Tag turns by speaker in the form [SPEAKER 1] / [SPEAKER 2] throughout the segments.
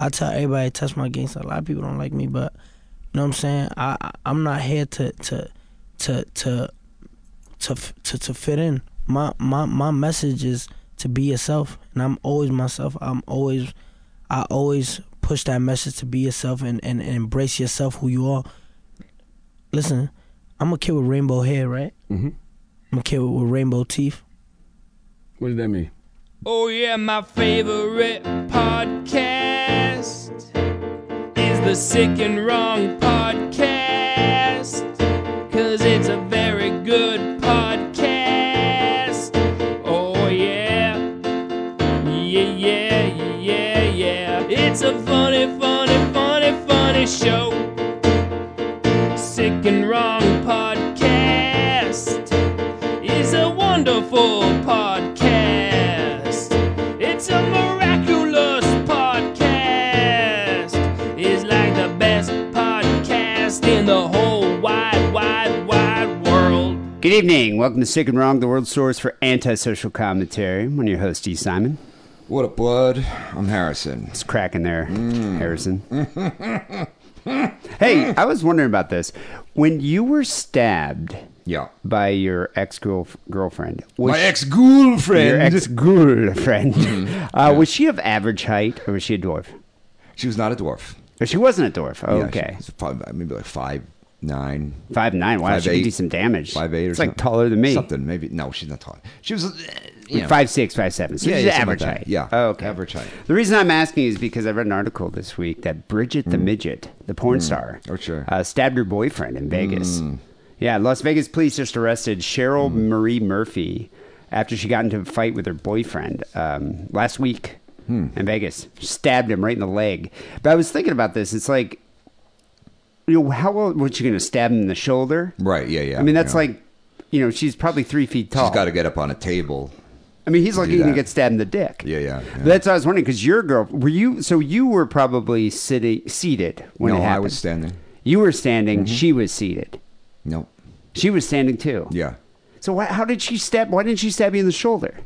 [SPEAKER 1] I tell everybody touch my gangster. A lot of people don't like me, but you know what I'm saying. I I- I'm not here to to to to to f- to, to fit in. My my my message is to be yourself, and I'm always myself. I'm always I always push that message to be yourself and and, and embrace yourself who you are. Listen, I'm a kid with rainbow hair, right?
[SPEAKER 2] Mm-hmm.
[SPEAKER 1] I'm a kid with, with rainbow teeth.
[SPEAKER 2] What does that mean?
[SPEAKER 3] Oh yeah, my favorite podcast is the Sick and Wrong podcast. Cause it's a very good podcast. Oh yeah. Yeah, yeah, yeah, yeah. It's a funny, funny, funny, funny show. Sick and Wrong podcast is a wonderful podcast. It's a miraculous podcast. It's like the best podcast in the whole wide, wide, wide world.
[SPEAKER 2] Good evening. Welcome to Sick and Wrong, the world source for antisocial commentary. I'm your host, E. Simon.
[SPEAKER 4] What up, bud? I'm Harrison.
[SPEAKER 2] It's cracking there,
[SPEAKER 4] Mm.
[SPEAKER 2] Harrison. hey, I was wondering about this. When you were stabbed
[SPEAKER 4] Yeah.
[SPEAKER 2] by your ex girlfriend, was
[SPEAKER 4] My
[SPEAKER 2] she-
[SPEAKER 4] ex girlfriend.
[SPEAKER 2] your ex girlfriend,
[SPEAKER 4] Mm-hmm.
[SPEAKER 2] uh, was she of average height or was she a dwarf?
[SPEAKER 4] She was not a dwarf.
[SPEAKER 2] Oh, she wasn't a dwarf.
[SPEAKER 4] Yeah,
[SPEAKER 2] okay,
[SPEAKER 4] she was probably maybe like five nine.
[SPEAKER 2] five nine. Wow,
[SPEAKER 4] Five,
[SPEAKER 2] she could
[SPEAKER 4] eight.
[SPEAKER 2] do some damage.
[SPEAKER 4] Five eight or
[SPEAKER 2] it's like
[SPEAKER 4] something.
[SPEAKER 2] taller than me.
[SPEAKER 4] Something maybe. No, she's not tall. She was. uh, You know,
[SPEAKER 2] Five six, five seven. So
[SPEAKER 4] Yeah,
[SPEAKER 2] she's
[SPEAKER 4] yeah, something
[SPEAKER 2] average
[SPEAKER 4] like that.
[SPEAKER 2] height.
[SPEAKER 4] Yeah,
[SPEAKER 2] Oh, okay.
[SPEAKER 4] average height.
[SPEAKER 2] The reason I'm asking is because I read an article this week that Bridget the midget, the porn star,
[SPEAKER 4] Mm. Oh, sure. Mm.
[SPEAKER 2] uh, stabbed her boyfriend in Vegas. Yeah, Las Vegas police just arrested Cheryl Marie Murphy after she got into a fight with her boyfriend um, last week
[SPEAKER 4] Hmm.
[SPEAKER 2] in Vegas. Stabbed him right in the leg. But I was thinking about this. It's like, you know, how well was she going to stab him in the shoulder?
[SPEAKER 4] Right, yeah, yeah,
[SPEAKER 2] I mean, that's
[SPEAKER 4] yeah.
[SPEAKER 2] like, you know, she's probably three feet tall.
[SPEAKER 4] She's got to get up on a table.
[SPEAKER 2] I mean, he's lucky he didn't
[SPEAKER 4] that.
[SPEAKER 2] get stabbed in the dick.
[SPEAKER 4] Yeah, yeah, yeah.
[SPEAKER 2] That's what I was wondering because your girl were you? So you were probably sitting seated when
[SPEAKER 4] no,
[SPEAKER 2] it happened.
[SPEAKER 4] I was standing. Mm-hmm.
[SPEAKER 2] You were standing. She was seated.
[SPEAKER 4] No.
[SPEAKER 2] She was standing too.
[SPEAKER 4] Yeah.
[SPEAKER 2] So why, how did she stab? Why didn't she stab you in the shoulder?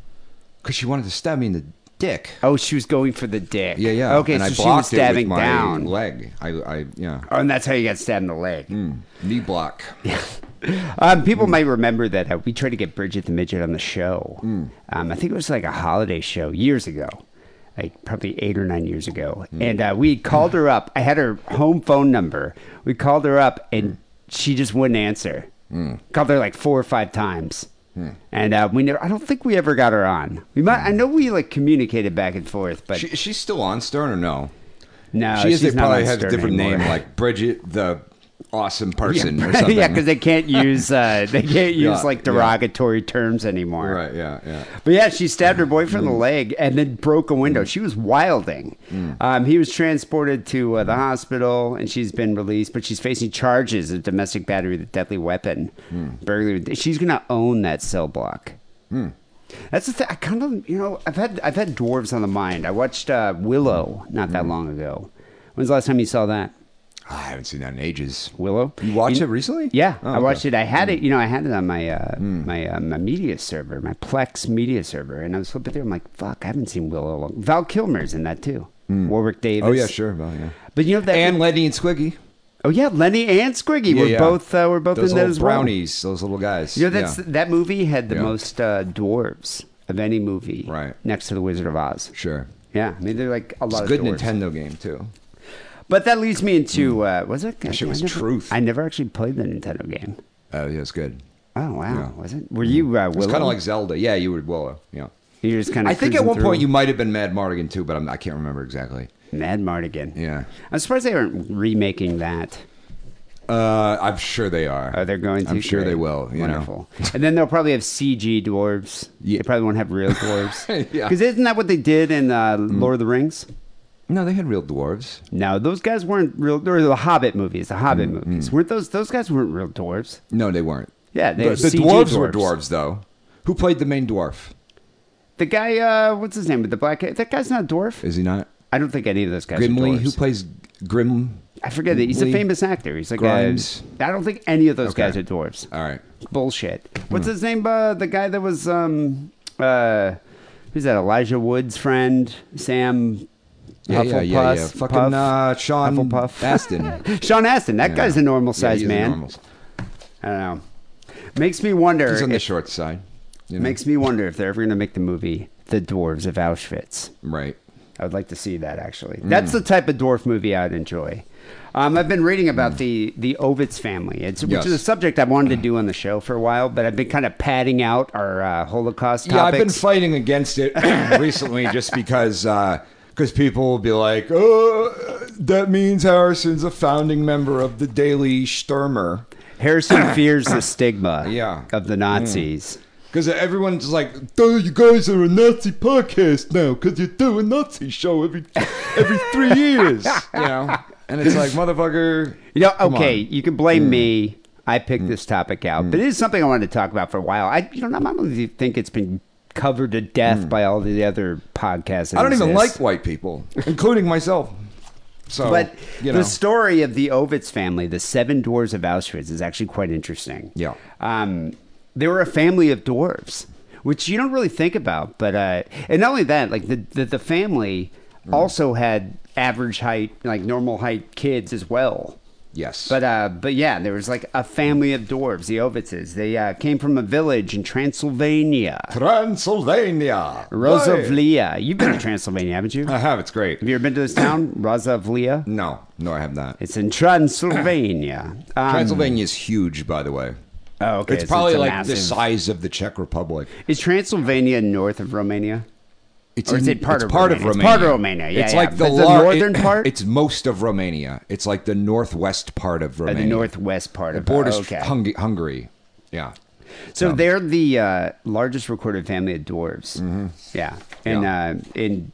[SPEAKER 4] Because she wanted to stab me in the dick.
[SPEAKER 2] Oh, she was going for the dick.
[SPEAKER 4] Yeah, yeah.
[SPEAKER 2] Okay,
[SPEAKER 4] and
[SPEAKER 2] so
[SPEAKER 4] I
[SPEAKER 2] she was
[SPEAKER 4] blocked it
[SPEAKER 2] stabbing
[SPEAKER 4] with my
[SPEAKER 2] down.
[SPEAKER 4] Leg. I, I, yeah. Mm.
[SPEAKER 2] Oh, and that's how you got stabbed in the leg.
[SPEAKER 4] Knee block.
[SPEAKER 2] Um, people might remember that uh, we tried to get Bridget the Midget on the show.
[SPEAKER 4] Hmm.
[SPEAKER 2] Um, I think it was like a holiday show years ago, like probably eight or nine years ago.
[SPEAKER 4] Hmm.
[SPEAKER 2] And uh, we called her up. I had her home phone number. We called her up,
[SPEAKER 4] Hmm.
[SPEAKER 2] and she just wouldn't answer. Called her like four or five times.
[SPEAKER 4] Hmm.
[SPEAKER 2] And uh, we never. I don't think we ever got her on. We might. I know we like communicated back and forth, but
[SPEAKER 4] She, she's still on Stern or no?
[SPEAKER 2] no,
[SPEAKER 4] she is. They
[SPEAKER 2] Uh, she's not
[SPEAKER 4] probably
[SPEAKER 2] on
[SPEAKER 4] have a
[SPEAKER 2] Stern
[SPEAKER 4] different
[SPEAKER 2] anymore.
[SPEAKER 4] name, like Bridget the awesome person or
[SPEAKER 2] yeah,
[SPEAKER 4] something.
[SPEAKER 2] because they can't use uh, they can't use
[SPEAKER 4] Yeah,
[SPEAKER 2] like
[SPEAKER 4] yeah.
[SPEAKER 2] derogatory terms anymore.
[SPEAKER 4] Right, yeah, yeah.
[SPEAKER 2] But yeah, she stabbed her boyfriend in the leg and then broke a window. She was wilding. Um, he was transported to uh, the hospital and she's been released, but she's facing charges of domestic battery with a deadly weapon, burglary. She's gonna own that cell block. That's the thing. I kind of, you know, I've had I've had dwarves on the mind. I watched uh, Willow not that long ago. When's the last time you saw that? Ah,
[SPEAKER 4] I haven't seen that in ages.
[SPEAKER 2] Willow.
[SPEAKER 4] You watched
[SPEAKER 2] You-
[SPEAKER 4] it recently?
[SPEAKER 2] Yeah,
[SPEAKER 4] Oh,
[SPEAKER 2] I watched
[SPEAKER 4] okay. Mm.
[SPEAKER 2] it. I had it. You know, I had it on my uh, my uh, my media server, my Plex media server, and I was flipping through. I'm like, fuck, I haven't seen Willow. Long. Val Kilmer's in that too. Warwick Davis.
[SPEAKER 4] Oh yeah, sure. Well, yeah.
[SPEAKER 2] But you know that.
[SPEAKER 4] And Lenny and Squiggy.
[SPEAKER 2] oh yeah, Lenny and Squiggy
[SPEAKER 4] Yeah,
[SPEAKER 2] were
[SPEAKER 4] yeah.
[SPEAKER 2] both uh, were both
[SPEAKER 4] those
[SPEAKER 2] in that
[SPEAKER 4] little
[SPEAKER 2] as well.
[SPEAKER 4] brownies, those little guys.
[SPEAKER 2] You know that's
[SPEAKER 4] yeah.
[SPEAKER 2] that movie had the
[SPEAKER 4] Yeah.
[SPEAKER 2] most uh, dwarves of any movie.
[SPEAKER 4] Right.
[SPEAKER 2] Next to the Wizard of Oz.
[SPEAKER 4] sure.
[SPEAKER 2] Yeah, I mean they're like a lot
[SPEAKER 4] It's a
[SPEAKER 2] of
[SPEAKER 4] good
[SPEAKER 2] dwarves.
[SPEAKER 4] Nintendo game too.
[SPEAKER 2] But that leads me into uh, was it?
[SPEAKER 4] That
[SPEAKER 2] I
[SPEAKER 4] shit was
[SPEAKER 2] never-
[SPEAKER 4] truth.
[SPEAKER 2] I never actually played the Nintendo game.
[SPEAKER 4] Oh yeah, it's good.
[SPEAKER 2] Oh wow,
[SPEAKER 4] Yeah.
[SPEAKER 2] was it? Were you uh,
[SPEAKER 4] It's
[SPEAKER 2] Willow?
[SPEAKER 4] kind of like Zelda. Yeah, you would Willow. Yeah.
[SPEAKER 2] You're just kind of.
[SPEAKER 4] I think at one point you might have been Mad Mardigan too, but I'm, I can't remember exactly.
[SPEAKER 2] Mad Mardigan.
[SPEAKER 4] Yeah.
[SPEAKER 2] I'm surprised they aren't remaking that.
[SPEAKER 4] Uh, I'm sure they are.
[SPEAKER 2] Oh, they're going to.
[SPEAKER 4] I'm sure
[SPEAKER 2] Great.
[SPEAKER 4] they will. You Know?
[SPEAKER 2] Wonderful. and then they'll probably have CG dwarves.
[SPEAKER 4] Yeah.
[SPEAKER 2] They probably won't have real dwarves.
[SPEAKER 4] Yeah. Mm.
[SPEAKER 2] Because isn't that what they did in uh, Lord of the Rings?
[SPEAKER 4] No, they had real dwarves.
[SPEAKER 2] No, those guys weren't real. Or the Hobbit movies, the Hobbit
[SPEAKER 4] Mm-hmm.
[SPEAKER 2] movies weren't those. Those guys weren't real dwarves.
[SPEAKER 4] No, they weren't.
[SPEAKER 2] Yeah, they
[SPEAKER 4] the,
[SPEAKER 2] were
[SPEAKER 4] the
[SPEAKER 2] CG
[SPEAKER 4] dwarves, were
[SPEAKER 2] dwarves.
[SPEAKER 4] dwarves though. Who played the main dwarf?
[SPEAKER 2] The guy, uh, what's his name with the black? hair? That guy's not a dwarf.
[SPEAKER 4] Is he not
[SPEAKER 2] I don't think any of those guys. are
[SPEAKER 4] Gimli?
[SPEAKER 2] dwarves.
[SPEAKER 4] Who plays Grim?
[SPEAKER 2] I forget that he's a
[SPEAKER 4] Lee
[SPEAKER 2] famous actor. He's like
[SPEAKER 4] Grimes.
[SPEAKER 2] I I don't think any of those
[SPEAKER 4] Okay. Uh, hmm.
[SPEAKER 2] guys are dwarves.
[SPEAKER 4] All right.
[SPEAKER 2] Bullshit. What's his name? Uh, the guy that was um uh who's that? Elijah Wood's friend, Sam
[SPEAKER 4] Yeah, yeah, yeah, yeah.
[SPEAKER 2] Hufflepuff,
[SPEAKER 4] Fucking
[SPEAKER 2] Puff,
[SPEAKER 4] uh, Sean
[SPEAKER 2] Hufflepuff.
[SPEAKER 4] Aston.
[SPEAKER 2] Sean Aston, that
[SPEAKER 4] Yeah.
[SPEAKER 2] guy's a normal
[SPEAKER 4] Yeah,
[SPEAKER 2] sized
[SPEAKER 4] he's a
[SPEAKER 2] man.
[SPEAKER 4] normal-
[SPEAKER 2] I don't know. Makes me wonder.
[SPEAKER 4] He's on the
[SPEAKER 2] if-
[SPEAKER 4] short side. you know?
[SPEAKER 2] makes me wonder if they're ever going to make the movie The Dwarves of Auschwitz.
[SPEAKER 4] right.
[SPEAKER 2] I would like to see that actually.
[SPEAKER 4] Mm.
[SPEAKER 2] That's the type of dwarf movie I'd enjoy. Um, I've been reading about the the Ovitz family, it's, which
[SPEAKER 4] Mm. Yes.
[SPEAKER 2] is a subject I wanted to do on the show for a while, but I've been kind of padding out our uh, Holocaust
[SPEAKER 4] Yeah, I've been
[SPEAKER 2] topics.
[SPEAKER 4] fighting against it recently just because because people will be like, oh, that means Harrison's a founding member of the Daily Stürmer.
[SPEAKER 2] Harrison fears the stigma
[SPEAKER 4] Yeah. Mm.
[SPEAKER 2] of the Nazis.
[SPEAKER 4] Because everyone's just like, oh, you guys are a Nazi podcast now because you do a Nazi show every every three years. You know? And it's like, motherfucker.
[SPEAKER 2] You know,
[SPEAKER 4] come
[SPEAKER 2] okay,
[SPEAKER 4] on. Mm.
[SPEAKER 2] you can blame me. I picked this topic out, but it is something I wanted to talk about for a while. I, you know, I don't really think it's been covered to death by all the other podcasts. that
[SPEAKER 4] Mm. I don't even like
[SPEAKER 2] exist.
[SPEAKER 4] white people, including myself. So,
[SPEAKER 2] But
[SPEAKER 4] Oh, you know.
[SPEAKER 2] the story of the Ovitz family, the Seven Dwarves of Auschwitz, is actually quite interesting.
[SPEAKER 4] Yeah.
[SPEAKER 2] Um, they were a family of dwarves, which you don't really think about. But uh, and not only that, like the the, the family
[SPEAKER 4] Mm.
[SPEAKER 2] also had average height, like normal height kids as well.
[SPEAKER 4] yes.
[SPEAKER 2] But uh, but yeah, there was like a family of dwarves, the Ovitzes. They uh, came from a village in Transylvania,
[SPEAKER 4] Transylvania. Hey.
[SPEAKER 2] Rosavlia. You've been to Transylvania, haven't you?
[SPEAKER 4] I
[SPEAKER 2] Have
[SPEAKER 4] have. It's great.
[SPEAKER 2] you ever been to this town, Rosavlia?
[SPEAKER 4] No, no, I have not.
[SPEAKER 2] It's in Transylvania. Um,
[SPEAKER 4] Transylvania is huge, by the way.
[SPEAKER 2] Oh, okay.
[SPEAKER 4] it's
[SPEAKER 2] so
[SPEAKER 4] probably
[SPEAKER 2] a
[SPEAKER 4] like
[SPEAKER 2] massive-
[SPEAKER 4] the size of the Czech Republic.
[SPEAKER 2] Is Transylvania north of Romania? Uh, Or is it part
[SPEAKER 4] it's
[SPEAKER 2] of
[SPEAKER 4] part
[SPEAKER 2] Romania?
[SPEAKER 4] of
[SPEAKER 2] It's
[SPEAKER 4] Romania?
[SPEAKER 2] part of Romania, yeah,
[SPEAKER 4] it's
[SPEAKER 2] yeah.
[SPEAKER 4] like the,
[SPEAKER 2] But the
[SPEAKER 4] lar-
[SPEAKER 2] northern
[SPEAKER 4] it-
[SPEAKER 2] part?
[SPEAKER 4] It's most of Romania. It's like the northwest part of
[SPEAKER 2] Or
[SPEAKER 4] Romania.
[SPEAKER 2] Oh, the northwest part
[SPEAKER 4] It
[SPEAKER 2] of uh,
[SPEAKER 4] borders
[SPEAKER 2] okay.
[SPEAKER 4] Hung- Hungary. Yeah.
[SPEAKER 2] So
[SPEAKER 4] Um,
[SPEAKER 2] they're the uh, largest recorded family of dwarves. Yeah, and
[SPEAKER 4] Mm-hmm. Yeah.
[SPEAKER 2] Uh, in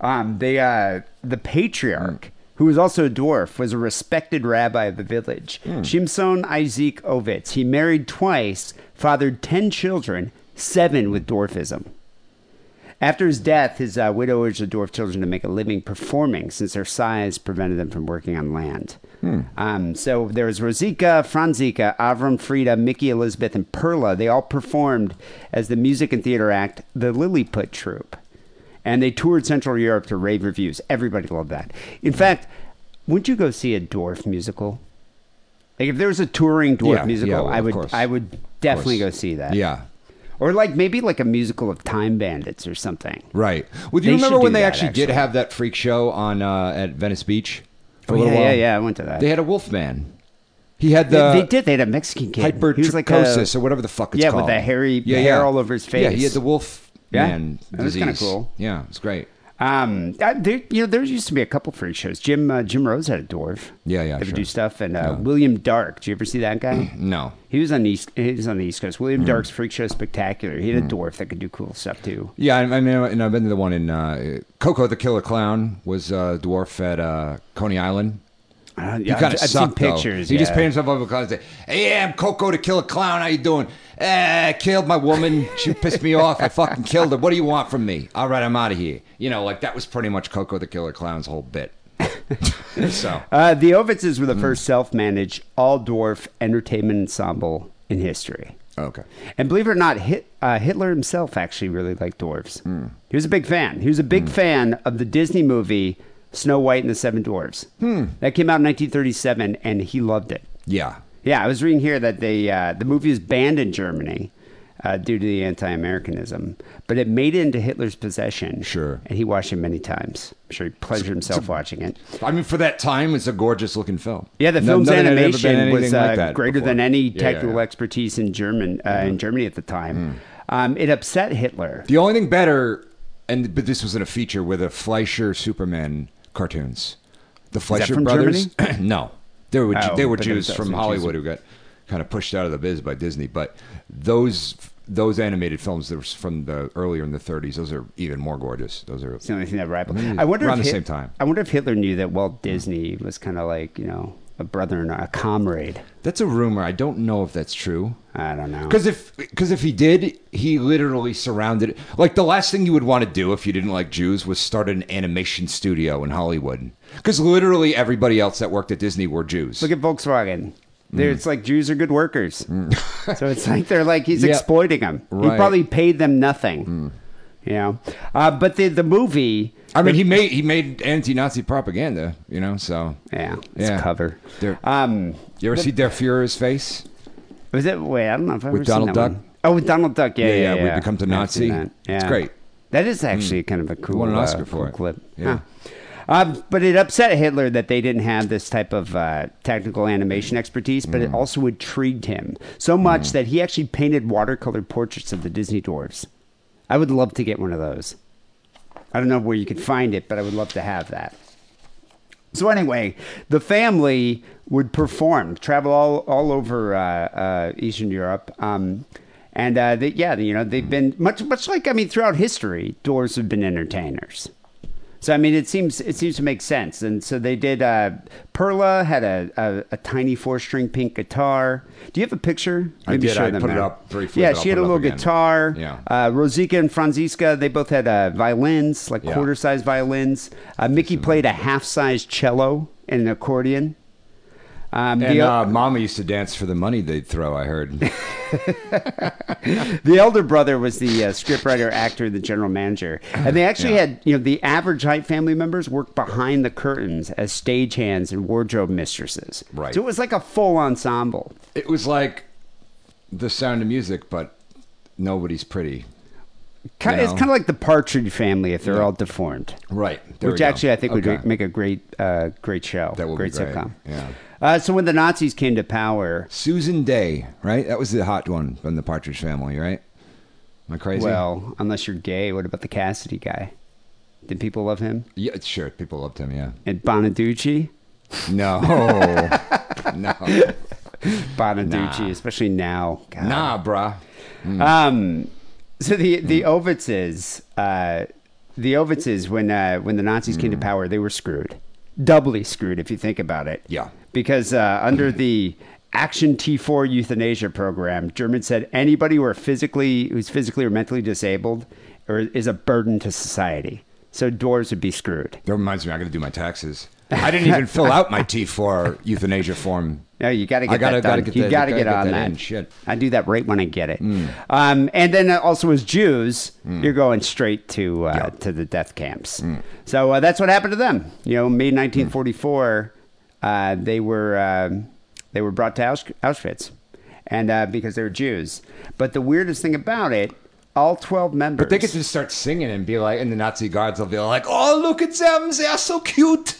[SPEAKER 2] um, they uh, the patriarch.
[SPEAKER 4] Mm.
[SPEAKER 2] Who was also a dwarf was a respected rabbi of the village.
[SPEAKER 4] Hmm.
[SPEAKER 2] Shimson Isaac Ovitz. He married twice, fathered ten children, seven with dwarfism. After his death, his uh, widow urged the dwarf children to make a living performing, since their size prevented them from working on land.
[SPEAKER 4] Hmm.
[SPEAKER 2] Um, so there was Rosika, Franzika, Avram, Frida, Mickey, Elizabeth, and Perla. They all performed as the music and theater act, the Lilliput Troupe, and they toured Central Europe to rave reviews. Everybody loved that. In
[SPEAKER 4] Hmm.
[SPEAKER 2] fact, would you go see a dwarf musical? Like if there was a touring dwarf
[SPEAKER 4] Yeah,
[SPEAKER 2] musical,
[SPEAKER 4] yeah, well,
[SPEAKER 2] I
[SPEAKER 4] of
[SPEAKER 2] would,
[SPEAKER 4] course.
[SPEAKER 2] I would definitely go see that.
[SPEAKER 4] Yeah.
[SPEAKER 2] Or like maybe like a musical of Time Bandits or something.
[SPEAKER 4] Right. Well, do you
[SPEAKER 2] They
[SPEAKER 4] remember
[SPEAKER 2] should
[SPEAKER 4] when
[SPEAKER 2] do
[SPEAKER 4] they
[SPEAKER 2] that,
[SPEAKER 4] actually, did
[SPEAKER 2] actually.
[SPEAKER 4] have that freak show on uh, at Venice Beach? For
[SPEAKER 2] Oh, yeah, yeah, yeah, I went to that.
[SPEAKER 4] They had a wolf man. He had the
[SPEAKER 2] they, they did. They had a Mexican kid. He was like a-
[SPEAKER 4] hypertrichosis or whatever the fuck it's
[SPEAKER 2] yeah,
[SPEAKER 4] called.
[SPEAKER 2] with the hairy hair all over his face.
[SPEAKER 4] Yeah, he had the wolf
[SPEAKER 2] Yeah,
[SPEAKER 4] man
[SPEAKER 2] that was kinda
[SPEAKER 4] disease.
[SPEAKER 2] cool.
[SPEAKER 4] Yeah, it's great.
[SPEAKER 2] Um, uh, there, you know, there used to be a couple freak shows. Jim uh, Jim Rose had a dwarf.
[SPEAKER 4] Yeah, yeah, Mm-hmm.
[SPEAKER 2] They would
[SPEAKER 4] sure.
[SPEAKER 2] do stuff, and uh, William Dark. Do you ever see that guy?
[SPEAKER 4] No.
[SPEAKER 2] He was on the east. He was on the East Coast. William
[SPEAKER 4] Mm-hmm.
[SPEAKER 2] Dark's Freak Show Spectacular. He had a dwarf that could do cool stuff too.
[SPEAKER 4] Yeah, I, I mean, and I've been to the one in uh, Coco the Killer Clown was uh, dwarf at uh, Coney Island.
[SPEAKER 2] Uh,
[SPEAKER 4] He
[SPEAKER 2] yeah,
[SPEAKER 4] kind
[SPEAKER 2] I've,
[SPEAKER 4] of
[SPEAKER 2] I've seen
[SPEAKER 4] sucked. though.
[SPEAKER 2] pictures.
[SPEAKER 4] He just
[SPEAKER 2] yeah.
[SPEAKER 4] painted himself up because say, "Hey, I'm Coco to kill a clown. How you doing? Eh, I killed my woman. She pissed me off. I fucking killed her. What do you want from me? All right, I'm out of here." You know, like that was pretty much Coco the Killer Clown's whole bit. so
[SPEAKER 2] Uh, the Ovitzes were
[SPEAKER 4] Mm.
[SPEAKER 2] the first self-managed all-dwarf entertainment ensemble in history.
[SPEAKER 4] okay,
[SPEAKER 2] And believe it or not, Hit, uh, Hitler himself actually really liked dwarves. He was a big fan. He was a big fan of the Disney movie Snow White and the Seven Dwarves. That came out in 1937, and he loved it.
[SPEAKER 4] yeah.
[SPEAKER 2] Yeah, I was reading here that they, uh, the movie was banned in Germany uh, due to the anti Americanism, but it made it into Hitler's possession.
[SPEAKER 4] Sure.
[SPEAKER 2] And he watched it many times. I'm sure he pleasured himself watching it.
[SPEAKER 4] I mean, for that time, it's a gorgeous looking film.
[SPEAKER 2] Yeah, the
[SPEAKER 4] No-
[SPEAKER 2] film's
[SPEAKER 4] nothing had ever been
[SPEAKER 2] animation was
[SPEAKER 4] anything
[SPEAKER 2] uh,
[SPEAKER 4] like that
[SPEAKER 2] greater
[SPEAKER 4] before.
[SPEAKER 2] than any
[SPEAKER 4] Yeah, yeah,
[SPEAKER 2] technical
[SPEAKER 4] yeah. Mm-hmm. Mm.
[SPEAKER 2] expertise in German uh, in Germany at the time. Um, it upset Hitler.
[SPEAKER 4] The only thing better, and but this was in a feature were the Fleischer Superman cartoons. The Fleischer
[SPEAKER 2] from
[SPEAKER 4] brothers. no, they were
[SPEAKER 2] Oh,
[SPEAKER 4] they were
[SPEAKER 2] but
[SPEAKER 4] Jews
[SPEAKER 2] themselves
[SPEAKER 4] from
[SPEAKER 2] and
[SPEAKER 4] Hollywood who got kind of pushed out of the biz by Disney. But those those animated films that were from the earlier in the 30s, those are even more gorgeous. Those are.
[SPEAKER 2] It's the only thing that rivaled.
[SPEAKER 4] Mm,
[SPEAKER 2] I wonder
[SPEAKER 4] around
[SPEAKER 2] if
[SPEAKER 4] the
[SPEAKER 2] Hit-
[SPEAKER 4] same time. Mm.
[SPEAKER 2] I wonder if Hitler knew that Walt Disney was kind of like you know a brother and a comrade.
[SPEAKER 4] That's a rumor. I don't know if that's true.
[SPEAKER 2] I don't know.
[SPEAKER 4] Because if because if he did, he literally surrounded like the last thing you would want to do if you didn't like Jews was start an animation studio in Hollywood. Because literally everybody else that worked at Disney were Jews.
[SPEAKER 2] look at Volkswagen.
[SPEAKER 4] Mm.
[SPEAKER 2] They're It's like Jews are good workers. so it's like they're like he's
[SPEAKER 4] Yeah.
[SPEAKER 2] exploiting them. He
[SPEAKER 4] Right. Mm.
[SPEAKER 2] probably paid them nothing. You know, uh, but the the movie,
[SPEAKER 4] I mean, he made he made anti-Nazi propaganda. You know, so
[SPEAKER 2] yeah, it's
[SPEAKER 4] Yeah.
[SPEAKER 2] a cover.
[SPEAKER 4] There-
[SPEAKER 2] Um,
[SPEAKER 4] you ever see Der Fuhrer's face?
[SPEAKER 2] was it? Wait, I don't know if I've
[SPEAKER 4] With
[SPEAKER 2] ever
[SPEAKER 4] Donald
[SPEAKER 2] seen that
[SPEAKER 4] Duck?
[SPEAKER 2] one. Oh, with Donald Duck, yeah,
[SPEAKER 4] Yeah,
[SPEAKER 2] yeah,
[SPEAKER 4] yeah,
[SPEAKER 2] yeah.
[SPEAKER 4] where he becomes a
[SPEAKER 2] I've seen
[SPEAKER 4] Nazi.
[SPEAKER 2] that,
[SPEAKER 4] It's
[SPEAKER 2] yeah.
[SPEAKER 4] great. Hmm.
[SPEAKER 2] That is actually kind of a cool,
[SPEAKER 4] won an
[SPEAKER 2] uh,
[SPEAKER 4] Oscar for
[SPEAKER 2] cool
[SPEAKER 4] it.
[SPEAKER 2] clip.
[SPEAKER 4] Yeah.
[SPEAKER 2] Huh. Um, but it upset Hitler that they didn't have this type of uh, technical animation expertise, but
[SPEAKER 4] Hmm.
[SPEAKER 2] it also intrigued him so much that he actually painted watercolor portraits of the Disney dwarves. I would love to get one of those. I don't know where you could find it, but I would love to have that. So anyway, the family would perform, travel all all over uh, uh, Eastern Europe, um, and uh, they, yeah, you know they've been much much like I mean throughout history, dwarves have been entertainers. So I mean, it seems it seems to make sense, and so they did. Uh, Perla had a, a, a tiny four string pink guitar. Do you have a picture?
[SPEAKER 4] I did.
[SPEAKER 2] show
[SPEAKER 4] I
[SPEAKER 2] them
[SPEAKER 4] put it
[SPEAKER 2] that.
[SPEAKER 4] up briefly,
[SPEAKER 2] Yeah,
[SPEAKER 4] but I'll
[SPEAKER 2] she had a
[SPEAKER 4] put it up
[SPEAKER 2] little
[SPEAKER 4] again.
[SPEAKER 2] guitar.
[SPEAKER 4] Yeah.
[SPEAKER 2] Uh, Rosica and Franziska, they both had uh, violins, like
[SPEAKER 4] Yeah.
[SPEAKER 2] quarter size violins. Uh, Mickey played a half size cello and an accordion. Um,
[SPEAKER 4] And
[SPEAKER 2] the,
[SPEAKER 4] uh, Mama used to dance for the money they'd throw. I heard.
[SPEAKER 2] the elder brother was the uh, scriptwriter, actor, the general manager, and they actually
[SPEAKER 4] Yeah.
[SPEAKER 2] had you know the average height family members worked behind the curtains as stagehands and wardrobe mistresses.
[SPEAKER 4] Right.
[SPEAKER 2] So it was like a full ensemble.
[SPEAKER 4] it was like the sound of music, but nobody's pretty.
[SPEAKER 2] Ki-
[SPEAKER 4] You
[SPEAKER 2] It's
[SPEAKER 4] know?
[SPEAKER 2] kind of like the Partridge Family if they're all deformed.
[SPEAKER 4] Right. there
[SPEAKER 2] Which
[SPEAKER 4] we go.
[SPEAKER 2] actually I think
[SPEAKER 4] Okay.
[SPEAKER 2] would make a great, uh, great show.
[SPEAKER 4] That would be
[SPEAKER 2] great
[SPEAKER 4] great,
[SPEAKER 2] sitcom.
[SPEAKER 4] yeah.
[SPEAKER 2] Uh, so when the Nazis came to power,
[SPEAKER 4] Susan Day, right? That was the hot one from the Partridge Family, right? Am I crazy?
[SPEAKER 2] well, unless you're gay, what about the Cassidy guy? Did people love him?
[SPEAKER 4] yeah, sure. People loved him. Yeah.
[SPEAKER 2] And Bonaducci,
[SPEAKER 4] No, no,
[SPEAKER 2] Bonaducci,
[SPEAKER 4] Nah.
[SPEAKER 2] especially now. God.
[SPEAKER 4] nah, bruh.
[SPEAKER 2] Um, so the the Ovitzes, uh, the Ovitzes, when uh, when the Nazis came to power, they were screwed, doubly screwed if you think about it.
[SPEAKER 4] Yeah.
[SPEAKER 2] because uh, under the Action T4 euthanasia program, German said anybody who are physically who's physically or mentally disabled or is a burden to society. So dwarves would be screwed.
[SPEAKER 4] That reminds me, I got to do my taxes. I didn't even fill out my T four euthanasia form.
[SPEAKER 2] No, you got to
[SPEAKER 4] I
[SPEAKER 2] get
[SPEAKER 4] gotta-
[SPEAKER 2] that done.
[SPEAKER 4] gotta get
[SPEAKER 2] you
[SPEAKER 4] that-
[SPEAKER 2] got to
[SPEAKER 4] gotta
[SPEAKER 2] get
[SPEAKER 4] get
[SPEAKER 2] on
[SPEAKER 4] that
[SPEAKER 2] that.
[SPEAKER 4] in, shit. Mm.
[SPEAKER 2] I do that right when I get it. Um, and then uh, also as Jews, you're going straight to uh, to the death camps.
[SPEAKER 4] Mm.
[SPEAKER 2] So uh, that's what happened to them. You know, May 1944, uh, they were um they were brought to Aus- Auschwitz, and uh, because they were Jews. But the weirdest thing about it, all 12 members.
[SPEAKER 4] But they could just start singing and be like, and the Nazi guards will be like, "Oh, look at them! They are so cute.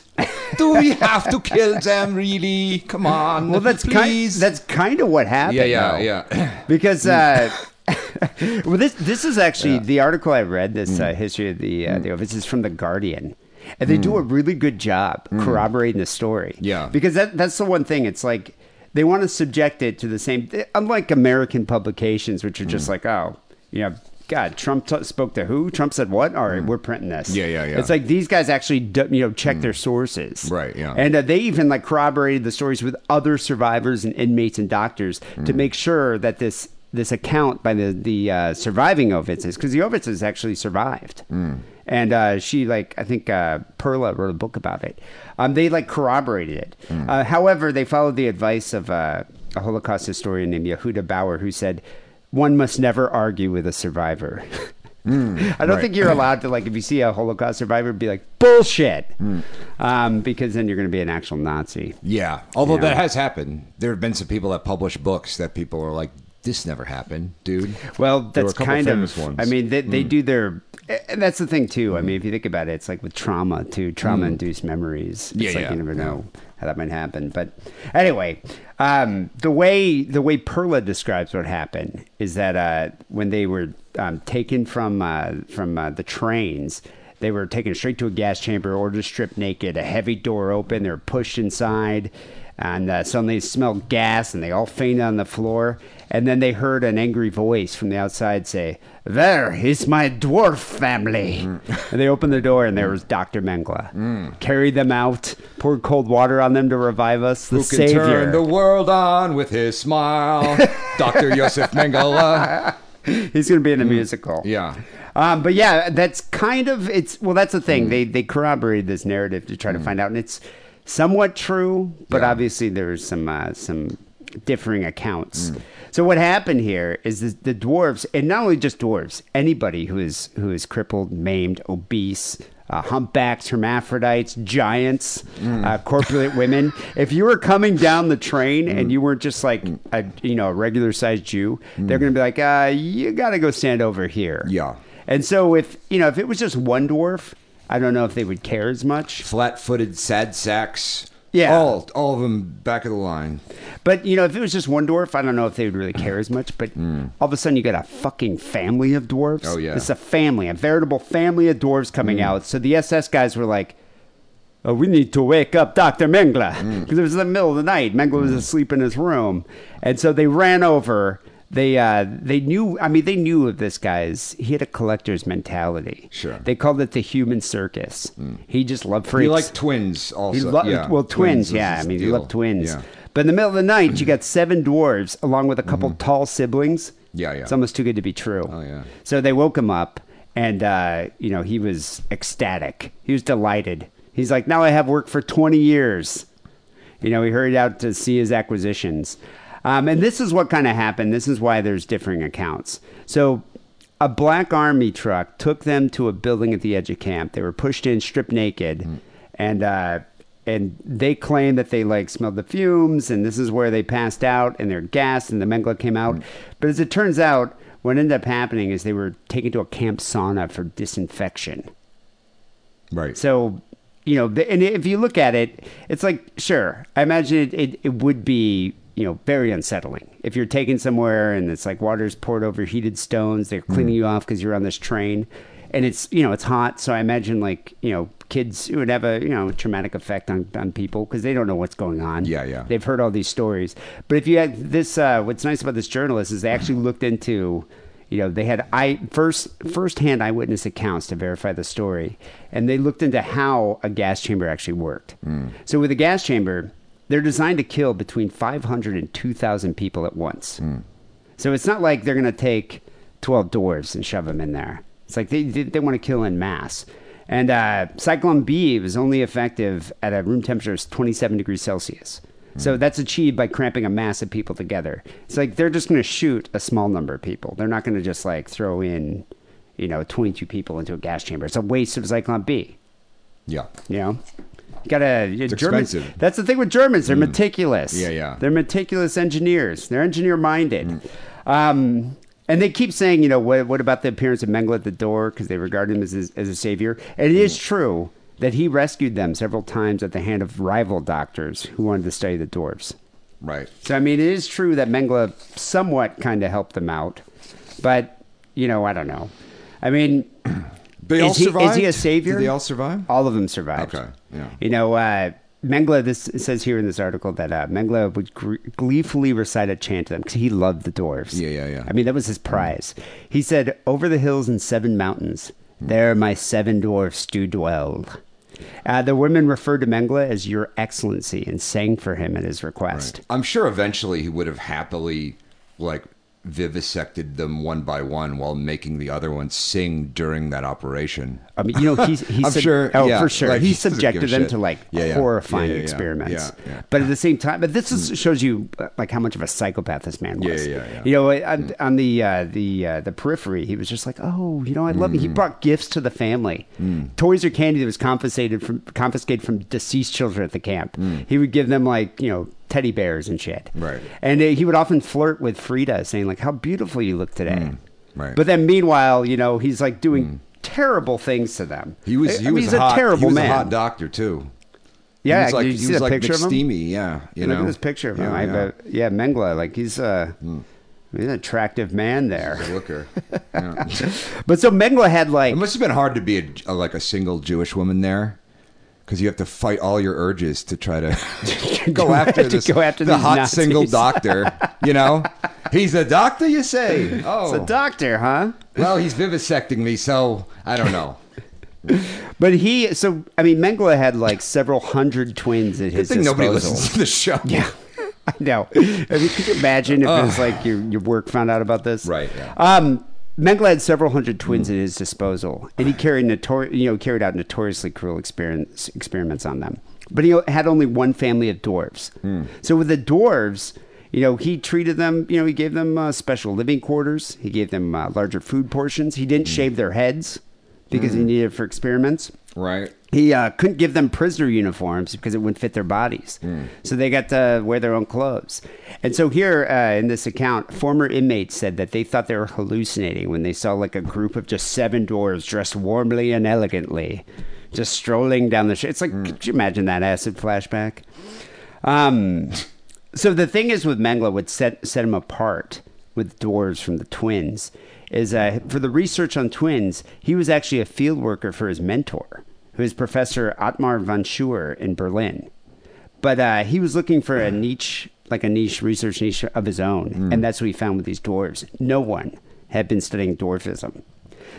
[SPEAKER 4] Do we have to kill them? Really? Come on.
[SPEAKER 2] well, that's kind,
[SPEAKER 4] please."
[SPEAKER 2] that's kind of what happened.
[SPEAKER 4] yeah, yeah,
[SPEAKER 2] though.
[SPEAKER 4] yeah. Mm.
[SPEAKER 2] because uh, well, this this is actually the article I read. This
[SPEAKER 4] Mm.
[SPEAKER 2] uh, history of the uh, the This is from the Guardian, and they do a really good job corroborating the story.
[SPEAKER 4] Mm. Yeah.
[SPEAKER 2] because that that's the one thing. It's like they want to subject it to the same. Unlike American publications, which are
[SPEAKER 4] Mm.
[SPEAKER 2] just like, oh, you know. God, Trump t- spoke to who? Trump said what? All right, we're printing this.
[SPEAKER 4] Mm. Yeah, yeah, Mm. yeah.
[SPEAKER 2] It's like these guys actually, d- you know, check their sources.
[SPEAKER 4] Right, yeah.
[SPEAKER 2] And uh, they even like corroborated the stories with other survivors and inmates and doctors
[SPEAKER 4] Mm.
[SPEAKER 2] to make sure that this this account by the the uh, surviving Ovitzes, because the Ovitzes actually survived.
[SPEAKER 4] Mm.
[SPEAKER 2] And uh, she, like, I think uh, Perla wrote a book about it. Um, they, like, corroborated it.
[SPEAKER 4] Mm.
[SPEAKER 2] Uh, however, they followed the advice of uh, a Holocaust historian named Yehuda Bauer, who said, one must never argue with a survivor. I don't think you're allowed to like if you see a Holocaust survivor be like bullshit, um, because then you're going to be an actual Nazi.
[SPEAKER 4] Yeah. Although
[SPEAKER 2] Yeah.
[SPEAKER 4] that has happened. There have been some people that publish books that people are like, this never happened, dude.
[SPEAKER 2] Well,
[SPEAKER 4] There were
[SPEAKER 2] that's
[SPEAKER 4] a couple
[SPEAKER 2] kind
[SPEAKER 4] famous
[SPEAKER 2] of.
[SPEAKER 4] ones. Hmm.
[SPEAKER 2] I mean, they, they do their. And that's the thing too. I mean, if you think about it, it's like with trauma too. Trauma-induced memories. It's
[SPEAKER 4] Hmm. Yeah,
[SPEAKER 2] like
[SPEAKER 4] yeah,
[SPEAKER 2] You never
[SPEAKER 4] yeah.
[SPEAKER 2] know how that might happen. But anyway, um, the way the way Perla describes what happened is that uh, when they were um, taken from uh, from uh, the trains. They were taken straight to a gas chamber, ordered stripped naked, a heavy door open. They were pushed inside, and uh, suddenly they smelled gas, and they all fainted on the floor. And then they heard an angry voice from the outside say, There is my dwarf family.
[SPEAKER 4] Mm.
[SPEAKER 2] And they opened the door, and there was Dr. Mengele. Carried them out, poured cold water on them to revive us, the
[SPEAKER 4] Who can
[SPEAKER 2] savior.
[SPEAKER 4] turn the world on with his smile? Dr. Josef Mengele.
[SPEAKER 2] He's going to be in a musical.
[SPEAKER 4] Mm. Yeah.
[SPEAKER 2] Um, but yeah, that's kind of it's. Well, that's the thing. They they corroborated this narrative to try to find out, and it's somewhat true. But
[SPEAKER 4] Yeah.
[SPEAKER 2] obviously, there's some uh, some differing accounts. So what happened here is this, the dwarves, and not only just dwarves, anybody who is who is crippled, maimed, obese. Uh, humpbacks, hermaphrodites, giants, uh, corpulent women. If you were coming down the train and you weren't just like a you know a regular sized Jew, they're going to be like, uh, you got to go stand over here.
[SPEAKER 4] Yeah.
[SPEAKER 2] And so if you know if it was just one dwarf, I don't know if they would care as much.
[SPEAKER 4] Flat-footed, sad sacks.
[SPEAKER 2] Yeah.
[SPEAKER 4] all all of them back of the line.
[SPEAKER 2] But you know, if it was just one dwarf, I don't know if they would really care as much. But all of a sudden, you got a fucking family of dwarves.
[SPEAKER 4] Mm. Oh, yeah. Mm.
[SPEAKER 2] it's a family, a veritable family of dwarves coming out. So the SS guys were like, "Oh, we need to wake up Doctor Mengele
[SPEAKER 4] Mm.
[SPEAKER 2] because it was the middle of the night. Mengele was asleep in his room, and so they ran over." They uh, they knew. I mean, they knew of this guy's. He had a collector's mentality.
[SPEAKER 4] Sure. Mm.
[SPEAKER 2] They called it the human circus. He just loved freaks.
[SPEAKER 4] He liked twins also.
[SPEAKER 2] He lo-
[SPEAKER 4] yeah.
[SPEAKER 2] Well, twins,
[SPEAKER 4] was
[SPEAKER 2] yeah. I
[SPEAKER 4] his
[SPEAKER 2] mean, he
[SPEAKER 4] deal.
[SPEAKER 2] loved twins.
[SPEAKER 4] Yeah.
[SPEAKER 2] But in the middle of the night, you got seven dwarves along with a couple tall siblings.
[SPEAKER 4] Mm-hmm. Yeah, yeah.
[SPEAKER 2] It's almost too good to be true.
[SPEAKER 4] Oh, yeah.
[SPEAKER 2] So they woke him up, and, uh, you know, he was ecstatic. He was delighted. He's like, now I have work for 20 years. You know, he hurried out to see his acquisitions. Um, and this is what kind of happened. This is why there's differing accounts. So a black army truck took them to a building at the edge of camp. They were pushed in, stripped naked,
[SPEAKER 4] Hmm.
[SPEAKER 2] and uh, and they claimed that they like smelled the fumes, and this is where they passed out, and they're gassed, and the Mengele came out. But as it turns out, what ended up happening is they were taken to a camp sauna for disinfection.
[SPEAKER 4] Right.
[SPEAKER 2] So, you know, the, and if you look at it, it's like, sure, I imagine it, it, it would be, you know, very unsettling if you're taken somewhere and it's like water's poured over heated stones, they're cleaning you off because you're on this train and it's, you know, it's hot. So I imagine like, you know, kids it would have a, you know, traumatic effect on, on people because they don't know what's going on.
[SPEAKER 4] Yeah, yeah.
[SPEAKER 2] They've heard all these stories. But if you had this, uh, what's nice about this journalist is they actually looked into, you know, they had eye first firsthand eyewitness accounts to verify the story, and they looked into how a gas chamber actually worked.
[SPEAKER 4] Mm.
[SPEAKER 2] So with a gas chamber, they're designed to kill between 500 and 2,000 people at once.
[SPEAKER 4] Mm.
[SPEAKER 2] So it's not like they're going to take 12 dwarves and shove them in there. It's like they, they, they want to kill in mass. And uh, Cyclone B was only effective at a room temperature of 27 degrees Celsius. So that's achieved by cramping a mass of people together. It's like they're just going to shoot a small number of people. They're not going to just like throw in, you know, 22 people into a gas chamber. It's a waste of Cyclone B.
[SPEAKER 4] yeah.
[SPEAKER 2] You know, got to Germans.
[SPEAKER 4] expensive. Mm.
[SPEAKER 2] That's the thing with Germans; they're meticulous.
[SPEAKER 4] Yeah, yeah.
[SPEAKER 2] They're meticulous engineers. They're engineer minded.
[SPEAKER 4] Mm.
[SPEAKER 2] Um, and they keep saying, you know, what, what about the appearance of Mengele at the door? Because they regard him as, as a savior. And it is
[SPEAKER 4] Mm.
[SPEAKER 2] true that he rescued them several times at the hand of rival doctors who wanted to study the dwarves.
[SPEAKER 4] Right.
[SPEAKER 2] So I mean, it is true that Mengele somewhat kind of helped them out, but you know, I don't know. I mean,
[SPEAKER 4] They
[SPEAKER 2] is
[SPEAKER 4] all
[SPEAKER 2] he- is
[SPEAKER 4] survived?
[SPEAKER 2] he a savior?
[SPEAKER 4] Did they all survive?
[SPEAKER 2] All of them survived.
[SPEAKER 4] Okay, yeah.
[SPEAKER 2] You know, uh, Mengele, this it says here in this article that uh, Mengele would gr- gleefully recite a chant to them because he loved the dwarves.
[SPEAKER 4] Yeah, yeah, yeah.
[SPEAKER 2] I mean, that was his prize. He said, Over the hills and seven mountains, there my seven dwarfs do dwell. Uh, the women referred to Mengele as Your Excellency and sang for him at his request.
[SPEAKER 4] I'm sure eventually he would have happily like vivisected them one by one while making the other one sing during that operation.
[SPEAKER 2] I mean, you know, he's, he
[SPEAKER 4] I'm
[SPEAKER 2] sub-
[SPEAKER 4] sure-
[SPEAKER 2] Oh,
[SPEAKER 4] yeah,
[SPEAKER 2] for sure.
[SPEAKER 4] like,
[SPEAKER 2] he
[SPEAKER 4] he doesn't give
[SPEAKER 2] subjected
[SPEAKER 4] a
[SPEAKER 2] them
[SPEAKER 4] shit.
[SPEAKER 2] to like
[SPEAKER 4] Yeah, yeah.
[SPEAKER 2] horrifying
[SPEAKER 4] Yeah, yeah, yeah.
[SPEAKER 2] experiments.
[SPEAKER 4] Yeah, yeah.
[SPEAKER 2] But at the same time, but this is, shows you uh, like how much of a psychopath this man was.
[SPEAKER 4] Yeah, yeah, yeah. Mm.
[SPEAKER 2] You know, on, on the uh, the uh, the periphery, he was just like, oh, you know, I love it. He
[SPEAKER 4] Mm.
[SPEAKER 2] brought gifts to the family, toys or candy that was confiscated from confiscated from deceased children at the camp. He would give them like you know teddy bears and shit.
[SPEAKER 4] Mm. Right.
[SPEAKER 2] And uh, he would often flirt with Frida, saying like, how beautiful you look today.
[SPEAKER 4] Mm. Right.
[SPEAKER 2] But then meanwhile, you know, he's like doing terrible things to them.
[SPEAKER 4] Hmm. He was he
[SPEAKER 2] I mean,
[SPEAKER 4] was
[SPEAKER 2] he's
[SPEAKER 4] a hot,
[SPEAKER 2] a terrible
[SPEAKER 4] he was
[SPEAKER 2] man.
[SPEAKER 4] a hot doctor too.
[SPEAKER 2] Yeah,
[SPEAKER 4] he was like,
[SPEAKER 2] did you
[SPEAKER 4] he
[SPEAKER 2] see
[SPEAKER 4] was
[SPEAKER 2] the
[SPEAKER 4] like
[SPEAKER 2] picture of him?
[SPEAKER 4] McSteamy, yeah. You
[SPEAKER 2] Look
[SPEAKER 4] know?
[SPEAKER 2] at this picture of him.
[SPEAKER 4] Yeah,
[SPEAKER 2] I
[SPEAKER 4] yeah. Hmm.
[SPEAKER 2] bet- yeah. Mengele, like he's a he's an attractive man there.
[SPEAKER 4] Looker. Yeah.
[SPEAKER 2] But so Mengele had like
[SPEAKER 4] It must have been hard to be a, a- like a single Jewish woman there, because you have to fight all your urges to try to go after
[SPEAKER 2] To
[SPEAKER 4] this,
[SPEAKER 2] go after
[SPEAKER 4] the
[SPEAKER 2] these
[SPEAKER 4] hot
[SPEAKER 2] Nazis.
[SPEAKER 4] single doctor. You know, he's a doctor, you say? Oh,
[SPEAKER 2] the doctor, huh?
[SPEAKER 4] well, he's vivisecting me, so I don't know.
[SPEAKER 2] But he so I mean Mengele had like several hundred twins at
[SPEAKER 4] Good
[SPEAKER 2] his
[SPEAKER 4] thing nobody
[SPEAKER 2] disposal.
[SPEAKER 4] listens to the show.
[SPEAKER 2] Yeah. I know. I mean, could you imagine if it was like your, your work found out about this?
[SPEAKER 4] Right, yeah.
[SPEAKER 2] Um, Mengele had several hundred twins at his disposal, and he carried notori- you know carried out notoriously cruel experiments
[SPEAKER 4] Hmm.
[SPEAKER 2] experiments on them. But he had only one family of dwarves. So with the dwarves, You know, he treated them, you know, he gave them uh, special living quarters. He gave them uh, larger food portions. He
[SPEAKER 4] Hmm.
[SPEAKER 2] didn't shave their heads because he needed it for experiments.
[SPEAKER 4] Right.
[SPEAKER 2] He uh, couldn't give them prisoner uniforms because it wouldn't fit their bodies. So they got to wear their own clothes. And so here uh, in this account, former inmates said that they thought they were hallucinating when they saw like a group of just seven dwarves dressed warmly and elegantly, just strolling down the street. It's like, could you imagine that acid flashback? Um, so the thing is with Mengele, what set set him apart with dwarves from the twins is uh, for the research on twins, he was actually a field worker for his mentor, who is Professor Otmar von Schuer in Berlin. But uh, he was looking for a niche, like a niche research niche of his own, and that's what he found with these dwarves. No one had been studying dwarfism.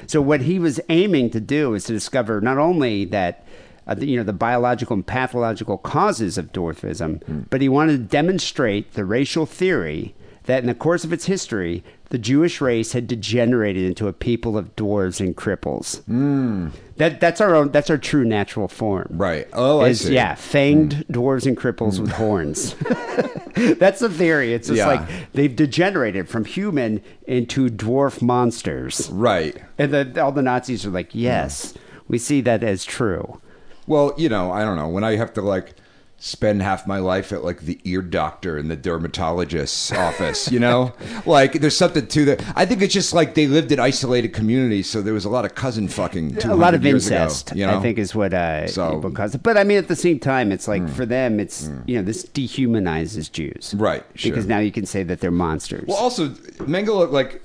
[SPEAKER 2] So what he was aiming to do is to discover not only that uh, the, you know the biological and pathological causes of dwarfism,
[SPEAKER 4] Hmm.
[SPEAKER 2] but he wanted to demonstrate the racial theory that in the course of its history, the Jewish race had degenerated into a people of dwarves and cripples. That that's our own that's our true natural form.
[SPEAKER 4] Hmm. Right. Oh, I
[SPEAKER 2] Is,
[SPEAKER 4] see. Hmm.
[SPEAKER 2] Yeah, fanged dwarves and cripples with horns. that's the theory. It's just
[SPEAKER 4] Yeah.
[SPEAKER 2] like they've degenerated from human into dwarf monsters.
[SPEAKER 4] Right.
[SPEAKER 2] And the, all the Nazis are like, yes, we see that as true.
[SPEAKER 4] Well, you know, I don't know. When I have to like spend half my life at like the ear doctor and the dermatologist's office, you know? Like there's something to that. I think it's just like they lived in isolated communities, so there was a lot of cousin fucking.
[SPEAKER 2] A lot of
[SPEAKER 4] 200 years
[SPEAKER 2] incest,
[SPEAKER 4] ago, you know?
[SPEAKER 2] I think, is what uh,
[SPEAKER 4] So- Mm.
[SPEAKER 2] people cause. But I mean, at the same time, it's like for them, it's you know, this dehumanizes Jews,
[SPEAKER 4] Right, sure.
[SPEAKER 2] Because now you can say that they're monsters.
[SPEAKER 4] Well, also Mengele, like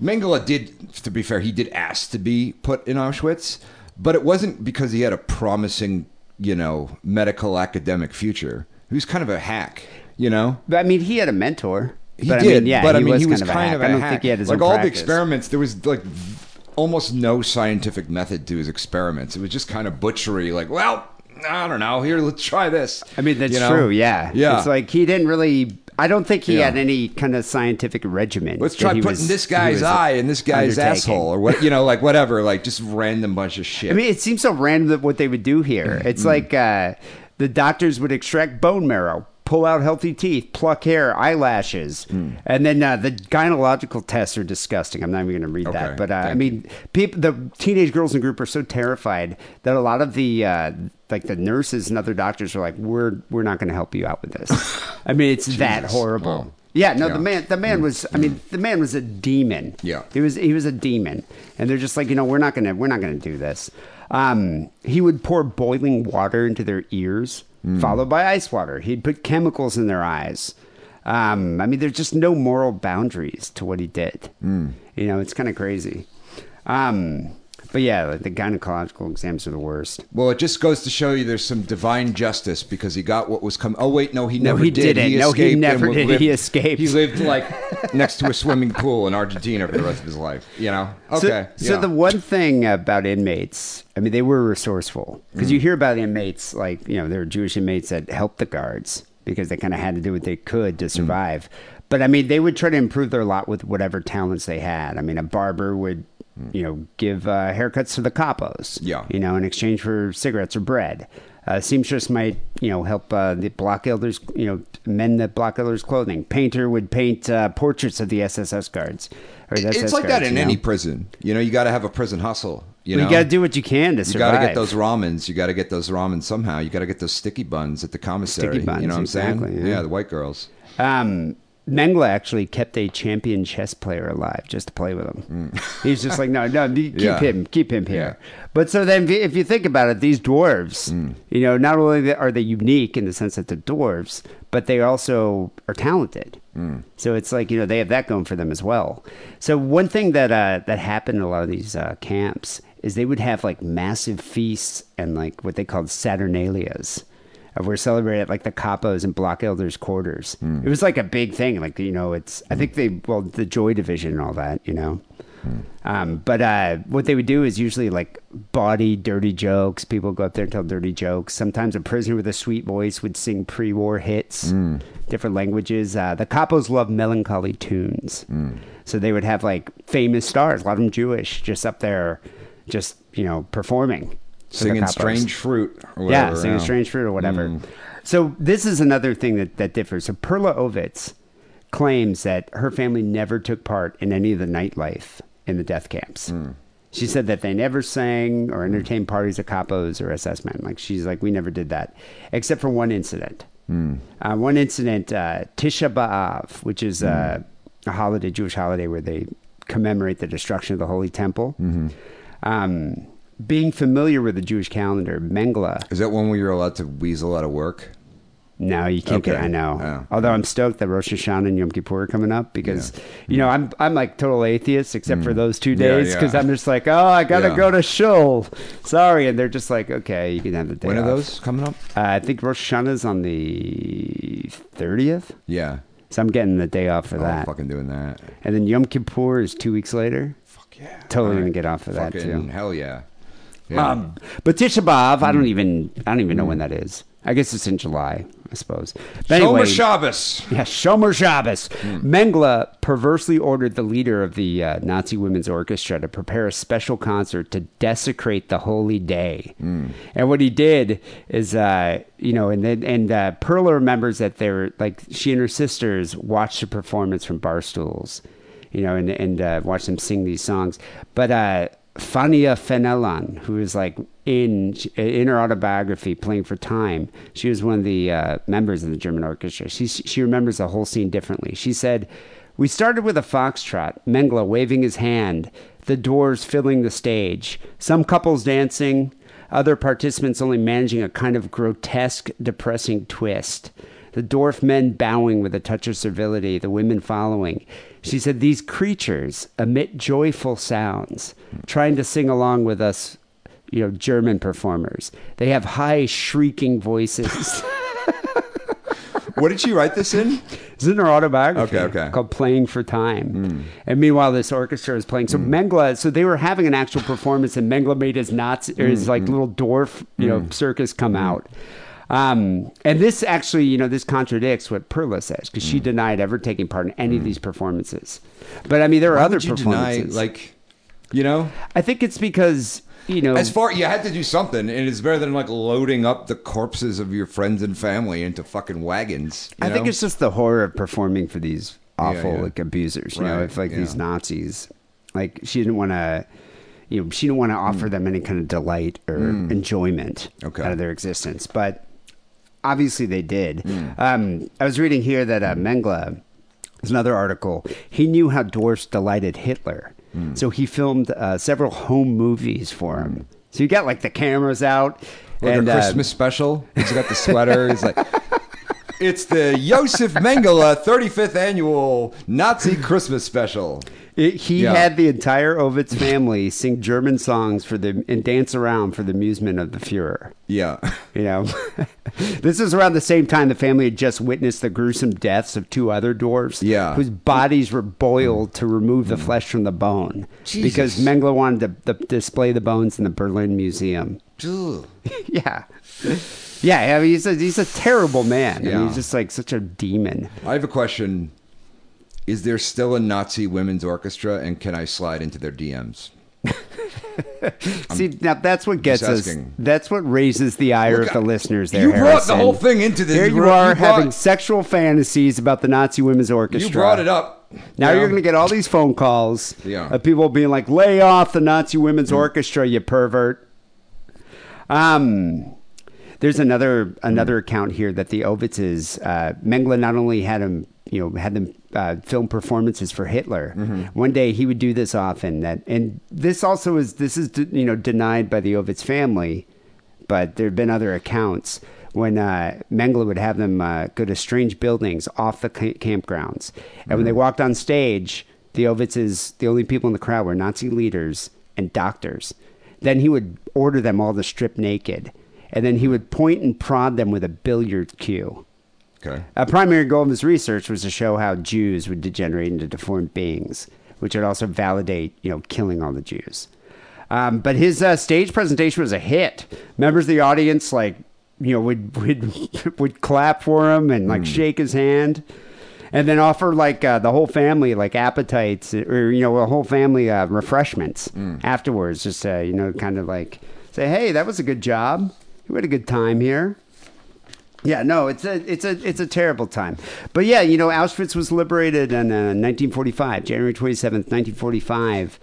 [SPEAKER 4] Mengele did. To be fair, he did ask to be put in Auschwitz, but it wasn't because he had a promising, you know, medical academic future. He was kind of a hack, you know.
[SPEAKER 2] But, I mean, he had a mentor.
[SPEAKER 4] He
[SPEAKER 2] but,
[SPEAKER 4] did,
[SPEAKER 2] I mean, yeah,
[SPEAKER 4] but
[SPEAKER 2] he
[SPEAKER 4] I mean,
[SPEAKER 2] was
[SPEAKER 4] he was
[SPEAKER 2] kind of a hack.
[SPEAKER 4] a
[SPEAKER 2] I don't
[SPEAKER 4] hack.
[SPEAKER 2] think he had his
[SPEAKER 4] like
[SPEAKER 2] own
[SPEAKER 4] all
[SPEAKER 2] practice.
[SPEAKER 4] the experiments. There was like v- almost no scientific method to his experiments. It was just kind of butchery. Like, well, I don't know. Here, let's try this.
[SPEAKER 2] I mean, that's
[SPEAKER 4] you know?
[SPEAKER 2] true. Yeah.
[SPEAKER 4] yeah.
[SPEAKER 2] It's like he didn't really. I don't think he
[SPEAKER 4] Yeah.
[SPEAKER 2] had any kind of scientific regimen.
[SPEAKER 4] Let's
[SPEAKER 2] that
[SPEAKER 4] try
[SPEAKER 2] he
[SPEAKER 4] putting
[SPEAKER 2] was-
[SPEAKER 4] this
[SPEAKER 2] he
[SPEAKER 4] guy's
[SPEAKER 2] was
[SPEAKER 4] eye in this guy's
[SPEAKER 2] undertaking.
[SPEAKER 4] asshole, or what you know, like whatever, like just random bunch of shit. Mm-hmm.
[SPEAKER 2] I mean, it seems so random that what they would do here. It's like uh, the doctors would extract bone marrow, pull out healthy teeth, pluck hair, eyelashes,
[SPEAKER 4] Mm.
[SPEAKER 2] and then uh, the gynecological tests are disgusting. I'm not even going to read
[SPEAKER 4] Okay,
[SPEAKER 2] that, but uh, I
[SPEAKER 4] thank
[SPEAKER 2] mean, people, the teenage girls in the group are so terrified that a lot of the uh, like the nurses and other doctors are like, "We're we're not going to help you out with this." I mean, it's that
[SPEAKER 4] Jesus.
[SPEAKER 2] horrible.
[SPEAKER 4] Wow.
[SPEAKER 2] Yeah, no,
[SPEAKER 4] Yeah. Mm.
[SPEAKER 2] the man, the man was. I mean, the man was a demon.
[SPEAKER 4] Yeah.
[SPEAKER 2] he was. He was a demon, and they're just like, you know, we're not gonna, we're not gonna do this. Um, he would pour boiling water into their ears, followed by ice water. He'd put chemicals in their eyes. Um, I mean, there's just no moral boundaries to what he did. You know, it's kind of crazy. Um, but yeah, like, the gynecological exams are the worst.
[SPEAKER 4] well, it just goes to show you there's some divine justice because he got what was coming. Oh wait, no, he
[SPEAKER 2] No,
[SPEAKER 4] never
[SPEAKER 2] he
[SPEAKER 4] did.
[SPEAKER 2] didn't. No, he
[SPEAKER 4] escaped and
[SPEAKER 2] never
[SPEAKER 4] would
[SPEAKER 2] did.
[SPEAKER 4] live-
[SPEAKER 2] He escaped.
[SPEAKER 4] He lived like next to a swimming pool in Argentina for the rest of his life. You know?
[SPEAKER 2] So-
[SPEAKER 4] Okay.
[SPEAKER 2] So,
[SPEAKER 4] yeah.
[SPEAKER 2] the one thing about inmates, I mean, they were resourceful because
[SPEAKER 4] Mm.
[SPEAKER 2] you hear about inmates like you know there were Jewish inmates that helped the guards because they kind of had to do what they could
[SPEAKER 4] Mm.
[SPEAKER 2] to survive. But I mean, they would try to improve their lot with whatever talents they had. I mean, a barber would you know give uh, haircuts to the capos,
[SPEAKER 4] Mm. Yeah.
[SPEAKER 2] you know, in exchange for cigarettes or bread. Uh, seamstress might, you know, help uh, the block elders, you know, mend the block elders' clothing. Painter would paint uh, portraits of the SSS guards. Or the
[SPEAKER 4] it's
[SPEAKER 2] SS
[SPEAKER 4] like that
[SPEAKER 2] guards,
[SPEAKER 4] in
[SPEAKER 2] you know?
[SPEAKER 4] any prison. You know, you got to have a prison hustle. You
[SPEAKER 2] Well,
[SPEAKER 4] know,
[SPEAKER 2] you got to do what you can to
[SPEAKER 4] You
[SPEAKER 2] survive.
[SPEAKER 4] got to get those ramens. You got to get those ramens somehow. You got to get those sticky buns at the commissary.
[SPEAKER 2] Sticky buns,
[SPEAKER 4] you know what I'm
[SPEAKER 2] exactly,
[SPEAKER 4] saying?
[SPEAKER 2] yeah.
[SPEAKER 4] the white girls.
[SPEAKER 2] Um, Mengele actually kept a champion chess player alive just to play with him. He's just like, no, no, you keep
[SPEAKER 4] Hmm. Yeah.
[SPEAKER 2] him, keep him here. But so then, if you- if you think about it, these dwarves,
[SPEAKER 4] Hmm.
[SPEAKER 2] you know, not only are they unique in the sense that they're dwarves, but they also are talented.
[SPEAKER 4] Hmm.
[SPEAKER 2] So it's like you know they have that going for them as well. So one thing that uh, that happened in a lot of these uh, camps is they would have like massive feasts and like what they called saturnalias of we're celebrated at like the capos and block elders quarters.
[SPEAKER 4] Hmm.
[SPEAKER 2] It was like a big thing. Like, you know, it's, I think they, well, the joy division and all that, you know?
[SPEAKER 4] Hmm.
[SPEAKER 2] Um, but, uh, what they would do is usually like body dirty jokes. People would go up there and tell dirty jokes. Sometimes a prisoner with a sweet voice would sing pre-war hits,
[SPEAKER 4] Hmm.
[SPEAKER 2] different languages. Uh, the capos love melancholy tunes.
[SPEAKER 4] Hmm.
[SPEAKER 2] So they would have like famous stars, a lot of them Jewish, just up there, just, you know, performing. for the
[SPEAKER 4] Singing
[SPEAKER 2] capos.
[SPEAKER 4] strange fruit or
[SPEAKER 2] Yeah,
[SPEAKER 4] whatever.
[SPEAKER 2] singing
[SPEAKER 4] yeah. Mm.
[SPEAKER 2] strange fruit or whatever. So this is another thing that, that differs. So Perla Ovitz, claims that her family never took part in any of the nightlife in the death camps.
[SPEAKER 4] Mm.
[SPEAKER 2] She said that they never sang or entertained parties at capos or SS men. Like she's like, we never did that, except for one incident.
[SPEAKER 4] Mm.
[SPEAKER 2] Uh, one incident, uh, Tisha B'av, which
[SPEAKER 4] Mm.
[SPEAKER 2] is uh, a holiday, Jewish holiday, where they commemorate the destruction of the Holy Temple.
[SPEAKER 4] Mm-hmm.
[SPEAKER 2] Um, being familiar with the Jewish calendar, Mengele
[SPEAKER 4] Is that one where you're allowed to weasel out of work?
[SPEAKER 2] no, you can't get.
[SPEAKER 4] Okay.
[SPEAKER 2] I know.
[SPEAKER 4] Oh.
[SPEAKER 2] Although I'm stoked that Rosh Hashanah and Yom Kippur are coming up because you know I'm I'm like total atheist except for those two
[SPEAKER 4] Mm. Yeah,
[SPEAKER 2] days because
[SPEAKER 4] yeah.
[SPEAKER 2] I'm just like oh I gotta
[SPEAKER 4] Yeah.
[SPEAKER 2] go to shul. Sorry, and they're just like okay you can have the day.
[SPEAKER 4] When are
[SPEAKER 2] off."
[SPEAKER 4] those coming up?
[SPEAKER 2] Uh, I think Rosh Hashanah's on the thirtieth,
[SPEAKER 4] Yeah.
[SPEAKER 2] so I'm getting the day off for
[SPEAKER 4] Oh, I'm
[SPEAKER 2] that.
[SPEAKER 4] fucking doing that.
[SPEAKER 2] And then Yom Kippur is two weeks later.
[SPEAKER 4] Fuck yeah.
[SPEAKER 2] Totally gonna get off of that
[SPEAKER 4] Fucking
[SPEAKER 2] too.
[SPEAKER 4] hell yeah. Yeah. Mm.
[SPEAKER 2] Um, but Tisha B'av, I don't even I don't even know when that is. I guess it's in July, I suppose. But
[SPEAKER 4] Shomer
[SPEAKER 2] anyway,
[SPEAKER 4] Shabbos.
[SPEAKER 2] Yes, Shomer Shabbos. Mengele perversely ordered the leader of the uh, Nazi Women's Orchestra to prepare a special concert to desecrate the holy day. And what he did is, uh, you know, and then and uh, Perla remembers that they were like she and her sisters watched the performance from bar stools, you know, and and uh, watched them sing these songs. But uh, Fania Fenelon, who is like in in her autobiography playing for Time, she was one of the uh, members of the German orchestra. She she remembers the whole scene differently. She said, "We started with a foxtrot, Mengele waving his hand, the doors filling the stage, some couples dancing, other participants only managing a kind of grotesque, depressing twist." The dwarf men bowing with a touch of servility, the women following. She said, These creatures emit joyful sounds, trying to sing along with us, you know, German performers. They have high, shrieking voices.
[SPEAKER 4] What did she write this in?
[SPEAKER 2] It's in her autobiography
[SPEAKER 4] Okay, Hmm. okay.
[SPEAKER 2] called Playing for Time. And meanwhile, this orchestra is playing. So
[SPEAKER 4] Hmm.
[SPEAKER 2] Mengele, so they were having an actual performance, and Mengele made his knots, or
[SPEAKER 4] Hmm,
[SPEAKER 2] his like little dwarf, you know, circus come out. Um, and this actually, you know, this contradicts what Perla says because
[SPEAKER 4] Hmm.
[SPEAKER 2] she denied ever taking part in any of these performances. But I mean, there are
[SPEAKER 4] Why
[SPEAKER 2] other
[SPEAKER 4] would you deny,
[SPEAKER 2] performances.
[SPEAKER 4] like, you know,
[SPEAKER 2] I think it's because you know,
[SPEAKER 4] as far you had to do something, and it's better than like loading up the corpses of your friends and family into fucking wagons. you
[SPEAKER 2] I think
[SPEAKER 4] know?
[SPEAKER 2] it's just the horror of performing for these awful
[SPEAKER 4] yeah.
[SPEAKER 2] like abusers. You know,
[SPEAKER 4] Right,
[SPEAKER 2] if like
[SPEAKER 4] yeah.
[SPEAKER 2] these Nazis, like she didn't want to, you know, she didn't want to offer them any kind of delight or enjoyment
[SPEAKER 4] Mm. Okay.
[SPEAKER 2] out of their existence. But obviously they did.
[SPEAKER 4] Mm.
[SPEAKER 2] Um, I was reading here that uh, Mengele, there's another article, he knew how dwarfs delighted Hitler.
[SPEAKER 4] Mm.
[SPEAKER 2] So he filmed uh, several home movies for him. So you got like the cameras out.
[SPEAKER 4] like
[SPEAKER 2] and
[SPEAKER 4] a
[SPEAKER 2] uh,
[SPEAKER 4] Christmas special. He's got the sweater. He's like, it's the Josef Mengele 35th annual Nazi Christmas special.
[SPEAKER 2] It, he
[SPEAKER 4] Yeah.
[SPEAKER 2] had the entire Ovitz family sing German songs for the and dance around for the amusement of the Fuhrer.
[SPEAKER 4] Yeah.
[SPEAKER 2] You know, this is around the same time the family had just witnessed the gruesome deaths of two other dwarfs,
[SPEAKER 4] Yeah. Mm-hmm.
[SPEAKER 2] whose bodies were boiled to remove the flesh from the bone because
[SPEAKER 4] Jesus.
[SPEAKER 2] Mengele wanted to, to display the bones in the Berlin Museum. yeah, yeah. I mean, he's a he's a terrible man. I mean,
[SPEAKER 4] Yeah.
[SPEAKER 2] he's just like such a demon.
[SPEAKER 4] I have a question. Is there still a Nazi women's orchestra, and can I slide into their DMs?
[SPEAKER 2] See, now that's what gets us.
[SPEAKER 4] asking.
[SPEAKER 2] That's what raises the ire
[SPEAKER 4] Look,
[SPEAKER 2] of the
[SPEAKER 4] I-
[SPEAKER 2] listeners. There,
[SPEAKER 4] you brought the
[SPEAKER 2] Harrison.
[SPEAKER 4] whole thing into this.
[SPEAKER 2] Here
[SPEAKER 4] You
[SPEAKER 2] you,
[SPEAKER 4] brought-
[SPEAKER 2] are
[SPEAKER 4] you
[SPEAKER 2] having
[SPEAKER 4] brought-
[SPEAKER 2] sexual fantasies about the Nazi women's orchestra.
[SPEAKER 4] You brought it up.
[SPEAKER 2] Now
[SPEAKER 4] you
[SPEAKER 2] you're
[SPEAKER 4] know?
[SPEAKER 2] going to get all these phone calls
[SPEAKER 4] Yeah. Hmm.
[SPEAKER 2] of people being like, "Lay off the Nazi women's orchestra, you pervert." Um, there's another another account here that the Ovitzes uh, Mengele not only had him, you know, had them uh, film performances for Hitler. One day he would do this often. That and this also is this is you know denied by the Ovitz family, but there have been other accounts when uh, Mengele would have them uh, go to strange buildings off the ca- campgrounds, and when they walked on stage, the Ovitzes, the only people in the crowd were Nazi leaders and doctors. Then he would order them all to strip naked, and then he would point and prod them with a billiard cue.
[SPEAKER 4] Okay.
[SPEAKER 2] A primary goal of his research was to show how Jews would degenerate into deformed beings, which would also validate, you know, killing all the Jews. Um, but his uh, stage presentation was a hit. Members of the audience, like, you know, would would would clap for him and like shake his hand, and then offer like uh, the whole family like appetites or you know the whole family uh, refreshments afterwards. Just uh, you know, kind of like say, hey, that was a good job. We had a good time here. Yeah, no, it's a it's a it's a terrible time. But yeah, you know, Auschwitz was liberated in uh, 1945, January 27th, 1945,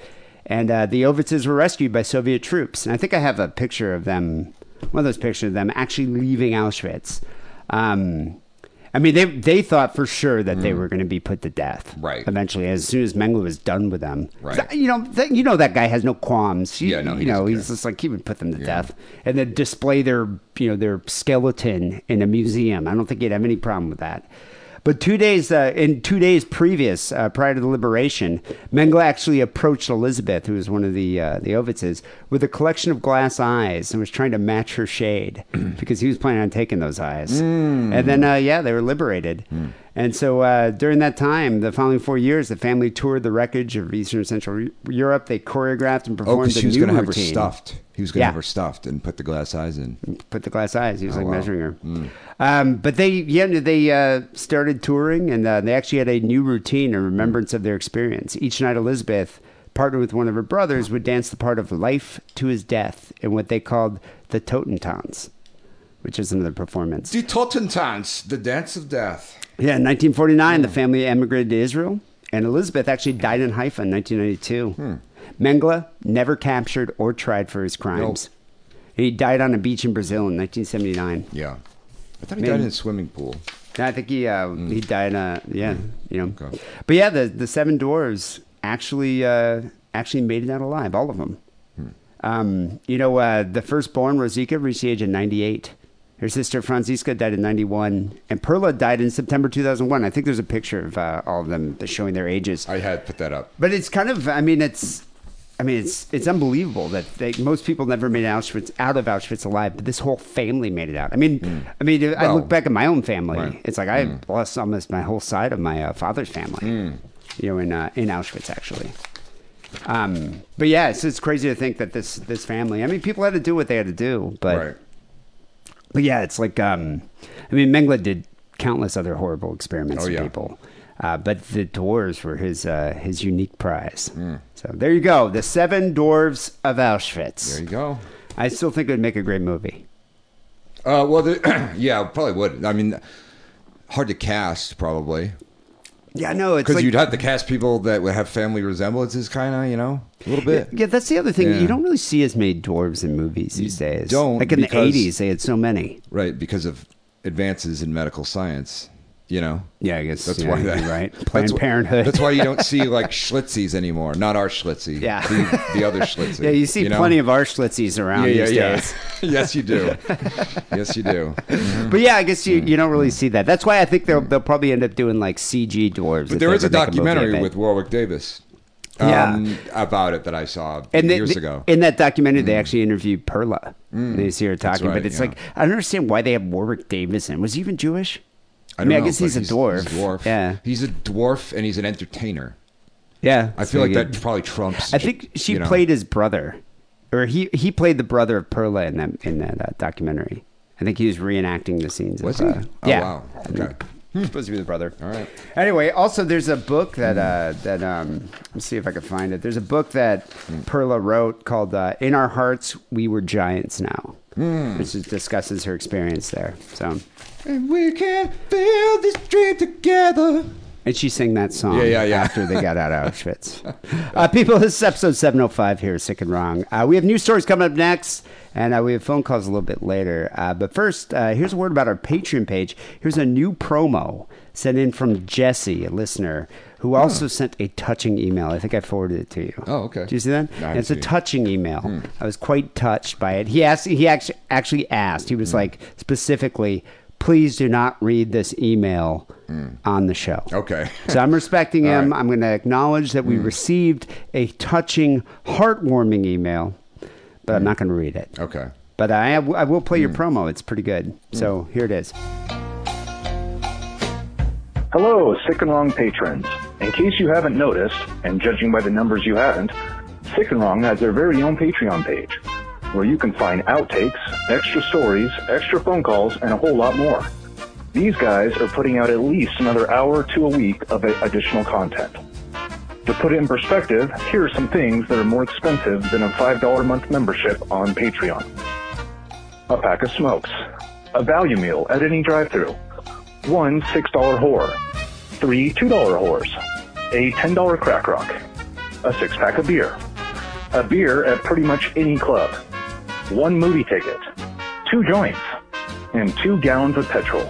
[SPEAKER 2] and uh, the Ovitzes were rescued by Soviet troops. And I think I have a picture of them, one of those pictures of them actually leaving Auschwitz. Um, I mean, they they thought for sure that they were going to be put to death,
[SPEAKER 4] Mm. Right.
[SPEAKER 2] Eventually, as soon as Mengele was done with them,
[SPEAKER 4] Right.
[SPEAKER 2] You know, th- you know that guy has no qualms. He-
[SPEAKER 4] Yeah, no, he
[SPEAKER 2] you know,
[SPEAKER 4] doesn't
[SPEAKER 2] he's
[SPEAKER 4] care.
[SPEAKER 2] just like he would put them to death and then display their you know their skeleton in a museum. I don't think he'd have any problem with that. But two days uh, in two days previous, uh, prior to the liberation, Mengele actually approached Elizabeth, who was one of the uh, the Ovitzes, with a collection of glass eyes and was trying to match her shade because he was planning on taking those eyes.
[SPEAKER 4] Hmm.
[SPEAKER 2] And then uh, yeah, they were liberated. And so uh, during that time, the following four years, the family toured the wreckage of Eastern and Central Europe. They choreographed and
[SPEAKER 4] Oh,
[SPEAKER 2] performed.
[SPEAKER 4] 'cause
[SPEAKER 2] a
[SPEAKER 4] she was
[SPEAKER 2] new
[SPEAKER 4] going to have her
[SPEAKER 2] routine
[SPEAKER 4] stuffed. He was going to
[SPEAKER 2] Yeah.
[SPEAKER 4] have her stuffed and put the glass eyes in.
[SPEAKER 2] put the glass eyes. He was like
[SPEAKER 4] wow.
[SPEAKER 2] measuring her. Um, but they, yeah, they uh, started touring, and uh, they actually had a new routine in remembrance of their experience. Each night, Elizabeth, partnered with one of her brothers, would dance the part of life to his death in what they called the Totentans, which is another performance.
[SPEAKER 4] The Totentans, the dance of death.
[SPEAKER 2] Yeah, in 1949, the family emigrated to Israel, and Elizabeth actually died in Haifa in 1992. Mengele never captured or tried for his crimes. He died on a beach in Brazil in 1979.
[SPEAKER 4] Yeah. I thought he
[SPEAKER 2] Maybe-
[SPEAKER 4] died in a swimming pool.
[SPEAKER 2] No, I think he uh, he died. Uh, yeah, you know.
[SPEAKER 4] Okay.
[SPEAKER 2] But yeah, the the seven dwarves actually uh, actually made it out alive, all of them. Um, you know, uh, the firstborn Rosica reached the age of ninety eight. Her sister Franziska died in ninety one, and Perla died in September two thousand one. I think there's a picture of uh, all of them showing their ages.
[SPEAKER 4] I had put that up.
[SPEAKER 2] But it's kind of, I mean, it's, I mean, it's it's unbelievable that they, most people never made Auschwitz out of Auschwitz alive, but this whole family made it out. I mean, I mean, I
[SPEAKER 4] Well,
[SPEAKER 2] look back at my own family.
[SPEAKER 4] right. Hmm.
[SPEAKER 2] It's like I lost almost my whole side of my uh, father's family. You know, in uh, in Auschwitz actually. Um, but yeah, it's, it's crazy to think that this this family. I mean, people had to do what they had to do, but
[SPEAKER 4] right.
[SPEAKER 2] but yeah, it's like um, I mean, Mengele did countless other horrible experiments
[SPEAKER 4] Oh,
[SPEAKER 2] with
[SPEAKER 4] yeah.
[SPEAKER 2] people, uh, but the dwarves were his uh, his unique prize.
[SPEAKER 4] Hmm.
[SPEAKER 2] So there you go, the seven dwarves of Auschwitz.
[SPEAKER 4] There you go.
[SPEAKER 2] I still think it would make a great movie.
[SPEAKER 4] Uh, well, the, yeah, probably would. I mean, hard to cast, probably.
[SPEAKER 2] Yeah, no, it's
[SPEAKER 4] Because
[SPEAKER 2] like,
[SPEAKER 4] you'd have to cast people that would have family resemblances, kind of, you know? A little bit.
[SPEAKER 2] yeah, that's the other thing.
[SPEAKER 4] Yeah.
[SPEAKER 2] You don't really see as many dwarves in movies these days.
[SPEAKER 4] don't,
[SPEAKER 2] like in the
[SPEAKER 4] because-
[SPEAKER 2] eighties, they had so many.
[SPEAKER 4] Right, because of advances in medical science, you know?
[SPEAKER 2] Yeah, I guess
[SPEAKER 4] That's
[SPEAKER 2] yeah,
[SPEAKER 4] why
[SPEAKER 2] you're
[SPEAKER 4] that,
[SPEAKER 2] right.
[SPEAKER 4] that's
[SPEAKER 2] Planned
[SPEAKER 4] wh-
[SPEAKER 2] Parenthood.
[SPEAKER 4] That's why you don't see like Schlitzies anymore. Not our Schlitzie.
[SPEAKER 2] Yeah.
[SPEAKER 4] The, the other Schlitzie.
[SPEAKER 2] yeah, you see
[SPEAKER 4] know?
[SPEAKER 2] plenty of Auschwitzes around
[SPEAKER 4] yeah,
[SPEAKER 2] these
[SPEAKER 4] yeah,
[SPEAKER 2] days.
[SPEAKER 4] yeah. yes, you do. Yes, you do.
[SPEAKER 2] But yeah, I guess
[SPEAKER 4] Hmm.
[SPEAKER 2] you, you don't really see that. That's why I think they'll they'll probably end up doing like CG dwarves.
[SPEAKER 4] But
[SPEAKER 2] if
[SPEAKER 4] there
[SPEAKER 2] they
[SPEAKER 4] is a
[SPEAKER 2] ever make movie of
[SPEAKER 4] documentary
[SPEAKER 2] it.
[SPEAKER 4] with Warwick Davis. um,
[SPEAKER 2] Yeah.
[SPEAKER 4] about it that I saw
[SPEAKER 2] they- they-
[SPEAKER 4] years ago. Hmm.
[SPEAKER 2] In that documentary, they actually interviewed Perla. They see her talking,
[SPEAKER 4] right,
[SPEAKER 2] but it's
[SPEAKER 4] yeah.
[SPEAKER 2] like I don't understand why they have Warwick Davis in. Was he even Jewish?
[SPEAKER 4] I,
[SPEAKER 2] mean,
[SPEAKER 4] don't know,
[SPEAKER 2] I guess
[SPEAKER 4] but
[SPEAKER 2] he's a dwarf.
[SPEAKER 4] He's a dwarf.
[SPEAKER 2] Yeah,
[SPEAKER 4] he's a dwarf and he's an entertainer.
[SPEAKER 2] yeah.
[SPEAKER 4] I feel like
[SPEAKER 2] So you-
[SPEAKER 4] that probably trumps.
[SPEAKER 2] I think she
[SPEAKER 4] you know.
[SPEAKER 2] played his brother, or he he played the brother of Perla in that in that uh, documentary. I think he was reenacting the scenes.
[SPEAKER 4] Was he?
[SPEAKER 2] of, uh,
[SPEAKER 4] Oh,
[SPEAKER 2] yeah. Mm-hmm.
[SPEAKER 4] wow. Okay.
[SPEAKER 2] Hmm. supposed to be the brother.
[SPEAKER 4] All right.
[SPEAKER 2] Anyway, also there's a book that uh, that um, let's see if I can find it. There's a book that
[SPEAKER 4] Hmm.
[SPEAKER 2] Perla wrote called uh, "In Our Hearts We Were Giants Now,"
[SPEAKER 4] Hmm.
[SPEAKER 2] which is, discusses her experience there. So,
[SPEAKER 4] And we can build this dream together.
[SPEAKER 2] and she sang that song
[SPEAKER 4] Yeah, yeah, yeah.
[SPEAKER 2] after they got out of Auschwitz. uh, people, this is episode 705 here, at sick and wrong. Uh, we have news stories coming up next, and uh, we have phone calls a little bit later. Uh, but first, uh, here's a word about our Patreon page. Here's a new promo sent in from Jesse, a listener. Who also sent a touching email? I think I forwarded it to you.
[SPEAKER 4] Hmm. Oh, okay.
[SPEAKER 2] Do you see that?
[SPEAKER 4] No, I
[SPEAKER 2] And it's a
[SPEAKER 4] see.
[SPEAKER 2] touching email.
[SPEAKER 4] Hmm.
[SPEAKER 2] I was quite touched by it. He asked. He actually actually asked. He was
[SPEAKER 4] Hmm.
[SPEAKER 2] like specifically, "Please do not read this email on the show."
[SPEAKER 4] Hmm. Okay.
[SPEAKER 2] So I'm respecting
[SPEAKER 4] All
[SPEAKER 2] him.
[SPEAKER 4] right. Hmm.
[SPEAKER 2] I'm going to acknowledge that we received a touching, heartwarming email, but I'm not going to read it.
[SPEAKER 4] Hmm. Okay. Hmm.
[SPEAKER 2] But I, I will play your promo. It's pretty good. So here it is.
[SPEAKER 5] Hello, Sick and Wrong patrons. In case you haven't noticed, and judging by the numbers you haven't, Sick and Wrong has their very own Patreon page, where you can find outtakes, extra stories, extra phone calls, and a whole lot more. These guys are putting out at least another hour or two a week of additional content. To put it in perspective, here are some things that are more expensive than a $5 a month membership on Patreon. A pack of smokes, a value meal at any drive-through, one $6 whore, three $2 whores, a $10 crack rock, a six-pack of beer, a beer at pretty much any club, one movie ticket, two joints, and two gallons of petrol.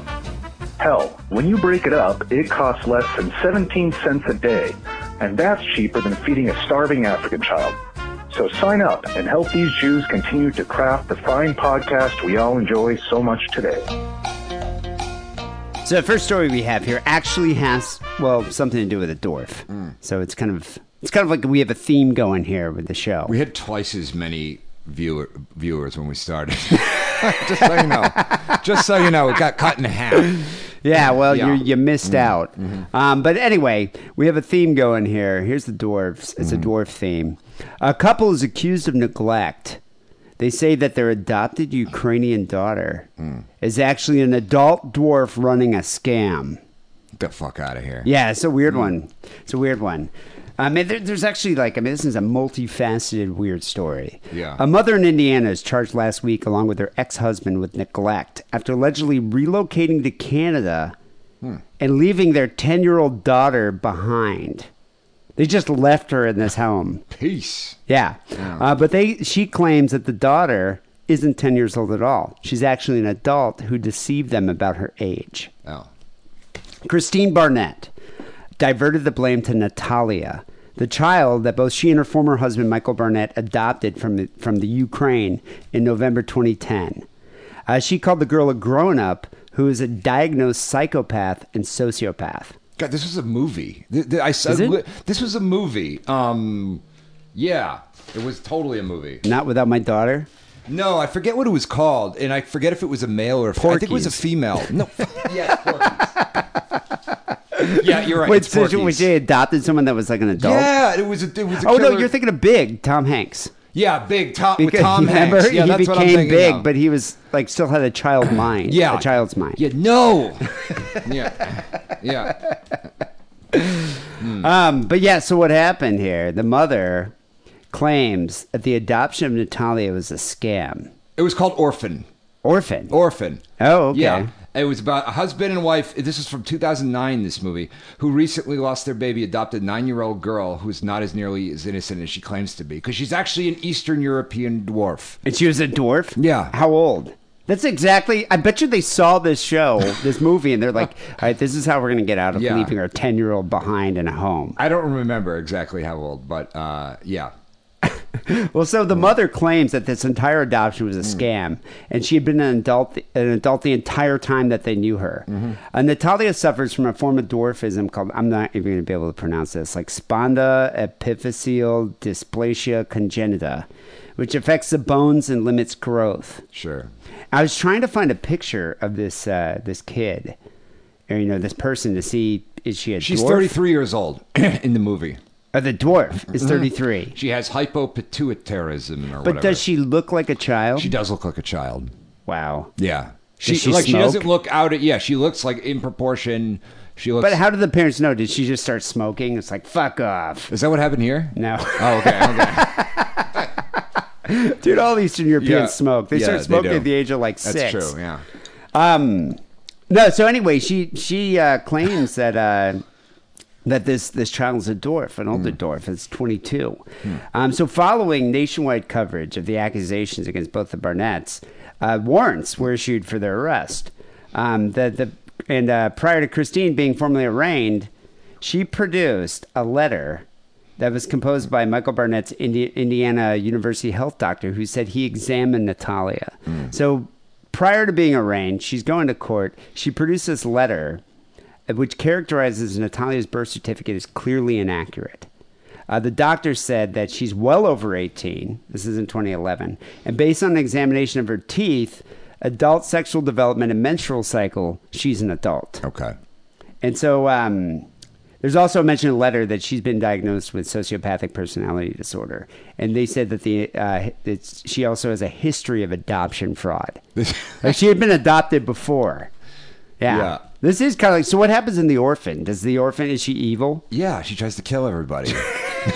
[SPEAKER 5] Hell, when you break it up, it costs less than 17 cents a day, and that's cheaper than feeding a starving African child. So sign up and help these Jews continue to craft the fine podcast we all enjoy so much today.
[SPEAKER 2] So the first story we have here actually has well something to do with a dwarf.
[SPEAKER 4] Hmm.
[SPEAKER 2] So it's kind of it's kind of like we have a theme going here with the show.
[SPEAKER 4] We had twice as many viewer, viewers when we started. Just so you know. Just so you know, it got cut in half.
[SPEAKER 2] yeah, well
[SPEAKER 4] Yeah.
[SPEAKER 2] you you missed out. Um, but anyway, we have a theme going here. Here's the dwarfs. It's a dwarf theme. A couple is accused of neglect. They say that their adopted Ukrainian daughter is actually an adult dwarf running a scam.
[SPEAKER 4] Get the fuck out of here.
[SPEAKER 2] Yeah, it's a weird one. It's a weird one. I mean, there, there's actually like, I mean, this is a multifaceted weird story.
[SPEAKER 4] Yeah.
[SPEAKER 2] A mother in Indiana is charged last week, along with her ex husband, with neglect after allegedly relocating to Canada and leaving their 10 year old daughter behind. They just left her in this home.
[SPEAKER 4] Peace.
[SPEAKER 2] Yeah. Uh, but they she claims that the daughter isn't 10 years old at all. She's actually an adult who deceived them about her age.
[SPEAKER 4] Oh.
[SPEAKER 2] Christine Barnett diverted the blame to Natalia, the child that both she and her former husband Michael Barnett adopted from the, from the Ukraine in November 2010. Uh, she called the girl a grown up who is a diagnosed psychopath and sociopath.
[SPEAKER 4] God, this was a movie. Th- th- I said
[SPEAKER 2] Is it?
[SPEAKER 4] this was a movie. Um, yeah, it was totally a movie.
[SPEAKER 2] Not without my daughter.
[SPEAKER 4] No, I forget what it was called, and I forget if it was a male or a I think it was a
[SPEAKER 2] Porky's.
[SPEAKER 4] female. No, f- yeah, Porky's. yeah, you're right.
[SPEAKER 2] Wait,
[SPEAKER 4] it's
[SPEAKER 2] so she, was
[SPEAKER 4] Porky's.
[SPEAKER 2] she adopted someone that was like an adult?
[SPEAKER 4] Yeah, it was. A, it was. A
[SPEAKER 2] Oh no,
[SPEAKER 4] killer-
[SPEAKER 2] you're thinking of Big Tom Hanks.
[SPEAKER 4] Yeah, big Tom with
[SPEAKER 2] Because-
[SPEAKER 4] Tom
[SPEAKER 2] remember?
[SPEAKER 4] Hanks. Yeah,
[SPEAKER 2] he
[SPEAKER 4] that's
[SPEAKER 2] became
[SPEAKER 4] what I'm thinking
[SPEAKER 2] big,
[SPEAKER 4] of.
[SPEAKER 2] but he was like still had a child mind.
[SPEAKER 4] yeah,
[SPEAKER 2] a child's mind.
[SPEAKER 4] Yeah, no. yeah, yeah.
[SPEAKER 2] Um, but yeah, so what happened here? The mother claims that the adoption of Natalia was a scam.
[SPEAKER 4] It was called Orphan.
[SPEAKER 2] Orphan.
[SPEAKER 4] Orphan.
[SPEAKER 2] Oh, okay.
[SPEAKER 4] Yeah. It was about a husband and wife. This is from 2009, this movie, who recently lost their baby, adopted nine year old girl who's not as nearly as innocent as she claims to be because she's actually an Eastern European dwarf.
[SPEAKER 2] and she was a dwarf?
[SPEAKER 4] Yeah.
[SPEAKER 2] How old? That's exactly. I bet you they saw this show, this movie, and they're like, all right, this is how we're going to get out of
[SPEAKER 4] Yeah.
[SPEAKER 2] leaving our 10 year old behind in a home.
[SPEAKER 4] I don't remember exactly how old, but uh, yeah.
[SPEAKER 2] Well, so
[SPEAKER 4] Mm.
[SPEAKER 2] the mother claims that this entire adoption was a scam, and she had been an adult, an adult the entire time that they knew her.
[SPEAKER 4] Mm-hmm.
[SPEAKER 2] Uh, Natalia suffers from a form of dwarfism called I'm not even going to be able to pronounce this, like sponda epiphyseal dysplasia congenita, which affects the bones and limits growth.
[SPEAKER 4] Sure.
[SPEAKER 2] I was trying to find a picture of this uh, this kid, or you know, this person to see is she a
[SPEAKER 4] She's
[SPEAKER 2] dwarf?
[SPEAKER 4] 33 years old in the movie.
[SPEAKER 2] Or the dwarf
[SPEAKER 4] Mm-hmm.
[SPEAKER 2] is 33.
[SPEAKER 4] She has hypopituitarism or
[SPEAKER 2] But
[SPEAKER 4] whatever.
[SPEAKER 2] does she look like a child?
[SPEAKER 4] She does look like a child.
[SPEAKER 2] Wow.
[SPEAKER 4] Yeah. She,
[SPEAKER 2] Does she
[SPEAKER 4] like she
[SPEAKER 2] smoke?
[SPEAKER 4] doesn't look out at yeah, she looks like in proportion. She looks
[SPEAKER 2] But how did the parents know? Did she just start smoking? It's like fuck off.
[SPEAKER 4] Is that what happened here?
[SPEAKER 2] No,
[SPEAKER 4] Oh, okay. okay.
[SPEAKER 2] dude, all Eastern Europeans
[SPEAKER 4] Yeah.
[SPEAKER 2] smoke. They
[SPEAKER 4] Yeah,
[SPEAKER 2] start
[SPEAKER 4] they
[SPEAKER 2] smoking
[SPEAKER 4] do.
[SPEAKER 2] at the age of like
[SPEAKER 4] That's
[SPEAKER 2] six.
[SPEAKER 4] true. Yeah.
[SPEAKER 2] Um, no. So anyway, she she uh, claims that uh, that this this child is a dwarf, an older dwarf. It's twenty two. Um, so following nationwide coverage of the accusations against both the Barnetts, uh, warrants were issued for their arrest. Um, the the and uh, prior to Christine being formally arraigned, she produced a letter that was composed by Michael Barnett's Indi- Indiana University health doctor, who said he examined Natalia. So prior to being arraigned, she's going to court. She produced this letter, uh, which characterizes Natalia's birth certificate as clearly inaccurate. Uh, the doctor said that she's well over 18. This is in 2011. And based on an examination of her teeth, adult sexual development, and menstrual cycle, she's an adult.
[SPEAKER 4] Okay.
[SPEAKER 2] And so um, there's also a mention in the letter that she's been diagnosed with sociopathic personality disorder. And they said that the uh, it's, she also has a history of adoption fraud. like she had been adopted before. Yeah.
[SPEAKER 4] Yeah.
[SPEAKER 2] This is kind of like so. What happens in the orphan? Does the orphan is she evil?
[SPEAKER 4] Yeah, she tries to kill everybody.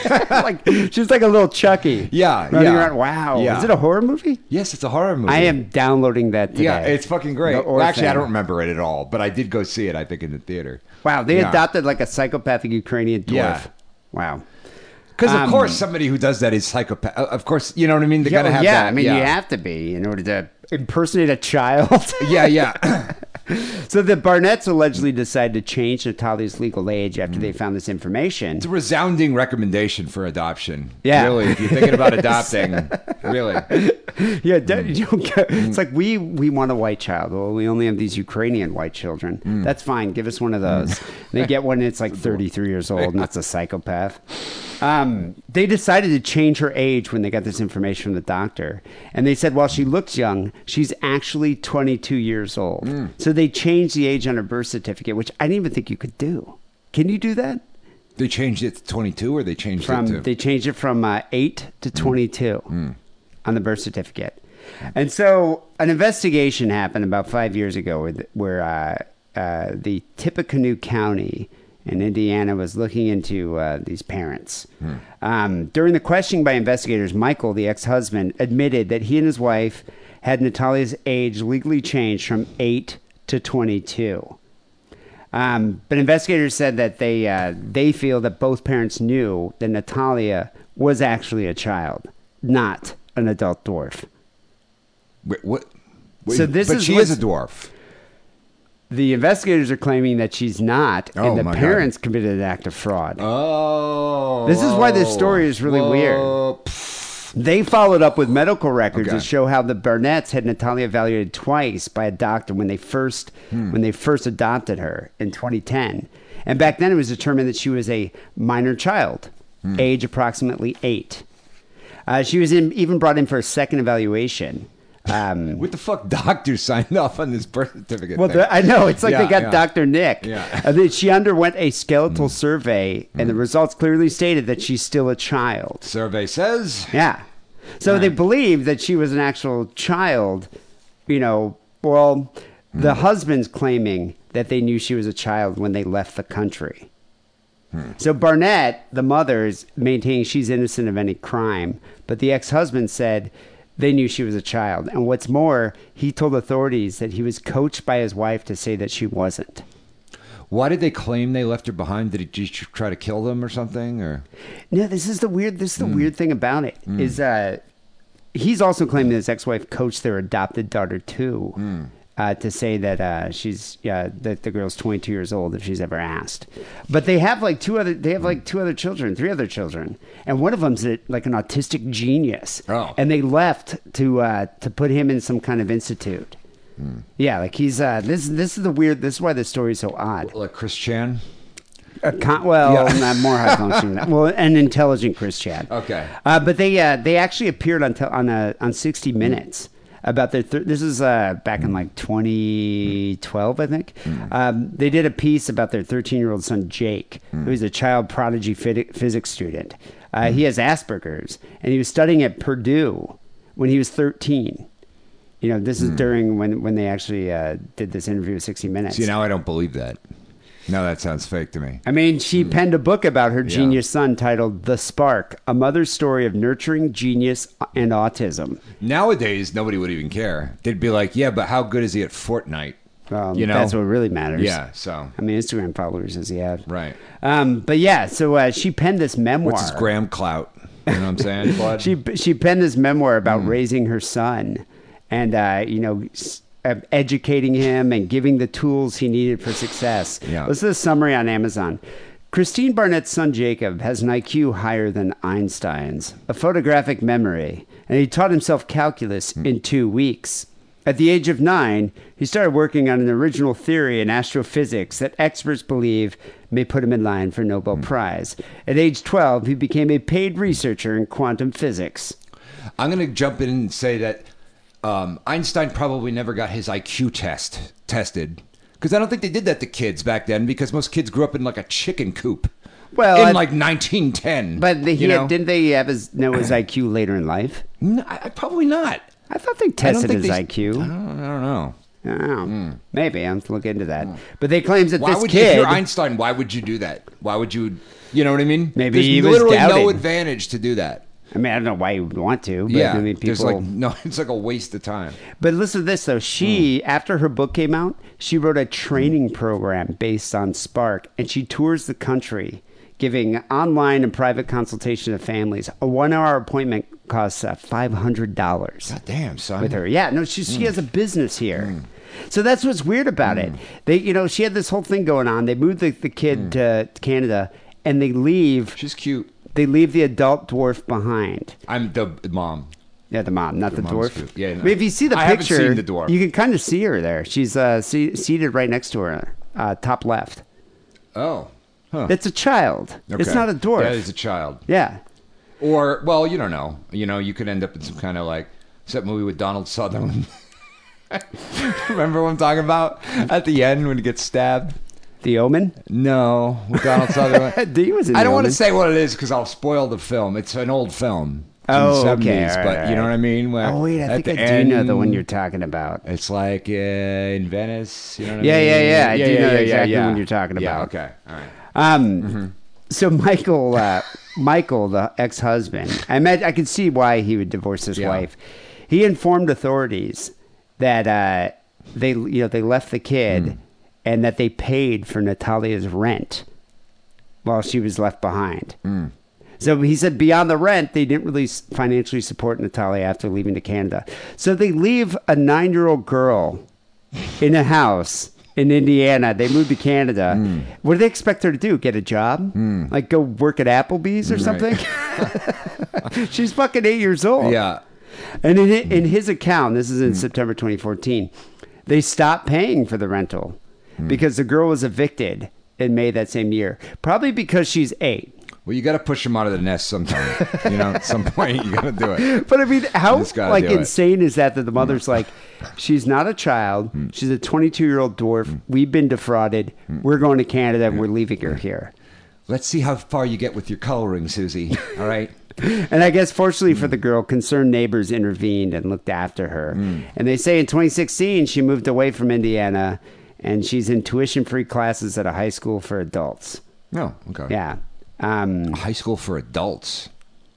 [SPEAKER 2] like she was like a little Chucky.
[SPEAKER 4] Yeah,
[SPEAKER 2] running
[SPEAKER 4] yeah.
[SPEAKER 2] around. Wow,
[SPEAKER 4] Yeah.
[SPEAKER 2] is it a horror movie?
[SPEAKER 4] Yes, it's a horror movie.
[SPEAKER 2] I am downloading that today.
[SPEAKER 4] Yeah, it's fucking great.
[SPEAKER 2] The
[SPEAKER 4] Well, actually, I
[SPEAKER 2] Orphan.
[SPEAKER 4] don't remember it at all, but I did go see it. I think in the theater.
[SPEAKER 2] Wow, they
[SPEAKER 4] Yeah.
[SPEAKER 2] adopted like a psychopathic Ukrainian dwarf.
[SPEAKER 4] Yeah.
[SPEAKER 2] Wow.
[SPEAKER 4] Because of
[SPEAKER 2] Um,
[SPEAKER 4] course, somebody who does that is psychopath. uh, Of course, you know what I mean. They're
[SPEAKER 2] Yeah,
[SPEAKER 4] gonna have
[SPEAKER 2] yeah,
[SPEAKER 4] that.
[SPEAKER 2] I mean,
[SPEAKER 4] yeah.
[SPEAKER 2] you have to be in order to impersonate a child.
[SPEAKER 4] Yeah, yeah.
[SPEAKER 2] so the Barnetts allegedly decided to change Natalia's legal age after they found this information.
[SPEAKER 4] it's a resounding recommendation for adoption.
[SPEAKER 2] Yeah.
[SPEAKER 4] really. If you're thinking about adopting, really.
[SPEAKER 2] Yeah, don't- you don't get- it's like we we want a white child. Well, we only have these Ukrainian white children. That's fine. Give us one of those. And they get one. and It's like 33 years old, and that's a psychopath. Um, they decided to change her age when they got this information from the doctor, and they said while she looks young, she's actually 22 years old. So they changed the age on her birth certificate, which I didn't even think you could do. Can you do that?
[SPEAKER 4] They changed it to 22, or they changed
[SPEAKER 2] from
[SPEAKER 4] it to. Mm.
[SPEAKER 2] they changed it from uh, 8 to 22 on the birth certificate and so an investigation happened about five years ago where, the, where uh, uh, the tippecanoe county in indiana was looking into uh, these parents
[SPEAKER 4] Mm.
[SPEAKER 2] um, during the questioning by investigators michael the ex-husband admitted that he and his wife had natalia's age legally changed from 8 to 22 um, but investigators said that they uh, they feel that both parents knew that Natalia was actually a child, not an adult dwarf.
[SPEAKER 4] Wait, what? Wait,
[SPEAKER 2] So this
[SPEAKER 4] but
[SPEAKER 2] is
[SPEAKER 4] she is a
[SPEAKER 2] what's-
[SPEAKER 4] dwarf.
[SPEAKER 2] The investigators are claiming that she's not,
[SPEAKER 4] Oh,
[SPEAKER 2] and the
[SPEAKER 4] my God.
[SPEAKER 2] parents committed an act of fraud.
[SPEAKER 4] Oh,
[SPEAKER 2] This is why this story is really weird. They followed up with medical records
[SPEAKER 4] Okay.
[SPEAKER 2] to show how the Burnetts had Natalia evaluated twice by a doctor when they first
[SPEAKER 4] Hmm.
[SPEAKER 2] when they first adopted her in 2010. And back then it was determined that she was a minor child,
[SPEAKER 4] Hmm.
[SPEAKER 2] age approximately 8. Uh, she was in, even brought in for a second evaluation. Um,
[SPEAKER 4] What the fuck? Doctors signed off on this birth certificate.
[SPEAKER 2] well,
[SPEAKER 4] thing.
[SPEAKER 2] the, I know it's like
[SPEAKER 4] Yeah,
[SPEAKER 2] they got
[SPEAKER 4] yeah.
[SPEAKER 2] Doctor Nick.
[SPEAKER 4] Yeah. Hmm.
[SPEAKER 2] And then she underwent a skeletal survey, and the results clearly stated that she's still a child.
[SPEAKER 4] survey says.
[SPEAKER 2] Yeah. So they believed that she was an actual child, you know, well, the husband's claiming that they knew she was a child when they left the country. So Barnett, the mother, is maintaining she's innocent of any crime, but the ex husband said they knew she was a child. And what's more, he told authorities that he was coached by his wife to say that she wasn't.
[SPEAKER 4] Why did they claim they left her behind? Did he just try to kill them or something? Or
[SPEAKER 2] No, this is the weird. This is the weird thing about it is uh, he's also claiming that his ex-wife coached their adopted daughter too, uh, to say that uh, she's uh, that the girl's 22 years old if she's ever asked. But they have like two other. They have like two other children, three other children, and one of them's a, like an autistic genius.
[SPEAKER 4] Oh.
[SPEAKER 2] and they left to uh, to put him in some kind of institute. Yeah, like he's uh, this. This is the weird. This is why this story is so odd.
[SPEAKER 4] like Chris Chan?
[SPEAKER 2] A con- well, not more high functioning. than that. Well, an intelligent Chris Chad.
[SPEAKER 4] Okay.
[SPEAKER 2] Uh, but they uh, they actually appeared on tel on a, on 60 Minutes about their thir- this is uh, back in like 2012 I think. Um, they did a piece about their 13 year old son Jake, who's a child prodigy phys- physics student. Uh, He has Asperger's, and he was studying at Purdue when he was 13. You know, this is during when when they actually uh, did this interview with 60 Minutes.
[SPEAKER 4] See, now I don't believe that. No, that sounds fake to me.
[SPEAKER 2] I mean,
[SPEAKER 4] Hmm.
[SPEAKER 2] she penned a book about her genius son titled The Spark A Mother's Story of Nurturing Genius and Autism.
[SPEAKER 4] Nowadays, nobody would even care. They'd be like, "Yeah, but how good is he at Fortnite?"
[SPEAKER 2] Um,
[SPEAKER 4] you know,
[SPEAKER 2] That's what really matters.
[SPEAKER 4] Yeah. So
[SPEAKER 2] How many Instagram followers does he have?
[SPEAKER 4] right.
[SPEAKER 2] Um, but yeah, so uh, she penned this memoir.
[SPEAKER 4] What's his gram clout? You know what I'm saying? Bud?
[SPEAKER 2] she she penned this memoir about
[SPEAKER 4] Hmm.
[SPEAKER 2] raising her son and uh, you know s- uh, educating him and giving the tools he needed for success.
[SPEAKER 4] Yeah.
[SPEAKER 2] This is a summary on Amazon. Christine Barnett's son Jacob has an IQ higher than Einstein's, a photographic memory, and he taught himself calculus
[SPEAKER 4] Hmm.
[SPEAKER 2] in two weeks. At the age of nine, he started working on an original theory in astrophysics that experts believe may put him in line for
[SPEAKER 4] Hmm.
[SPEAKER 2] Nobel Prize. At age 12, he became a paid researcher in quantum physics.
[SPEAKER 4] I'm going to jump in and say that um, Einstein probably never got his IQ test tested because I don't think they did that to kids back then because most kids grew up in like a chicken coop.
[SPEAKER 2] Well,
[SPEAKER 4] in
[SPEAKER 2] I-
[SPEAKER 4] like 1910.
[SPEAKER 2] But the, he
[SPEAKER 4] you
[SPEAKER 2] had-
[SPEAKER 4] know?
[SPEAKER 2] didn't they have his know his IQ later in life?
[SPEAKER 4] No, I, I- probably not.
[SPEAKER 2] I thought they
[SPEAKER 4] I don't
[SPEAKER 2] tested
[SPEAKER 4] think
[SPEAKER 2] his
[SPEAKER 4] they-
[SPEAKER 2] IQ.
[SPEAKER 4] I don't, I don't know.
[SPEAKER 2] I don't know. Maybe I'll have to look into that. But they claims that
[SPEAKER 4] Hmm. Why
[SPEAKER 2] this
[SPEAKER 4] would you, if
[SPEAKER 2] kid.
[SPEAKER 4] you're Einstein? Why would you do that? Why would you? You know what I mean?
[SPEAKER 2] Maybe
[SPEAKER 4] There's
[SPEAKER 2] he was
[SPEAKER 4] literally no
[SPEAKER 2] doubting.
[SPEAKER 4] advantage to do that.
[SPEAKER 2] I mean, I don't know why you would want to. But
[SPEAKER 4] yeah,
[SPEAKER 2] I mean,
[SPEAKER 4] there's
[SPEAKER 2] people.
[SPEAKER 4] like no. It's like a waste of time.
[SPEAKER 2] But listen to this though. She,
[SPEAKER 4] Hmm.
[SPEAKER 2] after her book came out, she wrote a training program based on Spark, and she tours the country giving online and private consultation to families. A one-hour appointment costs uh, five hundred dollars
[SPEAKER 4] God damn, son.
[SPEAKER 2] with her. Yeah, no, she
[SPEAKER 4] Hmm.
[SPEAKER 2] she has a business here. So that's what's weird about it. They, you know, she had this whole thing going on. They moved the, the kid
[SPEAKER 4] Hmm.
[SPEAKER 2] to, to Canada, and they leave.
[SPEAKER 4] She's cute.
[SPEAKER 2] They leave the adult dwarf behind.
[SPEAKER 4] I'm the mom.
[SPEAKER 2] Yeah, the mom, not the,
[SPEAKER 4] mom's
[SPEAKER 2] dwarf.
[SPEAKER 4] cute. Yeah, no.
[SPEAKER 2] I mean, if you see the
[SPEAKER 4] I haven't
[SPEAKER 2] picture,
[SPEAKER 4] seen the dwarf.
[SPEAKER 2] you can kind of see her there. She's uh, se- seated right next to her, uh, top left.
[SPEAKER 4] Oh, huh.
[SPEAKER 2] It's a child. It's
[SPEAKER 4] Okay.
[SPEAKER 2] not a dwarf.
[SPEAKER 4] That is a child.
[SPEAKER 2] yeah.
[SPEAKER 4] Or well, you don't know. You know, you could end up in some kind of like what's that movie with Donald Sutherland. Remember what I'm talking about? At the end when he gets stabbed.
[SPEAKER 2] The Omen.
[SPEAKER 4] No, with Donald Sutherland.
[SPEAKER 2] D was in
[SPEAKER 4] I
[SPEAKER 2] The
[SPEAKER 4] don't want to
[SPEAKER 2] Omen.
[SPEAKER 4] say what it is because I'll spoil the film. It's an old film. It's in
[SPEAKER 2] Oh,
[SPEAKER 4] the
[SPEAKER 2] okay, all right,
[SPEAKER 4] but you know
[SPEAKER 2] all
[SPEAKER 4] what I mean. Where
[SPEAKER 2] Oh wait, I
[SPEAKER 4] at
[SPEAKER 2] think I do
[SPEAKER 4] the end,
[SPEAKER 2] know the one you're talking about.
[SPEAKER 4] It's like uh, in Venice. You know what
[SPEAKER 2] Yeah,
[SPEAKER 4] I mean?
[SPEAKER 2] yeah, yeah, I do know
[SPEAKER 4] yeah,
[SPEAKER 2] exactly
[SPEAKER 4] yeah.
[SPEAKER 2] what you're talking
[SPEAKER 4] Yeah,
[SPEAKER 2] about.
[SPEAKER 4] okay, all right.
[SPEAKER 2] Um, so Michael, uh, Michael, the ex-husband, I met. I could see why he would divorce his
[SPEAKER 4] Yeah.
[SPEAKER 2] wife. He informed authorities that uh, they, you know, they left the kid and that they paid for Natalia's rent while she was left behind. So he said, beyond the rent, they didn't really s- financially support Natalia after leaving to Canada. So they leave a nine-year-old girl in a house in Indiana. They moved to Canada. What do they expect her to do? Get a job? Like go work at Applebee's or something? She's fucking eight years old.
[SPEAKER 4] Yeah.
[SPEAKER 2] And in, hi- in his account, this is in September 2014, they stopped paying for the rental because the girl was evicted in May that same year, probably because she's eight.
[SPEAKER 4] Well, you got to push him out of the nest sometime. you know, at some point you got to do it.
[SPEAKER 2] But I mean, how
[SPEAKER 4] just gotta
[SPEAKER 2] like
[SPEAKER 4] do it. Mm.
[SPEAKER 2] insane is that that the mother's like, she's not a child, she's a 22 year old dwarf.
[SPEAKER 4] Mm.
[SPEAKER 2] We've been defrauded. We're going to Canada. We're leaving her here.
[SPEAKER 4] Let's see how far you get with your coloring, Susie. All right.
[SPEAKER 2] And I guess, fortunately
[SPEAKER 4] Mm.
[SPEAKER 2] for the girl, concerned neighbors intervened and looked after her. And they say in 2016, she moved away from Indiana and she's in tuition free classes at a high school for adults.
[SPEAKER 4] No. Oh, Okay.
[SPEAKER 2] Yeah. Um,
[SPEAKER 4] High school for adults.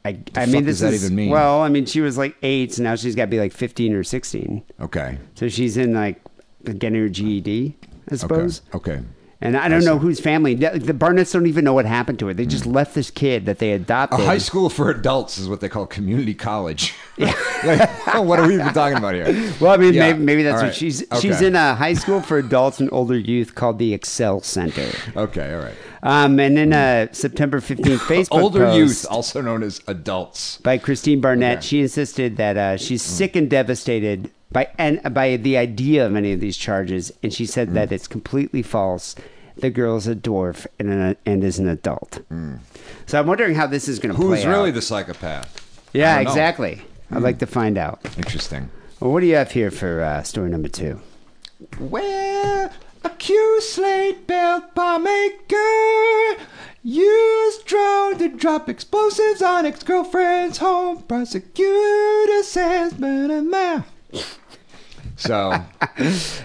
[SPEAKER 2] I,
[SPEAKER 4] The
[SPEAKER 2] I
[SPEAKER 4] fuck
[SPEAKER 2] mean, this
[SPEAKER 4] does that
[SPEAKER 2] is,
[SPEAKER 4] even mean?
[SPEAKER 2] well, I mean, she was like eight, so now she's got to be like 15 or 16.
[SPEAKER 4] Okay.
[SPEAKER 2] So she's in like getting her GED, I suppose.
[SPEAKER 4] Okay. Okay.
[SPEAKER 2] And I don't know whose family. The the Barnetts don't even know what happened to her. They just left this kid that they
[SPEAKER 4] Mm. A
[SPEAKER 2] adopted.
[SPEAKER 4] high school for adults is what they call community college. like, oh, what are we even talking about here?
[SPEAKER 2] Well, I mean,
[SPEAKER 4] Yeah.
[SPEAKER 2] maybe, maybe that's
[SPEAKER 4] All
[SPEAKER 2] what
[SPEAKER 4] right.
[SPEAKER 2] she's.
[SPEAKER 4] Okay.
[SPEAKER 2] She's in a high school for adults and older youth called the Excel Center.
[SPEAKER 4] Okay. All right.
[SPEAKER 2] Um, and then uh, September 15th, Facebook
[SPEAKER 4] Older
[SPEAKER 2] post
[SPEAKER 4] youth, also known as adults.
[SPEAKER 2] by Christine Barnett,
[SPEAKER 4] Okay. Mm.
[SPEAKER 2] she insisted that uh, she's sick and devastated by and by the idea of any of these charges, and she
[SPEAKER 4] Mm.
[SPEAKER 2] said that it's completely false. The girl's a dwarf and an, and is an adult. So I'm wondering how this is going to play
[SPEAKER 4] Mm. Who's really
[SPEAKER 2] out.
[SPEAKER 4] the psychopath? I
[SPEAKER 2] yeah,
[SPEAKER 4] don't know. Mm.
[SPEAKER 2] exactly. I'd like to find out.
[SPEAKER 4] Interesting.
[SPEAKER 2] Well, what do you have here for uh, story number two?
[SPEAKER 4] Well, a Q slate belt bomb maker used drone to drop explosives on ex girlfriend's home. Prosecutor says, burn a mouth. So,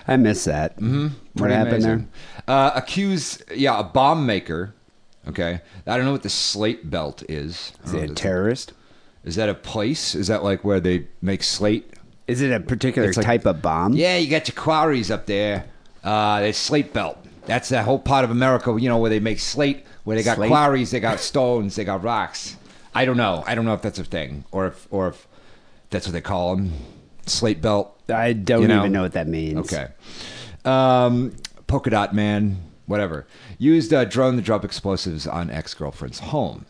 [SPEAKER 2] I miss that. Mm-hmm. What
[SPEAKER 4] pretty
[SPEAKER 2] happened
[SPEAKER 4] amazing. Uh, accused, yeah, a bomb maker. Okay. I don't know what the slate belt is. I don't
[SPEAKER 2] there? Is
[SPEAKER 4] know what
[SPEAKER 2] it a
[SPEAKER 4] Oh, this-
[SPEAKER 2] terrorist?
[SPEAKER 4] Is that a place? Is that like where they make slate?
[SPEAKER 2] Is it a particular
[SPEAKER 4] It's like-
[SPEAKER 2] type of bomb?
[SPEAKER 4] Yeah, you got your quarries up there. Uh, there's slate belt. That's that whole part of America, you know, where they make slate, where they got
[SPEAKER 2] Slate?
[SPEAKER 4] quarries, they got stones, they got rocks. I don't know. I don't know if that's a thing or if or if that's what they call them. Slate belt.
[SPEAKER 2] I don't
[SPEAKER 4] You know?
[SPEAKER 2] even know what that means.
[SPEAKER 4] Okay. Um, polka dot man, whatever. Used a drone to drop explosives on ex girlfriend's home.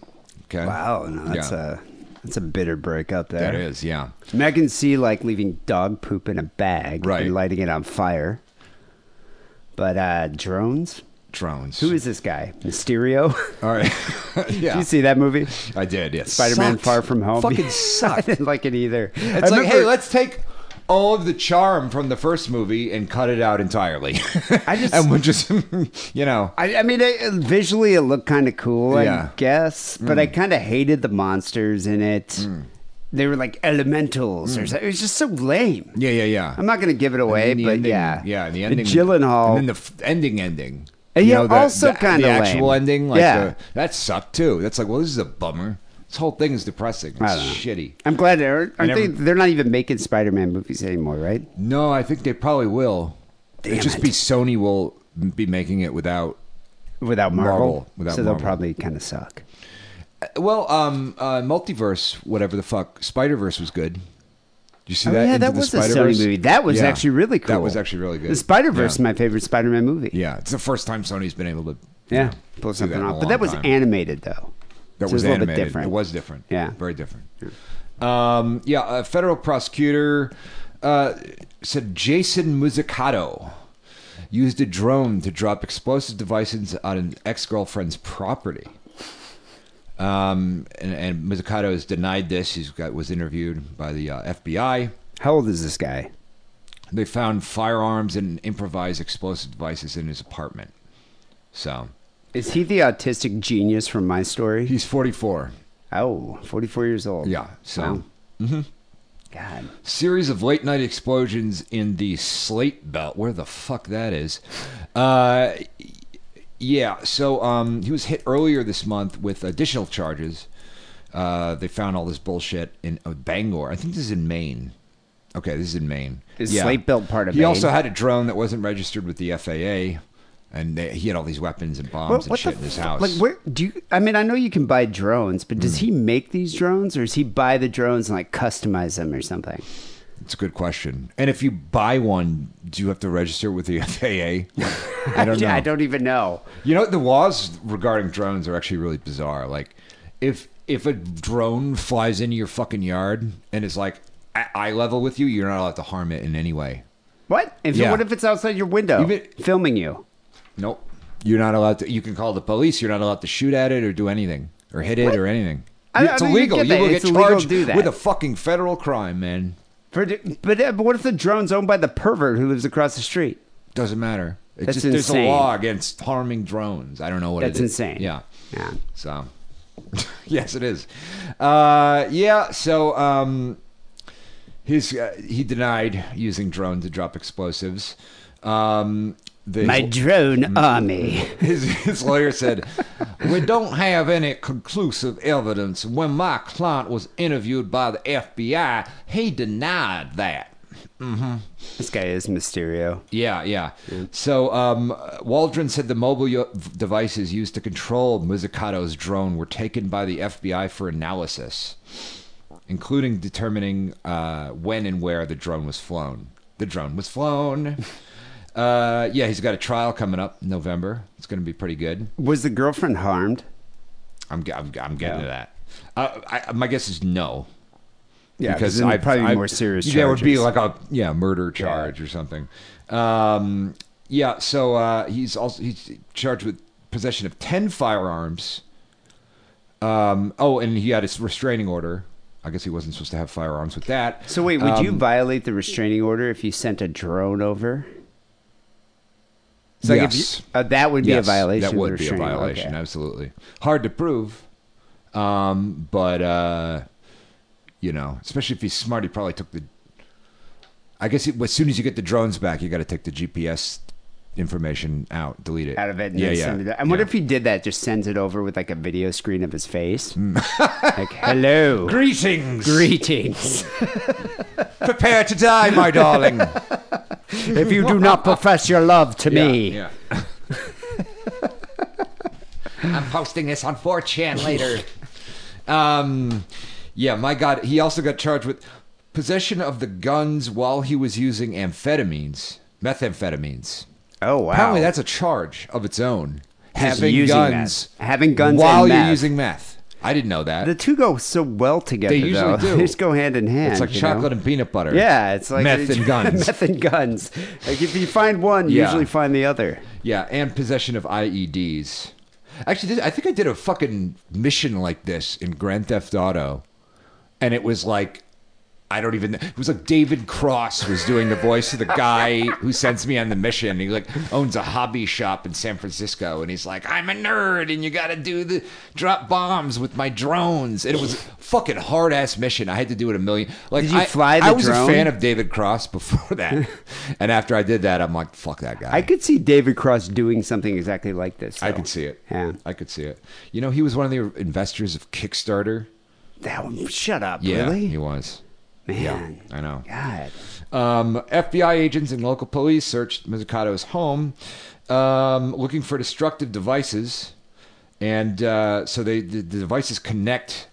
[SPEAKER 4] Okay.
[SPEAKER 2] Wow, no, that's
[SPEAKER 4] Yeah.
[SPEAKER 2] a that's a bitter breakup there.
[SPEAKER 4] That is, yeah.
[SPEAKER 2] I mean, I can see like leaving dog poop in a bag
[SPEAKER 4] Right.
[SPEAKER 2] and lighting it on fire. But uh drones?
[SPEAKER 4] Drones.
[SPEAKER 2] Who is this guy? Mysterio?
[SPEAKER 4] All right. yeah.
[SPEAKER 2] Did you see that movie?
[SPEAKER 4] I did. Yes.
[SPEAKER 2] Spider-Man
[SPEAKER 4] Sucked.
[SPEAKER 2] Far From Home.
[SPEAKER 4] Fucking
[SPEAKER 2] I
[SPEAKER 4] sucked.
[SPEAKER 2] didn't like it either.
[SPEAKER 4] It's like, hey, let's take all of the charm from the first movie and cut it out entirely.
[SPEAKER 2] I just-
[SPEAKER 4] and we'll just, you know,
[SPEAKER 2] I, I mean, I, visually it looked kind of cool,
[SPEAKER 4] Yeah. Mm.
[SPEAKER 2] I guess, but I kind of hated the monsters in it. they were like elementals or something. It was just so lame.
[SPEAKER 4] Mm. Yeah, yeah, yeah.
[SPEAKER 2] I'm not going to give it away,
[SPEAKER 4] And then the
[SPEAKER 2] but
[SPEAKER 4] ending-
[SPEAKER 2] yeah,
[SPEAKER 4] yeah. The ending,
[SPEAKER 2] Gyllenhaal.
[SPEAKER 4] and then the f- ending, ending.
[SPEAKER 2] And
[SPEAKER 4] You
[SPEAKER 2] yeah,
[SPEAKER 4] know, the-
[SPEAKER 2] also
[SPEAKER 4] the-
[SPEAKER 2] kinda
[SPEAKER 4] the actual
[SPEAKER 2] lame.
[SPEAKER 4] ending. Like
[SPEAKER 2] Yeah.
[SPEAKER 4] the, that sucked too. That's like, well, this is a bummer. This whole thing is depressing. It's
[SPEAKER 2] I don't know.
[SPEAKER 4] shitty.
[SPEAKER 2] I'm glad they aren't, aren't
[SPEAKER 4] never-
[SPEAKER 2] they? They're not even making Spider-Man movies anymore, right?
[SPEAKER 4] No, I think they probably will. It'd just
[SPEAKER 2] it.
[SPEAKER 4] be Sony will be making it without.
[SPEAKER 2] Without Marvel,
[SPEAKER 4] Marvel, without
[SPEAKER 2] so
[SPEAKER 4] Marvel.
[SPEAKER 2] they'll probably kind of suck.
[SPEAKER 4] Well, um, uh, multiverse, whatever the fuck, Spider Verse was good. Did you see
[SPEAKER 2] Oh,
[SPEAKER 4] that?
[SPEAKER 2] yeah,
[SPEAKER 4] Into
[SPEAKER 2] that
[SPEAKER 4] the
[SPEAKER 2] was a Sony
[SPEAKER 4] Spider-Verse?
[SPEAKER 2] movie. That was
[SPEAKER 4] Yeah.
[SPEAKER 2] actually really cool.
[SPEAKER 4] That was actually really good.
[SPEAKER 2] The Spider Verse,
[SPEAKER 4] yeah.
[SPEAKER 2] my favorite Spider-Man movie.
[SPEAKER 4] yeah, it's the first time Sony's been able to.
[SPEAKER 2] yeah,
[SPEAKER 4] you know,
[SPEAKER 2] pull
[SPEAKER 4] do that
[SPEAKER 2] something
[SPEAKER 4] in a
[SPEAKER 2] off.
[SPEAKER 4] long
[SPEAKER 2] But that was
[SPEAKER 4] time.
[SPEAKER 2] animated though.
[SPEAKER 4] That
[SPEAKER 2] So it
[SPEAKER 4] was
[SPEAKER 2] a little
[SPEAKER 4] animated.
[SPEAKER 2] bit different.
[SPEAKER 4] It was different.
[SPEAKER 2] Yeah.
[SPEAKER 4] very different. Um, yeah, a federal prosecutor uh, said Jason Musicato used a drone to drop explosive devices on an ex-girlfriend's property. Um, and, and Musicato has denied this. He's got was interviewed by the uh, FBI.
[SPEAKER 2] How old is this guy?
[SPEAKER 4] They found firearms and improvised explosive devices in his apartment. So
[SPEAKER 2] Is he the autistic genius from my story?
[SPEAKER 4] he's 44.
[SPEAKER 2] Oh, 44 years old.
[SPEAKER 4] Yeah. So.
[SPEAKER 2] Wow. God.
[SPEAKER 4] series of late night explosions in the slate belt where the fuck that is uh yeah so um he was hit earlier this month with additional charges uh they found all this bullshit in uh, bangor i think this is in maine okay this is in maine
[SPEAKER 2] Is slate belt part of
[SPEAKER 4] he
[SPEAKER 2] Maine?
[SPEAKER 4] also had a drone that wasn't registered with the faa and they, he had all these weapons and bombs and shit in his
[SPEAKER 2] fu-
[SPEAKER 4] house Hmm.
[SPEAKER 2] Like, where do you? I mean, I know you can buy drones, but does he make these drones, or does he buy the drones and like customize them or something?
[SPEAKER 4] It's a good question. And if you buy one, do you have to register with the FAA? I don't know.
[SPEAKER 2] I don't even know.
[SPEAKER 4] You know, the laws regarding drones are actually really bizarre. Like, if if a drone flies into your fucking yard and is like at eye level with you, you're not allowed to harm it in any way.
[SPEAKER 2] What? If
[SPEAKER 4] Yeah.
[SPEAKER 2] what if it's outside your window,
[SPEAKER 4] Even-
[SPEAKER 2] filming you?
[SPEAKER 4] Nope. You're not allowed to. You can call the police. You're not allowed to shoot at it or do anything or hit it or anything.
[SPEAKER 2] I- I
[SPEAKER 4] it's
[SPEAKER 2] don't even
[SPEAKER 4] illegal.
[SPEAKER 2] get
[SPEAKER 4] You
[SPEAKER 2] that.
[SPEAKER 4] will
[SPEAKER 2] It's
[SPEAKER 4] get
[SPEAKER 2] illegal to
[SPEAKER 4] charged
[SPEAKER 2] do that.
[SPEAKER 4] with a fucking federal crime, man.
[SPEAKER 2] For, but, uh, but what if the drone's owned by the pervert who lives across the street?
[SPEAKER 4] Doesn't matter. It's
[SPEAKER 2] That's
[SPEAKER 4] just there's a
[SPEAKER 2] insane.
[SPEAKER 4] law against harming drones. I don't know what
[SPEAKER 2] That's
[SPEAKER 4] it is.
[SPEAKER 2] insane.
[SPEAKER 4] Yeah.
[SPEAKER 2] Yeah.
[SPEAKER 4] So, yes, it is. Uh, yeah. So, um, his uh, he denied using drone to drop explosives. Um, the,
[SPEAKER 2] My
[SPEAKER 4] Mm.
[SPEAKER 2] drone army.
[SPEAKER 4] his, his lawyer said, We don't have any conclusive evidence. When my client was interviewed by the FBI, he denied that.
[SPEAKER 2] This guy is Mysterio.
[SPEAKER 4] Yeah, yeah. So um, Waldron said the mobile yo- devices used to control Muzikato's drone were taken by the FBI for analysis, including determining uh, when and where the drone was flown. The drone was flown. Uh, yeah, he's got a trial coming up in November. It's going to be pretty good.
[SPEAKER 2] Was the girlfriend harmed?
[SPEAKER 4] I'm, ge- I'm, I'm getting to that. Uh, I, my guess is no.
[SPEAKER 2] Yeah,
[SPEAKER 4] because
[SPEAKER 2] then
[SPEAKER 4] I
[SPEAKER 2] probably
[SPEAKER 4] I-
[SPEAKER 2] more serious.
[SPEAKER 4] There would be
[SPEAKER 2] charges.
[SPEAKER 4] like a yeah murder charge or something. Um, yeah, so uh, he's also he's charged with possession of ten firearms. Um, oh, and he had a restraining order. I guess he wasn't supposed to have firearms with that. Uh,
[SPEAKER 2] So wait, would
[SPEAKER 4] um,
[SPEAKER 2] you violate the restraining order if you sent a drone over? So if you-
[SPEAKER 4] Yes.
[SPEAKER 2] uh, that would be a
[SPEAKER 4] Yes,
[SPEAKER 2] violation. of
[SPEAKER 4] That
[SPEAKER 2] the
[SPEAKER 4] would be a
[SPEAKER 2] restraining order.
[SPEAKER 4] violation.
[SPEAKER 2] Okay.
[SPEAKER 4] Absolutely hard to prove, um, but uh, you know, especially if he's smart, he probably took the. I guess it, as soon as you get the drones back, you got to take the GPS information out, delete it
[SPEAKER 2] Out of it, and then send it. And what if he did that? Just sends it over with like a video screen of his face.
[SPEAKER 4] Mm.
[SPEAKER 2] like, hello,
[SPEAKER 4] Greetings.
[SPEAKER 2] greetings.
[SPEAKER 4] Prepare to die, my darling.
[SPEAKER 2] if you do not profess your love to me,
[SPEAKER 4] Yeah. yeah. I'm posting this on 4chan later. um, yeah, my God. He also got charged with possession of the guns while he was using amphetamines, methamphetamines.
[SPEAKER 2] oh wow,
[SPEAKER 4] Apparently, that's a charge of its own.
[SPEAKER 2] Just
[SPEAKER 4] having
[SPEAKER 2] using
[SPEAKER 4] guns,
[SPEAKER 2] meth. Having guns
[SPEAKER 4] while
[SPEAKER 2] and
[SPEAKER 4] you're
[SPEAKER 2] meth.
[SPEAKER 4] using meth. I didn't know that.
[SPEAKER 2] the two go so well together.
[SPEAKER 4] They usually
[SPEAKER 2] though.
[SPEAKER 4] do.
[SPEAKER 2] They just go hand in hand.
[SPEAKER 4] it's like
[SPEAKER 2] you
[SPEAKER 4] chocolate
[SPEAKER 2] know?
[SPEAKER 4] and peanut butter.
[SPEAKER 2] Yeah, it's like
[SPEAKER 4] meth and guns.
[SPEAKER 2] meth and guns. Like if you find one, you
[SPEAKER 4] Yeah.
[SPEAKER 2] usually find the other.
[SPEAKER 4] Yeah, and possession of IEDs. Actually, this, I think I did a fucking mission like this in Grand Theft Auto, and it was like I don't even. It was like David Cross was doing the voice of the guy who sends me on the mission. He like owns a hobby shop in San Francisco, and he's like, "I'm a nerd, and you got to do the drop bombs with my drones." And it was a fucking hard ass mission. I had to do it a million. Like
[SPEAKER 2] Did you
[SPEAKER 4] I,
[SPEAKER 2] fly the
[SPEAKER 4] I was
[SPEAKER 2] drone?
[SPEAKER 4] a fan of David Cross before that, and after I did that, I'm like, "Fuck that guy."
[SPEAKER 2] I could see David Cross doing something exactly like this.
[SPEAKER 4] I
[SPEAKER 2] though.
[SPEAKER 4] could see it.
[SPEAKER 2] Yeah.
[SPEAKER 4] I could see it. You know, he was one of the investors of Kickstarter.
[SPEAKER 2] That one, shut up,
[SPEAKER 4] Yeah,
[SPEAKER 2] really?
[SPEAKER 4] he was.
[SPEAKER 2] Man.
[SPEAKER 4] Yeah, I know.
[SPEAKER 2] God.
[SPEAKER 4] Um, FBI agents and local police searched Mizukato's home, um, looking for destructive devices, and uh, so they the, the devices connect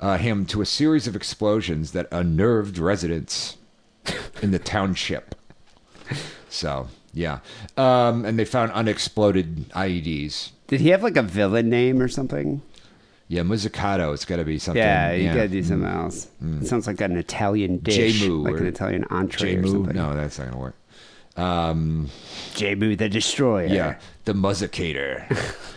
[SPEAKER 4] uh, him to a series of explosions that unnerved residents in the township. So yeah, um, and they found unexploded E IEDs.
[SPEAKER 2] Did he have like a villain name or something?
[SPEAKER 4] Yeah, Mizzucato, it's got to be something.
[SPEAKER 2] Yeah, you gotta do something
[SPEAKER 4] Mm-hmm.
[SPEAKER 2] else. It sounds like an Italian dish,
[SPEAKER 4] J-Moo
[SPEAKER 2] like
[SPEAKER 4] or-
[SPEAKER 2] an Italian entree or
[SPEAKER 4] J-Moo?
[SPEAKER 2] something.
[SPEAKER 4] No, that's not gonna work. Um,
[SPEAKER 2] J-Moo the Destroyer.
[SPEAKER 4] Yeah, the Muzzicator.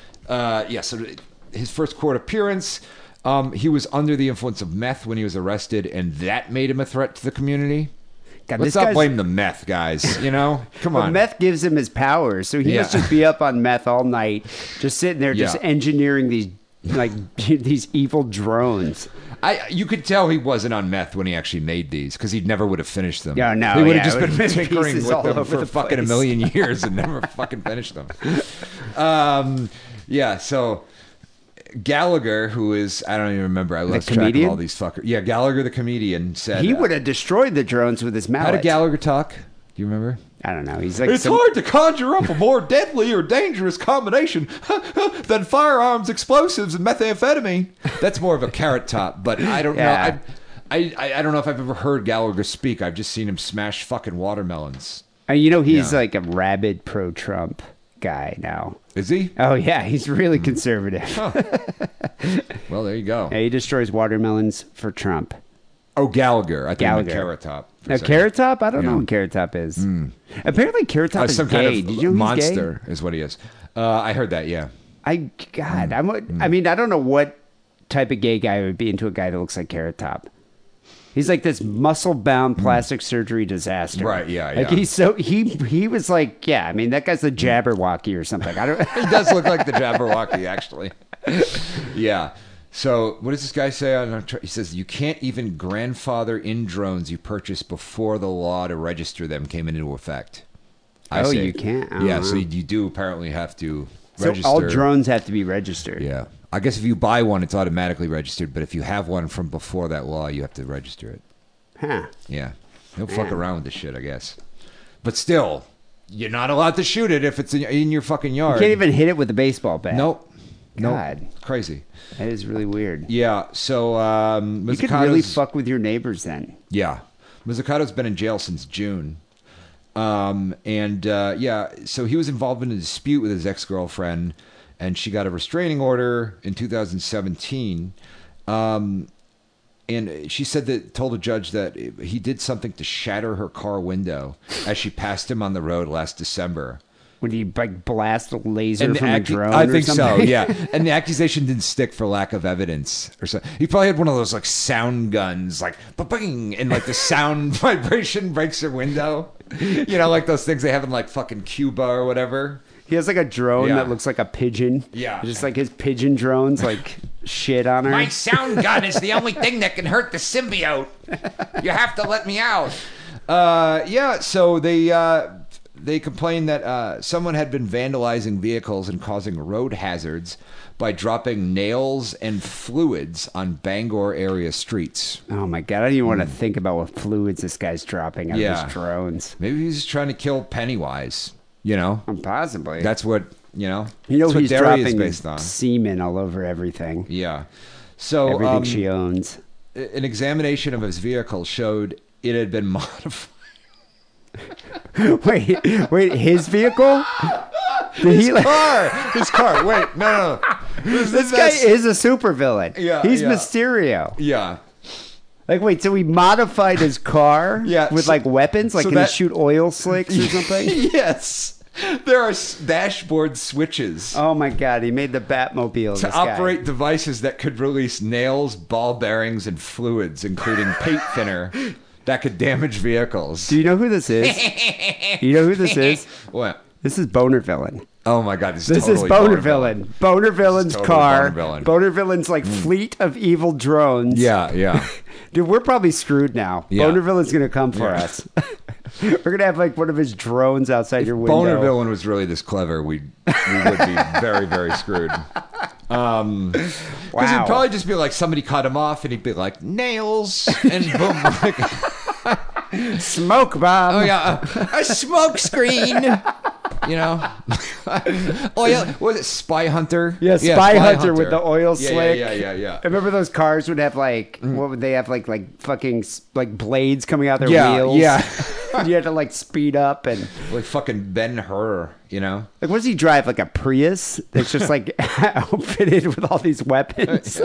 [SPEAKER 4] uh, yeah, so his first court appearance, um, he was under the influence of meth when he was arrested, and that made him a threat to the community.
[SPEAKER 2] God,
[SPEAKER 4] Let's
[SPEAKER 2] this
[SPEAKER 4] not
[SPEAKER 2] guy's-
[SPEAKER 4] blame the meth, guys. You know, come
[SPEAKER 2] But
[SPEAKER 4] on.
[SPEAKER 2] meth gives him his powers, so he
[SPEAKER 4] Yeah.
[SPEAKER 2] must just be up on meth all night, just sitting there, just
[SPEAKER 4] Yeah.
[SPEAKER 2] engineering these like these evil drones.
[SPEAKER 4] I you could tell he wasn't on meth when he actually made these because he never would have finished them.
[SPEAKER 2] Yeah, no,
[SPEAKER 4] he would
[SPEAKER 2] yeah, it
[SPEAKER 4] have just
[SPEAKER 2] would
[SPEAKER 4] been
[SPEAKER 2] have been
[SPEAKER 4] tinkering
[SPEAKER 2] pieces
[SPEAKER 4] with
[SPEAKER 2] all
[SPEAKER 4] them
[SPEAKER 2] over
[SPEAKER 4] for
[SPEAKER 2] the
[SPEAKER 4] fucking a
[SPEAKER 2] place.
[SPEAKER 4] million years and never fucking finished them. Um, yeah, so Gallagher, who is I don't even remember, I lost track of
[SPEAKER 2] comedian?
[SPEAKER 4] all these fuckers. Yeah, Gallagher the comedian said
[SPEAKER 2] He
[SPEAKER 4] uh,
[SPEAKER 2] would have destroyed the drones with his
[SPEAKER 4] How
[SPEAKER 2] mallet.
[SPEAKER 4] did Gallagher talk? Do you remember?
[SPEAKER 2] I don't know. He's like
[SPEAKER 4] It's
[SPEAKER 2] some-
[SPEAKER 4] hard to conjure up a more deadly or dangerous combination than firearms, explosives, and methamphetamine. That's more of a carrot top, but I don't
[SPEAKER 2] Yeah.
[SPEAKER 4] know. I, I I don't know if I've ever heard Gallagher speak. I've just seen him smash fucking watermelons.
[SPEAKER 2] Uh, you know, he's
[SPEAKER 4] Yeah.
[SPEAKER 2] like a rabid pro-Trump guy now.
[SPEAKER 4] Is he?
[SPEAKER 2] Oh yeah, he's really
[SPEAKER 4] Mm-hmm.
[SPEAKER 2] conservative.
[SPEAKER 4] Well, there you go.
[SPEAKER 2] Yeah, he destroys watermelons for Trump.
[SPEAKER 4] Oh, Gallagher. I think I meant
[SPEAKER 2] Gallagher.
[SPEAKER 4] carrot top. for a
[SPEAKER 2] Now,
[SPEAKER 4] second. Uh,
[SPEAKER 2] Carrot Top, I don't know
[SPEAKER 4] Yeah. Hmm.
[SPEAKER 2] what Carrot Top is. Apparently, Carrot Top
[SPEAKER 4] Uh,
[SPEAKER 2] is
[SPEAKER 4] some
[SPEAKER 2] gay.
[SPEAKER 4] kind of
[SPEAKER 2] Did you know he's gay?
[SPEAKER 4] monster is what he is. Uh, I heard that. Yeah.
[SPEAKER 2] I God,
[SPEAKER 4] Hmm.
[SPEAKER 2] I'm. a- I mean, I don't know what type of gay guy would be into a guy that looks like Carrot Top. He's like this muscle-bound plastic surgery disaster.
[SPEAKER 4] Hmm. Right, yeah,
[SPEAKER 2] Like
[SPEAKER 4] yeah.
[SPEAKER 2] he's so he he was like, yeah. I mean, that guy's a Jabberwocky or something. I don't.
[SPEAKER 4] He does look like the Jabberwocky, actually. yeah. So what does this guy say? on our tr- He says you can't even grandfather in drones you purchased before the law to register them came into effect.
[SPEAKER 2] Oh, you can't? Oh,
[SPEAKER 4] yeah. So
[SPEAKER 2] wow.
[SPEAKER 4] you do apparently have to
[SPEAKER 2] so
[SPEAKER 4] register.
[SPEAKER 2] all drones have to be registered.
[SPEAKER 4] Yeah. I guess if you buy one, it's automatically registered. But if you have one from before that law, you have to register it.
[SPEAKER 2] Huh.
[SPEAKER 4] Yeah. Don't fuck around with this shit, I guess. But still, you're not allowed to shoot it if it's in, in your fucking yard.
[SPEAKER 2] You can't even hit it with a baseball bat.
[SPEAKER 4] Nope.
[SPEAKER 2] God.
[SPEAKER 4] Nope. Crazy.
[SPEAKER 2] that is really weird.
[SPEAKER 4] Yeah. So um,
[SPEAKER 2] You could really
[SPEAKER 4] Mazzucato's-
[SPEAKER 2] fuck with your neighbors then.
[SPEAKER 4] Yeah, Mazzucato's been in jail since June. Um, and uh, yeah, so he was involved in a dispute with his ex girlfriend, and she got a restraining order in 2017. Um, and she said that told a judge that he did something to shatter her car window as she passed him on the road last December.
[SPEAKER 2] Would you like blast a laser
[SPEAKER 4] the
[SPEAKER 2] from
[SPEAKER 4] accu-
[SPEAKER 2] a drone?
[SPEAKER 4] I
[SPEAKER 2] or
[SPEAKER 4] think so.
[SPEAKER 2] something?
[SPEAKER 4] Yeah, and the accusation didn't stick for lack of evidence or so. He probably had one of those like sound guns, like bang, and like the sound vibration breaks your window. You know, like those things they have in like fucking Cuba or whatever.
[SPEAKER 2] He has like a drone
[SPEAKER 4] Yeah.
[SPEAKER 2] that looks like a pigeon.
[SPEAKER 4] Yeah.
[SPEAKER 2] Just like his pigeon drones, like shit on her.
[SPEAKER 4] My sound gun is the only thing that can hurt the symbiote. You have to let me out. Uh, yeah, so they uh, they complained that uh, someone had been vandalizing vehicles and causing road hazards by dropping nails and fluids on Bangor area streets.
[SPEAKER 2] Oh my god, I don't even want to think about what fluids this guy's dropping out of
[SPEAKER 4] Hmm. Yeah.
[SPEAKER 2] his drones. Um,
[SPEAKER 4] Maybe he's trying to kill Pennywise. You know,
[SPEAKER 2] Possibly.
[SPEAKER 4] that's what you know.
[SPEAKER 2] you know
[SPEAKER 4] that's what
[SPEAKER 2] he's
[SPEAKER 4] Derry is
[SPEAKER 2] dropping
[SPEAKER 4] based on.
[SPEAKER 2] semen all over everything.
[SPEAKER 4] Yeah. So
[SPEAKER 2] everything
[SPEAKER 4] um,
[SPEAKER 2] she owns.
[SPEAKER 4] an examination of his vehicle showed it had been modified.
[SPEAKER 2] Wait, wait, his vehicle? Did he like
[SPEAKER 4] car. His car. Wait, no, no. This,
[SPEAKER 2] this guy is a supervillain.
[SPEAKER 4] Yeah,
[SPEAKER 2] He's
[SPEAKER 4] yeah.
[SPEAKER 2] Mysterio.
[SPEAKER 4] Yeah.
[SPEAKER 2] Like, wait, so he modified his car
[SPEAKER 4] Yeah,
[SPEAKER 2] with
[SPEAKER 4] so-
[SPEAKER 2] like weapons? Like,
[SPEAKER 4] so
[SPEAKER 2] can
[SPEAKER 4] that-
[SPEAKER 2] he shoot oil slicks or something?
[SPEAKER 4] yes. there are s- dashboard switches
[SPEAKER 2] Oh my God, he made the Batmobile.
[SPEAKER 4] to
[SPEAKER 2] this guy.
[SPEAKER 4] operate devices that could release nails, ball bearings, and fluids, including paint thinner, that could damage vehicles.
[SPEAKER 2] Do you know who this is? you know who this is?
[SPEAKER 4] what?
[SPEAKER 2] This is Boner Villain.
[SPEAKER 4] Oh my God! This,
[SPEAKER 2] This
[SPEAKER 4] totally
[SPEAKER 2] is Boner Villain. Boner Villain's
[SPEAKER 4] totally
[SPEAKER 2] car.
[SPEAKER 4] Boner Villain. Hmm.
[SPEAKER 2] Boner Villain's like fleet of evil drones.
[SPEAKER 4] Yeah, yeah.
[SPEAKER 2] Dude, we're probably screwed now.
[SPEAKER 4] Yeah.
[SPEAKER 2] Boner Villain's gonna come for
[SPEAKER 4] Yeah.
[SPEAKER 2] us. we're gonna have like one of his drones outside your window.
[SPEAKER 4] Boner Villain was really this clever, we we would be very very screwed. Because
[SPEAKER 2] Wow.
[SPEAKER 4] it'd probably just be like somebody cut him off, and he'd be like nails, and boom, like,
[SPEAKER 2] Smoke bomb.
[SPEAKER 4] oh yeah, a, a smoke screen. You know, oh yeah, what was it Spy Hunter?
[SPEAKER 2] Yeah, Spy Hunter with the oil
[SPEAKER 4] yeah,
[SPEAKER 2] slick.
[SPEAKER 4] Yeah, yeah, yeah, Mm.
[SPEAKER 2] I
[SPEAKER 4] yeah.
[SPEAKER 2] remember those cars would have like what would they have like like fucking s- like blades coming out their
[SPEAKER 4] Yeah,
[SPEAKER 2] wheels.
[SPEAKER 4] yeah.
[SPEAKER 2] you had to like speed up and
[SPEAKER 4] Like fucking Ben Hur, you know.
[SPEAKER 2] like what does he drive like a Prius that's just like outfitted with all these weapons.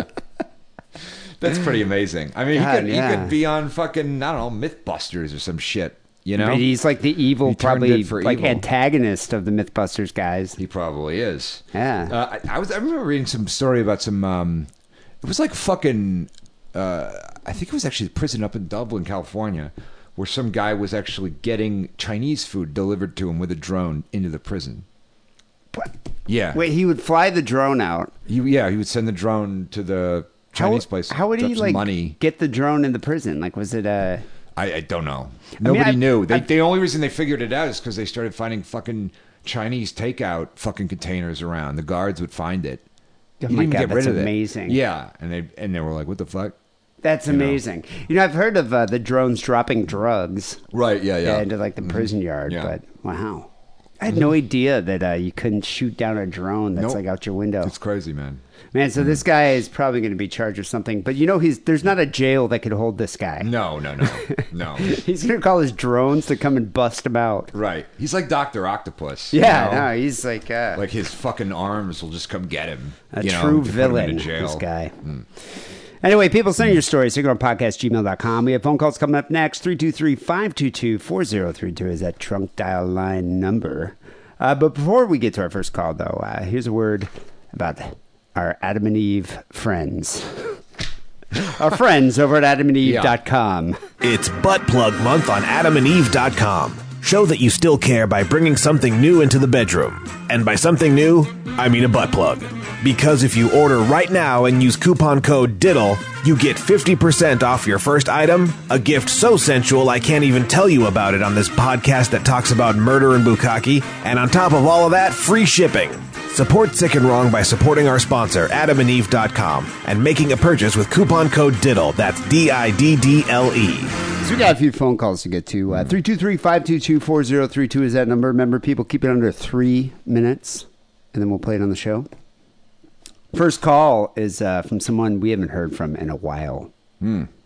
[SPEAKER 4] That's pretty amazing. I mean, he
[SPEAKER 2] God,
[SPEAKER 4] could
[SPEAKER 2] yeah.
[SPEAKER 4] he could be on fucking I don't know MythBusters or some shit. You know,
[SPEAKER 2] But he's like the evil,
[SPEAKER 4] He turned
[SPEAKER 2] probably
[SPEAKER 4] it for
[SPEAKER 2] like
[SPEAKER 4] evil.
[SPEAKER 2] antagonist of the MythBusters guys.
[SPEAKER 4] He probably is.
[SPEAKER 2] Yeah.
[SPEAKER 4] Uh, I, I was. I remember reading some story about some. Um, it was like fucking. Uh, I think it was actually a prison up in Dublin, California, where some guy was actually getting Chinese food delivered to him with a drone into the prison. Yeah.
[SPEAKER 2] Wait, he would fly the drone out.
[SPEAKER 4] He, yeah, he would send the drone to the
[SPEAKER 2] How-
[SPEAKER 4] Chinese place.
[SPEAKER 2] How would
[SPEAKER 4] drop
[SPEAKER 2] he
[SPEAKER 4] some
[SPEAKER 2] like
[SPEAKER 4] money?
[SPEAKER 2] get the drone in the prison? Like, was it a?
[SPEAKER 4] I, I don't know. Nobody
[SPEAKER 2] I-
[SPEAKER 4] knew. They,
[SPEAKER 2] I-
[SPEAKER 4] the only reason they figured it out is because they started finding fucking Chinese takeout fucking containers around. The guards would find it.
[SPEAKER 2] Oh
[SPEAKER 4] You
[SPEAKER 2] my
[SPEAKER 4] didn't
[SPEAKER 2] God,
[SPEAKER 4] get rid
[SPEAKER 2] that's
[SPEAKER 4] of it.
[SPEAKER 2] amazing.
[SPEAKER 4] Yeah, and they and they were like, "What the fuck?"
[SPEAKER 2] That's
[SPEAKER 4] know.
[SPEAKER 2] amazing. You know, I've heard of uh, the drones dropping drugs uh,
[SPEAKER 4] Right? Yeah, yeah.
[SPEAKER 2] into like the prison yard,
[SPEAKER 4] Yeah. Mm-hmm.
[SPEAKER 2] but wow, I had no idea that uh, you couldn't shoot down a drone that's
[SPEAKER 4] Nope.
[SPEAKER 2] like out your window.
[SPEAKER 4] it's mm-hmm. crazy, man.
[SPEAKER 2] Man, so this guy is probably going to be charged with something, but you know, he's there's not a jail that could hold this guy.
[SPEAKER 4] No, no, no, no.
[SPEAKER 2] He's going to call his drones to come and bust him out.
[SPEAKER 4] right? He's like Doctor Octopus. you
[SPEAKER 2] Yeah,
[SPEAKER 4] know?
[SPEAKER 2] no, he's like uh,
[SPEAKER 4] like his fucking arms will just come get him.
[SPEAKER 2] a
[SPEAKER 4] you know,
[SPEAKER 2] true
[SPEAKER 4] to put him into
[SPEAKER 2] villain,
[SPEAKER 4] jail. Hmm.
[SPEAKER 2] this guy. Anyway, people, send your stories. Signal podcast, gmail.com. We have phone calls coming up next. 323 522 4032 is that trunk dial line number. Uh, but before we get to our first call, though, uh, here's a word about our Adam and Eve friends. our friends over at adamandeve.com.
[SPEAKER 6] It's Butt Plug Month on adamandeve.com. Show that you still care by bringing something new into the bedroom. And by something new, I mean a butt plug. Because if you order right now and use coupon code DIDDLE, you get 50% off your first item, a gift so sensual I can't even tell you about it on this podcast that talks about murder and bukkake, and on top of all of that, free shipping. Support Sick and Wrong by supporting our sponsor, adamandeve.com, and making a purchase with coupon code DIDDLE. That's D I D D L E.
[SPEAKER 2] So we got a few phone calls to get to.
[SPEAKER 4] Mm-hmm.
[SPEAKER 2] Uh, 323-522-4032 is that number. Remember, people, keep it under three minutes, and then we'll play it on the show. First call is uh, from someone we haven't heard from in a while.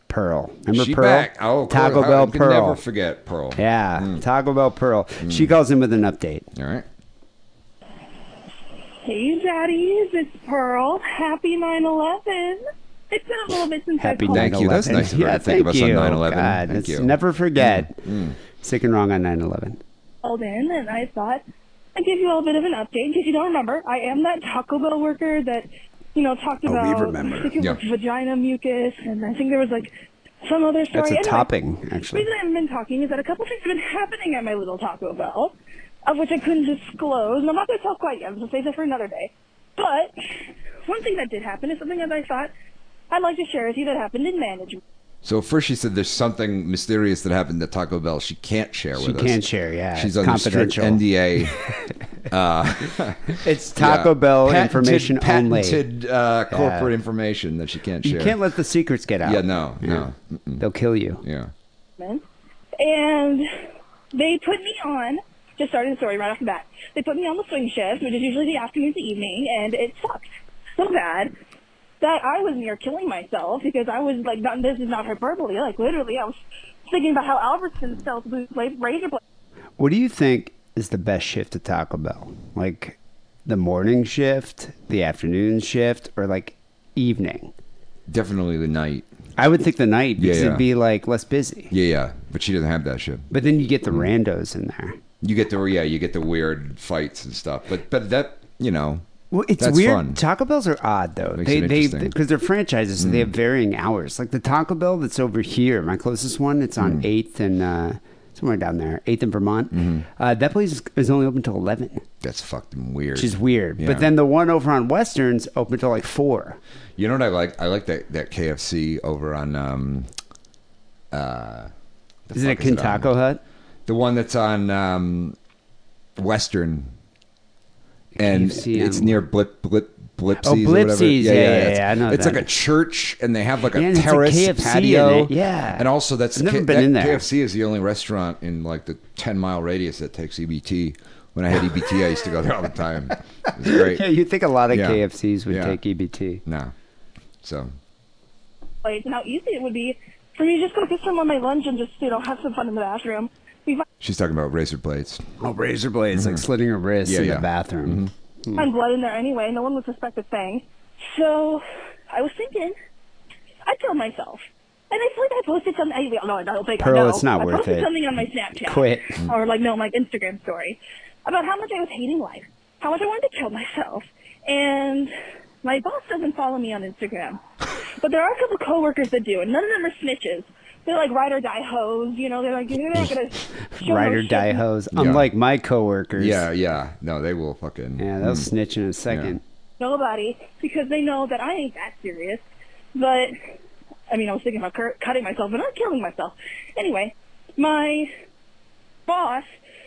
[SPEAKER 2] Pearl. Remember
[SPEAKER 4] Hmm. She
[SPEAKER 2] Pearl?
[SPEAKER 4] back. Oh,
[SPEAKER 2] Taco
[SPEAKER 4] Pearl.
[SPEAKER 2] Bell
[SPEAKER 4] I can
[SPEAKER 2] Pearl.
[SPEAKER 4] Never forget Hmm. Pearl.
[SPEAKER 2] Yeah, Taco Bell Pearl. She calls in with an update.
[SPEAKER 4] All right.
[SPEAKER 7] Hey, daddies, it's Pearl. Happy 9/11. It's been a little bit since
[SPEAKER 2] Happy
[SPEAKER 7] I called.
[SPEAKER 4] Thank you. That's
[SPEAKER 2] 9/11.
[SPEAKER 4] nice of her to
[SPEAKER 2] yeah,
[SPEAKER 4] think
[SPEAKER 2] thank
[SPEAKER 4] of us on
[SPEAKER 2] you.
[SPEAKER 4] 9/11.
[SPEAKER 2] God,
[SPEAKER 4] Thank
[SPEAKER 2] let's
[SPEAKER 4] you. Hmm.
[SPEAKER 2] never forget. Sick and wrong on 9-11.
[SPEAKER 7] called in and I thought I'd give you all a bit of an update in case you don't remember. I am that Taco Bell worker that, you know, talked
[SPEAKER 2] Oh, we
[SPEAKER 7] about
[SPEAKER 2] remember.
[SPEAKER 7] I think it was
[SPEAKER 4] Yeah.
[SPEAKER 7] vagina mucus and I think there was like some other story.
[SPEAKER 2] That's a
[SPEAKER 7] Anyway,
[SPEAKER 2] topping,
[SPEAKER 7] The
[SPEAKER 2] actually.
[SPEAKER 7] reason I haven't been talking is that a couple things have been happening at my little Taco Bell, of which I couldn't disclose, and I'm not going to tell quite yet. I'm going to save that for another day. But one thing that did happen is something that I thought I'd like to share with you that happened in management.
[SPEAKER 4] So first she said there's something mysterious that happened at Taco Bell she can't share
[SPEAKER 2] She
[SPEAKER 4] with us.
[SPEAKER 2] can't share, yeah.
[SPEAKER 4] She's
[SPEAKER 2] It's
[SPEAKER 4] under strict
[SPEAKER 2] confidential.
[SPEAKER 4] NDA. uh,
[SPEAKER 2] It's Taco
[SPEAKER 4] yeah.
[SPEAKER 2] Bell
[SPEAKER 4] Patented-
[SPEAKER 2] information only.
[SPEAKER 4] patented, uh, corporate
[SPEAKER 2] Yeah.
[SPEAKER 4] information that she can't share.
[SPEAKER 2] You can't let the secrets get out.
[SPEAKER 4] Yeah, no, no.
[SPEAKER 2] They'll kill you.
[SPEAKER 4] Yeah.
[SPEAKER 7] and they put me on. Just starting the story right off the bat. They put me on the swing shift, which is usually the afternoon to evening, and it sucked so bad that I was near killing myself because I was like, not, this is not hyperbole. Like literally, I was thinking about how Albertson sells blue plate razor blades.
[SPEAKER 2] What do you think is the best shift at Taco Bell? Like the morning shift, the afternoon shift, or like evening?
[SPEAKER 4] Definitely the night.
[SPEAKER 2] I would think the night because
[SPEAKER 4] Yeah, yeah.
[SPEAKER 2] it'd be like less busy.
[SPEAKER 4] Yeah, yeah. But she doesn't have that shit.
[SPEAKER 2] But then you get the randos in there.
[SPEAKER 4] You get the yeah, you get the weird fights and stuff. But but that you know,
[SPEAKER 2] Well, it's
[SPEAKER 4] That's
[SPEAKER 2] weird.
[SPEAKER 4] fun.
[SPEAKER 2] Taco Bells are odd though.
[SPEAKER 4] Makes
[SPEAKER 2] they
[SPEAKER 4] it
[SPEAKER 2] they
[SPEAKER 4] interesting. Mm.
[SPEAKER 2] because they're franchises, so they have varying hours. Like the Taco Bell that's over here, my closest one, it's
[SPEAKER 4] Mm.
[SPEAKER 2] on Eighth and uh, somewhere down there, Eighth and Vermont.
[SPEAKER 4] Mm-hmm.
[SPEAKER 2] Uh, that place is- is only open till eleven,
[SPEAKER 4] that's fucking weird.
[SPEAKER 2] which is weird.
[SPEAKER 4] Yeah.
[SPEAKER 2] But then the one over on Western's open till like four.
[SPEAKER 4] You know what I like? I like that that KFC over on um uh the
[SPEAKER 2] Is it a
[SPEAKER 4] fuck is it on?
[SPEAKER 2] Kintaco Hut?
[SPEAKER 4] the one that's on um Western and
[SPEAKER 2] KFC
[SPEAKER 4] it's
[SPEAKER 2] on-
[SPEAKER 4] near Blip Blip Blipsies.
[SPEAKER 2] Oh,
[SPEAKER 4] or whatever.
[SPEAKER 2] Blipsies. Yeah, yeah,
[SPEAKER 4] it's-
[SPEAKER 2] yeah, I know
[SPEAKER 4] It's
[SPEAKER 2] that.
[SPEAKER 4] like a church, and they have like a
[SPEAKER 2] Yeah, and it's a
[SPEAKER 4] terrace
[SPEAKER 2] KFC in
[SPEAKER 4] patio.
[SPEAKER 2] it, yeah.
[SPEAKER 4] and also that's
[SPEAKER 2] I've never
[SPEAKER 4] K-
[SPEAKER 2] been
[SPEAKER 4] that
[SPEAKER 2] in there.
[SPEAKER 4] KFC is the only restaurant in like the ten mile radius that takes EBT. When I had EBT, I used to go there all the time. It was great.
[SPEAKER 2] Yeah, you'd think a lot of
[SPEAKER 4] Yeah.
[SPEAKER 2] KFCs would
[SPEAKER 4] Yeah.
[SPEAKER 2] take E EBT.
[SPEAKER 4] No, so
[SPEAKER 7] place and how easy it would be for me to just go get some on my lunch and just, you know, have some fun in the bathroom. We find
[SPEAKER 4] she's talking about razor blades.
[SPEAKER 2] Oh, razor blades, like slitting your wrists
[SPEAKER 4] Mm-hmm. Yeah,
[SPEAKER 2] in
[SPEAKER 4] yeah. Mm-hmm.
[SPEAKER 2] the bathroom.
[SPEAKER 7] find blood in there anyway. No one would suspect a thing. So I was thinking, I'd kill myself. And I feel like I posted something. I, no, I don't think I
[SPEAKER 2] Pearl,
[SPEAKER 7] know.
[SPEAKER 2] it's not
[SPEAKER 7] I
[SPEAKER 2] worth
[SPEAKER 7] posted
[SPEAKER 2] it.
[SPEAKER 7] something on my Snapchat.
[SPEAKER 2] Quit.
[SPEAKER 7] Or like, no, my Instagram story about how much I was hating life, how much I wanted to kill myself. And my boss doesn't follow me on Instagram. But there are a couple coworkers that do, and none of them are snitches. They're like ride or die hoes, you know. They're like they're not gonna show
[SPEAKER 2] Ride
[SPEAKER 7] no
[SPEAKER 2] or
[SPEAKER 7] shit.
[SPEAKER 2] die hose. Unlike my coworkers.
[SPEAKER 4] Yeah, Mm. yeah. No, they will fucking.
[SPEAKER 2] Yeah, they'll snitch in a second.
[SPEAKER 7] nobody because they know that I ain't that serious. But I mean, I was thinking about cur- cutting myself, but not killing myself. Anyway, my boss,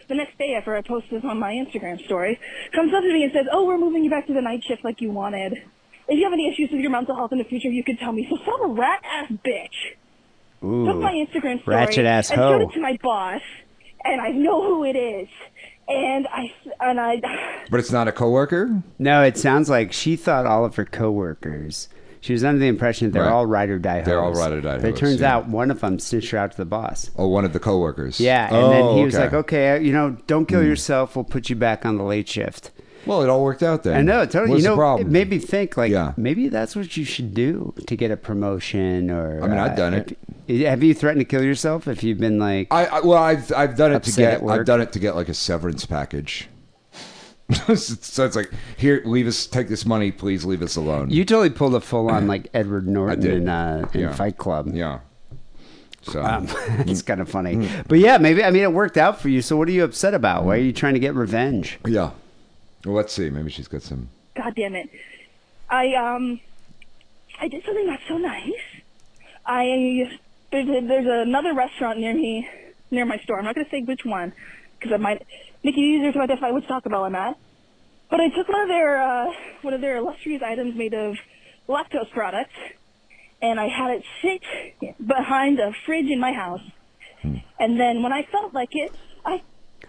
[SPEAKER 7] the next day after I posted this on my Instagram story, comes up to me and says, "Oh, we're moving you back to the night shift like you wanted. If you have any issues with your mental health in the future, you can tell me." So some rat ass bitch took
[SPEAKER 2] Ooh.
[SPEAKER 7] my Instagram story
[SPEAKER 2] Ratchet ass
[SPEAKER 7] and
[SPEAKER 2] hoe.
[SPEAKER 7] showed it to my boss, and I know who it is. And I and I.
[SPEAKER 4] But it's not a coworker.
[SPEAKER 2] No, it sounds like she thought all of her coworkers. She was under the impression that they're
[SPEAKER 4] Right.
[SPEAKER 2] all ride or die.
[SPEAKER 4] They're all
[SPEAKER 2] hoes.
[SPEAKER 4] ride or die
[SPEAKER 2] But it
[SPEAKER 4] hoes,
[SPEAKER 2] turns
[SPEAKER 4] yeah.
[SPEAKER 2] out one of them snitched her out to the boss.
[SPEAKER 4] Oh, one of the coworkers.
[SPEAKER 2] Yeah, and
[SPEAKER 4] oh,
[SPEAKER 2] then he was
[SPEAKER 4] okay. Hmm.
[SPEAKER 2] like, "Okay, uh, you know, don't kill yourself. We'll put you back on the late shift."
[SPEAKER 4] Well, it all worked out then.
[SPEAKER 2] I know, totally.
[SPEAKER 4] What's
[SPEAKER 2] you know,
[SPEAKER 4] the problem?
[SPEAKER 2] it made me think like
[SPEAKER 4] Yeah.
[SPEAKER 2] maybe that's what you should do to get a promotion. Or uh,
[SPEAKER 4] I mean, I've done
[SPEAKER 2] if-
[SPEAKER 4] it.
[SPEAKER 2] Have you threatened to kill yourself if you've been like?
[SPEAKER 4] I, I well, I've I've done it to
[SPEAKER 2] Upset at
[SPEAKER 4] get
[SPEAKER 2] work.
[SPEAKER 4] I've done it to get like a severance package. so it's like here, leave us, take this money, please leave us alone.
[SPEAKER 2] you totally pulled a full on like Edward Norton
[SPEAKER 4] did.
[SPEAKER 2] in, uh, in
[SPEAKER 4] Yeah.
[SPEAKER 2] Fight Club.
[SPEAKER 4] yeah. So
[SPEAKER 2] Um, it's kind of funny,
[SPEAKER 4] Mm.
[SPEAKER 2] but yeah, maybe I mean it worked out for you. So what are you upset about? Why are you trying to get revenge?
[SPEAKER 4] yeah. Well, let's see. Maybe she's got some.
[SPEAKER 7] God damn it. I um I did something not so nice. I there's a, there's another restaurant near me near my store. I'm not gonna say which one because I might make it easier to identify which Taco Bell I'm at. But I took one of their uh, one of their illustrious items made of lactose products, and I had it sit behind a fridge in my house. And then when I felt like it, I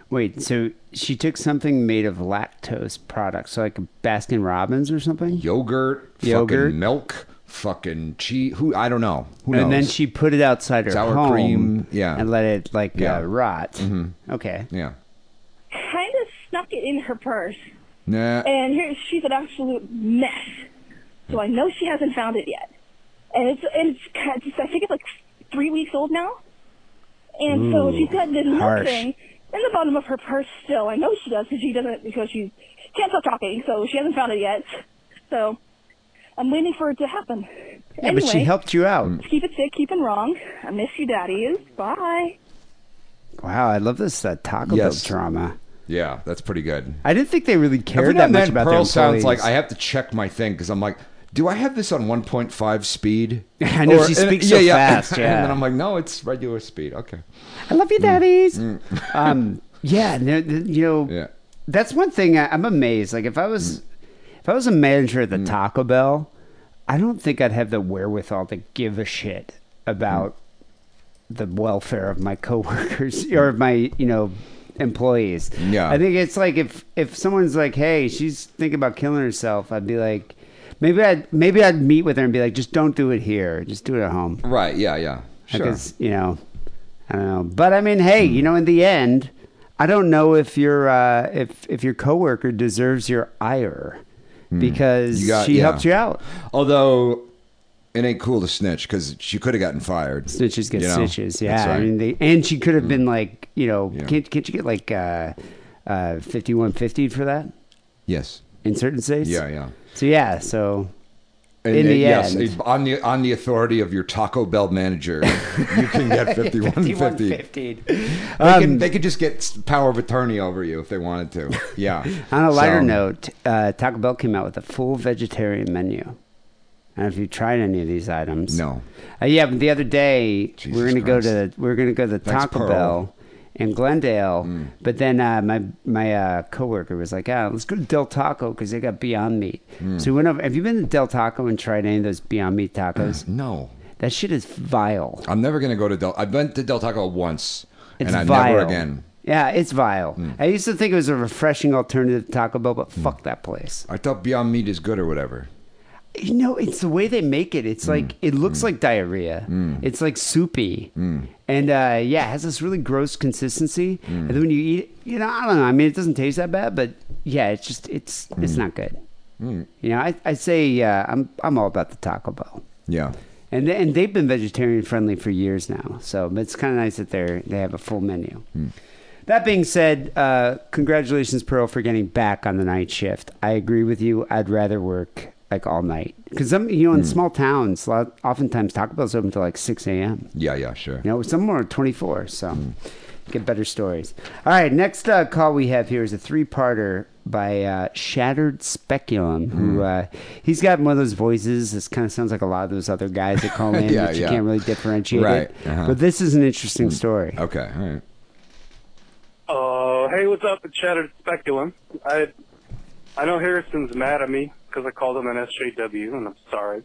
[SPEAKER 2] Wait, so she took something made of lactose products, so like Baskin Robbins or something,
[SPEAKER 4] yogurt,
[SPEAKER 2] Yogurt.
[SPEAKER 4] fucking milk, fucking cheese. Who I don't know. Who knows?
[SPEAKER 2] and then she put it outside her
[SPEAKER 4] Sour
[SPEAKER 2] home
[SPEAKER 4] cream, yeah.
[SPEAKER 2] and let it like
[SPEAKER 4] Yeah. Mm-hmm.
[SPEAKER 2] uh, rot. Okay,
[SPEAKER 4] yeah.
[SPEAKER 7] kind of snuck it in her purse.
[SPEAKER 4] Nah.
[SPEAKER 7] and here she's an absolute mess. So I know she hasn't found it yet, and it's and it's, kind of- I think it's like three weeks old now, and so she's got this
[SPEAKER 2] harsh.
[SPEAKER 7] nothing in the bottom of her purse still. I know she does because she doesn't because she can't stop talking, so she hasn't found it yet. So I'm waiting for it to happen.
[SPEAKER 2] yeah,
[SPEAKER 7] anyway,
[SPEAKER 2] but she helped you out.
[SPEAKER 4] Mm.
[SPEAKER 7] keep it sick, keep it wrong. I miss you, daddies. Bye.
[SPEAKER 2] Wow, I love this uh, Taco
[SPEAKER 4] Yes.
[SPEAKER 2] Bell drama.
[SPEAKER 4] yeah, that's pretty good.
[SPEAKER 2] I didn't think they really
[SPEAKER 4] Every
[SPEAKER 2] cared
[SPEAKER 4] now
[SPEAKER 2] that
[SPEAKER 4] and
[SPEAKER 2] much
[SPEAKER 4] then,
[SPEAKER 2] about their
[SPEAKER 4] Pearl sounds like I
[SPEAKER 2] employees.
[SPEAKER 4] have to check my thing because I'm like, do I have this on 1.5 speed?
[SPEAKER 2] I know, she
[SPEAKER 4] and-
[SPEAKER 2] speaks so fast, yeah.
[SPEAKER 4] and then I'm like, no, it's regular speed. Okay.
[SPEAKER 2] I love you, daddies. um, yeah, no, th- you know,
[SPEAKER 4] Mm, Yeah. Mm.
[SPEAKER 2] that's one thing I, I'm amazed. Like if I was, if I was a manager at the Taco Bell, I don't think I'd have the wherewithal to give a shit about
[SPEAKER 4] Mm.
[SPEAKER 2] the welfare of my coworkers or of my, you know, employees.
[SPEAKER 4] Yeah.
[SPEAKER 2] I think it's like if if someone's like, "Hey, she's thinking about killing herself," I'd be like. Maybe I'd maybe I'd meet with her and be like, just don't do it here. Just do it at home
[SPEAKER 4] Right. Yeah. Yeah. Sure. Hmm.
[SPEAKER 2] because you know i don't know but i mean hey you know in the end i don't know if your uh if if your coworker deserves your ire because
[SPEAKER 4] Hmm. You got-
[SPEAKER 2] she
[SPEAKER 4] yeah.
[SPEAKER 2] helped you out
[SPEAKER 4] Although it ain't cool to snitch because she could have gotten fired.
[SPEAKER 2] Snitches get
[SPEAKER 4] You know?
[SPEAKER 2] stitches. Yeah,
[SPEAKER 4] That's right. Hmm.
[SPEAKER 2] I mean, they, and she could have been like, you know,
[SPEAKER 4] Yeah.
[SPEAKER 2] can't can't you get like uh, uh, fifty one fifty for that
[SPEAKER 4] yes.
[SPEAKER 2] in certain states?
[SPEAKER 4] Yeah, yeah.
[SPEAKER 2] So yeah, so
[SPEAKER 4] And-
[SPEAKER 2] In
[SPEAKER 4] and
[SPEAKER 2] the
[SPEAKER 4] yes,
[SPEAKER 2] end.
[SPEAKER 4] on the on the authority of your Taco Bell manager, you can get fifty one fifty.
[SPEAKER 2] 51.50.
[SPEAKER 4] They
[SPEAKER 2] Um,
[SPEAKER 4] can they could just get s- power of attorney over you if they wanted to. Yeah.
[SPEAKER 2] On a lighter
[SPEAKER 4] So-
[SPEAKER 2] note, uh, Taco Bell came out with a full vegetarian menu. I don't know if you tried any of these items.
[SPEAKER 4] No.
[SPEAKER 2] Uh, yeah, but the other day we
[SPEAKER 4] Jesus
[SPEAKER 2] are gonna go
[SPEAKER 4] Christ.
[SPEAKER 2] to we are gonna go to
[SPEAKER 4] Thanks,
[SPEAKER 2] Taco
[SPEAKER 4] Pearl. Mm.
[SPEAKER 2] Bell in Glendale, but then uh, my my uh, coworker was like, "Ah, let's go to Del Taco because they got Beyond Meat."
[SPEAKER 4] Mm.
[SPEAKER 2] So we went over. Have you been to Del Taco and tried any of those Beyond Meat tacos?
[SPEAKER 4] No.
[SPEAKER 2] that shit is vile.
[SPEAKER 4] I'm never gonna go to Del. I've been to Del Taco once,
[SPEAKER 2] It's
[SPEAKER 4] and I
[SPEAKER 2] vile.
[SPEAKER 4] never again. Mm.
[SPEAKER 2] Yeah, it's vile. I used to think it was a refreshing alternative to Taco Bell, but fuck that place.
[SPEAKER 4] I thought Beyond Meat is good or whatever.
[SPEAKER 2] You know, it's the way they make it. It's like it looks like diarrhea. It's like soupy, and uh, yeah, it has this really gross consistency. And then when you eat, it, you know, I don't know. I mean, it doesn't taste that bad, but yeah, it's just it's it's not good. You know, I I say uh, I'm I'm all about the Taco Bell,
[SPEAKER 4] Yeah.
[SPEAKER 2] and they, and they've been vegetarian friendly for years now. So but it's kind of nice that they're they have a full menu. That being said, uh, congratulations, Pearl, for getting back on the night shift. I agree with you. I'd rather work like all night because some, you know, in small towns, a lot, oftentimes Taco Bell's open till like six a.m.
[SPEAKER 4] Yeah. Yeah. Sure.
[SPEAKER 2] You know, some are twenty-four, so get better stories. All right, next uh, call we have here is a three-parter by uh, Shattered Speculum. Who uh, he's got one of those voices. This kind of sounds like a lot of those other guys that call in,
[SPEAKER 4] Yeah,
[SPEAKER 2] but you
[SPEAKER 4] yeah.
[SPEAKER 2] can't really differentiate
[SPEAKER 4] Right,
[SPEAKER 2] it.
[SPEAKER 4] uh-huh.
[SPEAKER 2] But this is an interesting story.
[SPEAKER 4] Okay. All right.
[SPEAKER 8] Uh, hey, what's up? It's Shattered Speculum. I I know Harrison's mad at me because I called him an SJW, and I'm sorry.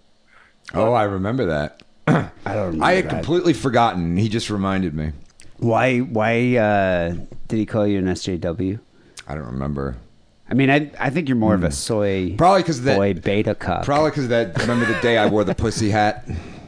[SPEAKER 4] Oh, I remember that.
[SPEAKER 2] I don't. know
[SPEAKER 4] I had
[SPEAKER 2] that.
[SPEAKER 4] completely forgotten. He just reminded me.
[SPEAKER 2] Why? Why uh, did he call you an SJW?
[SPEAKER 4] I don't remember.
[SPEAKER 2] I mean, I I think you're more of a soy
[SPEAKER 4] Probably 'cause that-
[SPEAKER 2] boy beta cup.
[SPEAKER 4] Probably because that. Remember the day I wore the pussy hat?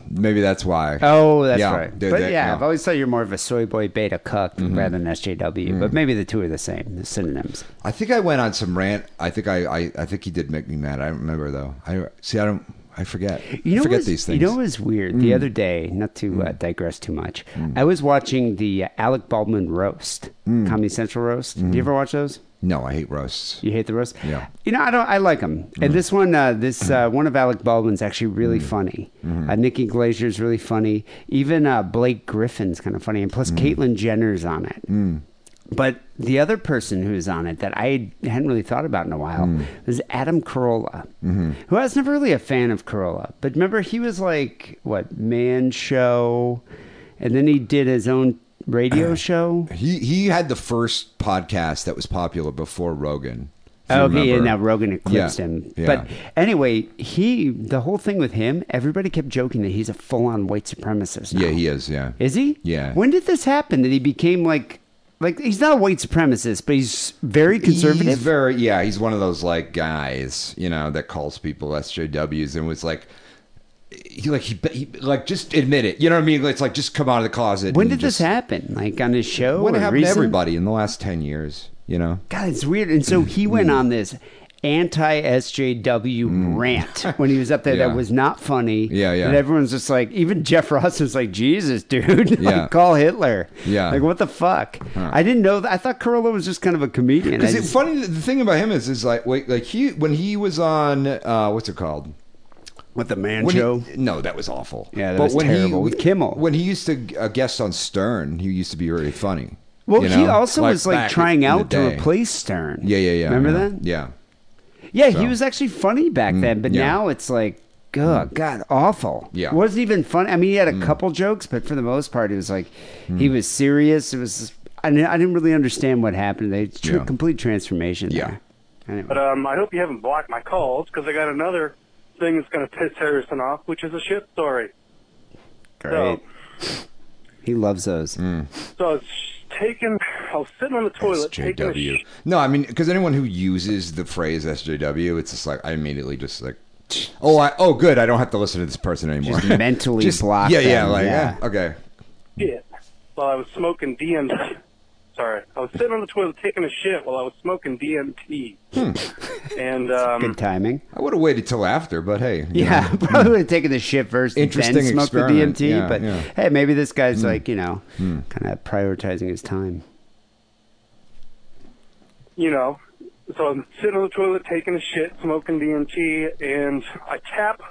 [SPEAKER 4] Maybe that's why.
[SPEAKER 2] Oh, that's
[SPEAKER 4] Yeah,
[SPEAKER 2] right.
[SPEAKER 4] did
[SPEAKER 2] but
[SPEAKER 4] that,
[SPEAKER 2] yeah,
[SPEAKER 4] yeah. Mm-hmm.
[SPEAKER 2] I've always thought you're more of a soy boy beta cuck rather than SJW. But maybe the two are the same, the synonyms.
[SPEAKER 4] I think I went on some rant. I think I, I, I think he did make me mad. I don't remember though. I see. I don't. I forget.
[SPEAKER 2] You know,
[SPEAKER 4] I forget
[SPEAKER 2] what's-
[SPEAKER 4] these things. Mm.
[SPEAKER 2] You know, what was weird the other day. Not to uh, digress too much. I was watching the uh, Alec Baldwin roast,
[SPEAKER 4] Mm.
[SPEAKER 2] Comedy Central roast.
[SPEAKER 4] Mm-hmm.
[SPEAKER 2] Do you ever watch those?
[SPEAKER 4] no, I hate roasts.
[SPEAKER 2] You hate the roast?
[SPEAKER 4] Yeah.
[SPEAKER 2] You know, I don't. I like them. And this one, uh, this uh, one of Alec Baldwin's actually really funny. Uh, Nikki Glazier's really funny. Even uh, Blake Griffin's kind of funny, and plus Caitlyn Jenner's on it. But the other person who's on it that I hadn't really thought about in a while was Adam Carolla, who I was never really a fan of Carolla. But remember, he was like what man show, and then he did his own radio show.
[SPEAKER 4] He he had the first podcast that was popular before Rogan. if you
[SPEAKER 2] Okay, yeah,
[SPEAKER 4] remember.
[SPEAKER 2] Oh, now Rogan eclipsed
[SPEAKER 4] Yeah,
[SPEAKER 2] him.
[SPEAKER 4] yeah.
[SPEAKER 2] But anyway, he the whole thing with him, everybody kept joking that he's a full on white supremacist. now.
[SPEAKER 4] yeah, he is. Yeah,
[SPEAKER 2] Is he?
[SPEAKER 4] Yeah.
[SPEAKER 2] When did this happen that he became like like he's not a white supremacist, but he's very conservative.
[SPEAKER 4] He's very yeah. He's one of those like guys, you know, that calls people SJWs and was like, he like he, he like just admit it. You know what I mean? It's like just come out of the closet.
[SPEAKER 2] when
[SPEAKER 4] and
[SPEAKER 2] did
[SPEAKER 4] just-
[SPEAKER 2] this happen? Like on his show?
[SPEAKER 4] What
[SPEAKER 2] or
[SPEAKER 4] happened to
[SPEAKER 2] recent?
[SPEAKER 4] everybody in the last ten years? You know.
[SPEAKER 2] God, it's weird. And
[SPEAKER 4] Mm-hmm.
[SPEAKER 2] so he went on this anti SJW rant when he was up there
[SPEAKER 4] Mm-hmm. Yeah.
[SPEAKER 2] that was not funny.
[SPEAKER 4] Yeah, yeah.
[SPEAKER 2] That everyone's just like, even Jeff Ross was like, Jesus, dude, like,
[SPEAKER 4] Yeah.
[SPEAKER 2] call Hitler.
[SPEAKER 4] Yeah.
[SPEAKER 2] Like, what the fuck? I didn't know that. I thought Corolla was just kind of a comedian. I
[SPEAKER 4] Because it's
[SPEAKER 2] just-
[SPEAKER 4] funny. The thing about him is, is like, wait, like he when he was on, uh, what's it called?
[SPEAKER 2] with the man
[SPEAKER 4] When he-
[SPEAKER 2] show.
[SPEAKER 4] no, that was awful.
[SPEAKER 2] Yeah, that was terrible. With Kimmel.
[SPEAKER 4] when he used to uh, guest on Stern, he used to be really funny.
[SPEAKER 2] well,
[SPEAKER 4] you
[SPEAKER 2] he
[SPEAKER 4] know?
[SPEAKER 2] also was like
[SPEAKER 4] back
[SPEAKER 2] trying
[SPEAKER 4] in
[SPEAKER 2] out
[SPEAKER 4] the
[SPEAKER 2] to
[SPEAKER 4] day.
[SPEAKER 2] replace Stern.
[SPEAKER 4] Yeah, yeah, yeah.
[SPEAKER 2] Remember
[SPEAKER 4] yeah.
[SPEAKER 2] that?
[SPEAKER 4] Yeah,
[SPEAKER 2] Yeah,
[SPEAKER 4] So- Mm,
[SPEAKER 2] he was actually funny back then, but
[SPEAKER 4] yeah. Mm.
[SPEAKER 2] now it's like, ugh, God, awful.
[SPEAKER 4] Yeah. Mm.
[SPEAKER 2] It wasn't even funny. I mean, he had a couple jokes, but for the most part, it was like, he was serious. It was, I didn't, I didn't really understand what happened. They tr-
[SPEAKER 4] Yeah.
[SPEAKER 2] complete transformation.
[SPEAKER 4] Yeah.
[SPEAKER 2] there. Anyway.
[SPEAKER 8] But um, I hope you haven't blocked my calls because I got another thing that's going to piss Harrison off, which is a shit story.
[SPEAKER 2] Great. He loves those.
[SPEAKER 4] Mm.
[SPEAKER 8] So, so I was taking, I was sitting on the toilet, taking a
[SPEAKER 4] SJW.
[SPEAKER 8] sh-
[SPEAKER 4] No, I mean, because anyone who uses the phrase SJW, it's just like I immediately just like, oh, I, oh, good, I don't have to listen to this person anymore.
[SPEAKER 2] Just mentally block
[SPEAKER 4] Yeah, uh, yeah,
[SPEAKER 2] them,
[SPEAKER 4] like
[SPEAKER 2] yeah.
[SPEAKER 4] yeah, okay.
[SPEAKER 8] shit while I was smoking DMT. Sorry. I was sitting on the toilet taking a shit while I was smoking DMT. and um,
[SPEAKER 2] Good timing.
[SPEAKER 4] I would have waited till after, but hey. you
[SPEAKER 2] Yeah,
[SPEAKER 4] know.
[SPEAKER 2] probably would have taken the shit first.
[SPEAKER 4] Mm. Interesting
[SPEAKER 2] then smoked the
[SPEAKER 4] experiment.
[SPEAKER 2] DMT.
[SPEAKER 4] Yeah,
[SPEAKER 2] but
[SPEAKER 4] yeah. Mm.
[SPEAKER 2] hey, maybe this guy's like you know, kind of prioritizing his time.
[SPEAKER 8] you know, so I'm sitting on the toilet taking a shit, smoking DMT, and I tap,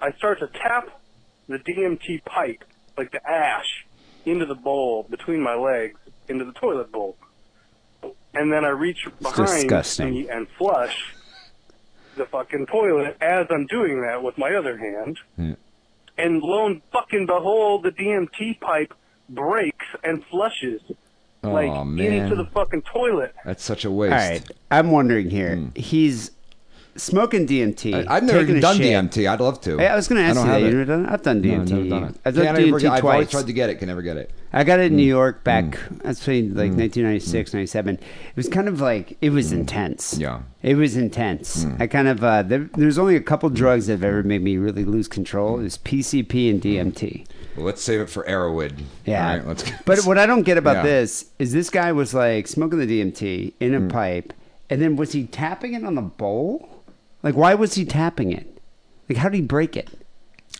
[SPEAKER 8] I start to tap the DMT pipe, like the ash, into the bowl between my legs, into the toilet bowl. And then I reach behind
[SPEAKER 2] disgusting.
[SPEAKER 8] me and flush the fucking toilet as I'm doing that with my other hand. And lo and fucking behold, the DMT pipe breaks and flushes.
[SPEAKER 4] Aw,
[SPEAKER 8] Like
[SPEAKER 4] man.
[SPEAKER 8] into the fucking toilet.
[SPEAKER 4] That's such a waste.
[SPEAKER 2] All right, I'm wondering here. He's smoking DMT.
[SPEAKER 4] Hmm. I, have never
[SPEAKER 2] taking
[SPEAKER 4] even
[SPEAKER 2] a
[SPEAKER 4] done
[SPEAKER 2] shit.
[SPEAKER 4] DMT. I'd love to.
[SPEAKER 2] Hey, I was going to ask
[SPEAKER 4] don't
[SPEAKER 2] you that.
[SPEAKER 4] have
[SPEAKER 2] You
[SPEAKER 4] it.
[SPEAKER 2] never done it? I've done
[SPEAKER 4] No,
[SPEAKER 2] DMT.
[SPEAKER 4] I've never done it.
[SPEAKER 2] I've done
[SPEAKER 4] Can't
[SPEAKER 2] DMT
[SPEAKER 4] ever get- I've always
[SPEAKER 2] twice.
[SPEAKER 4] tried to Hmm. get it. Can never get it.
[SPEAKER 2] I got it in New York back that's between like
[SPEAKER 4] Hmm.
[SPEAKER 2] 1996, 97. It was kind of like it was intense.
[SPEAKER 4] Yeah. Hmm.
[SPEAKER 2] it was intense. I kind of uh, there, there's only a couple drugs that have ever made me really lose control. Is PCP and DMT.
[SPEAKER 4] Well, let's save it for Arrowwood.
[SPEAKER 2] Yeah.
[SPEAKER 4] All right, let's.
[SPEAKER 2] but what I don't get about
[SPEAKER 4] Yeah.
[SPEAKER 2] this is this guy was like smoking the DMT in
[SPEAKER 4] Mm.
[SPEAKER 2] a pipe, and then was he tapping it on the bowl? Like, why was he tapping it? Like, how did he break it?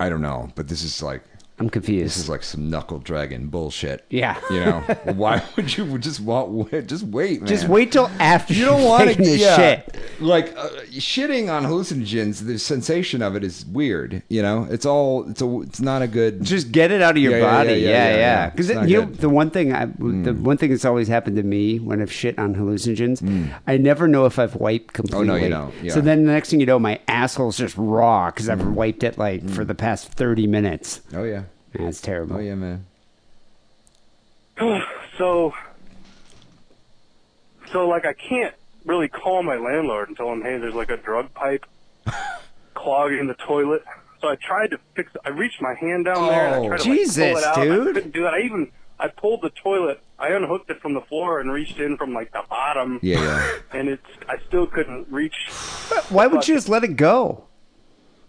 [SPEAKER 4] I don't know, but this is like
[SPEAKER 2] I'm confused.
[SPEAKER 4] this is like some knuckle dragon bullshit.
[SPEAKER 2] Yeah.
[SPEAKER 4] You know why would you just want just wait? Man.
[SPEAKER 2] Just wait till after
[SPEAKER 4] You don't want to
[SPEAKER 2] taking this
[SPEAKER 4] yeah,
[SPEAKER 2] shit.
[SPEAKER 4] Like uh, shitting on hallucinogens, the sensation of it is weird. You know, it's all it's a it's not a good.
[SPEAKER 2] Just get it out of your
[SPEAKER 4] Yeah, yeah,
[SPEAKER 2] body.
[SPEAKER 4] yeah,
[SPEAKER 2] Yeah,
[SPEAKER 4] yeah, yeah, yeah.
[SPEAKER 2] yeah. Because
[SPEAKER 4] It's not
[SPEAKER 2] you know,
[SPEAKER 4] good. Mm.
[SPEAKER 2] the one thing I, the one thing that's always happened to me when I've shit on hallucinogens, I never know if I've wiped completely.
[SPEAKER 4] Mm. Oh, you don't. Yeah. Mm.
[SPEAKER 2] So then the next thing you know, my asshole's just raw because I've wiped it like for the past thirty minutes.
[SPEAKER 4] oh yeah,
[SPEAKER 2] That's terrible.
[SPEAKER 4] oh yeah, man.
[SPEAKER 8] So, so like I can't really call my landlord and tell him, hey, there's like a drug pipe clogging the toilet. So I tried to fix. I reached my hand down there. And I
[SPEAKER 4] Oh,
[SPEAKER 8] tried to like, pull
[SPEAKER 2] Jesus,
[SPEAKER 8] it out. I
[SPEAKER 2] dude.
[SPEAKER 8] couldn't do that. I even I pulled the toilet. I unhooked it from the floor and reached in from like the bottom.
[SPEAKER 4] Yeah, yeah.
[SPEAKER 8] And it's I still couldn't reach.
[SPEAKER 2] Why would you just let it go?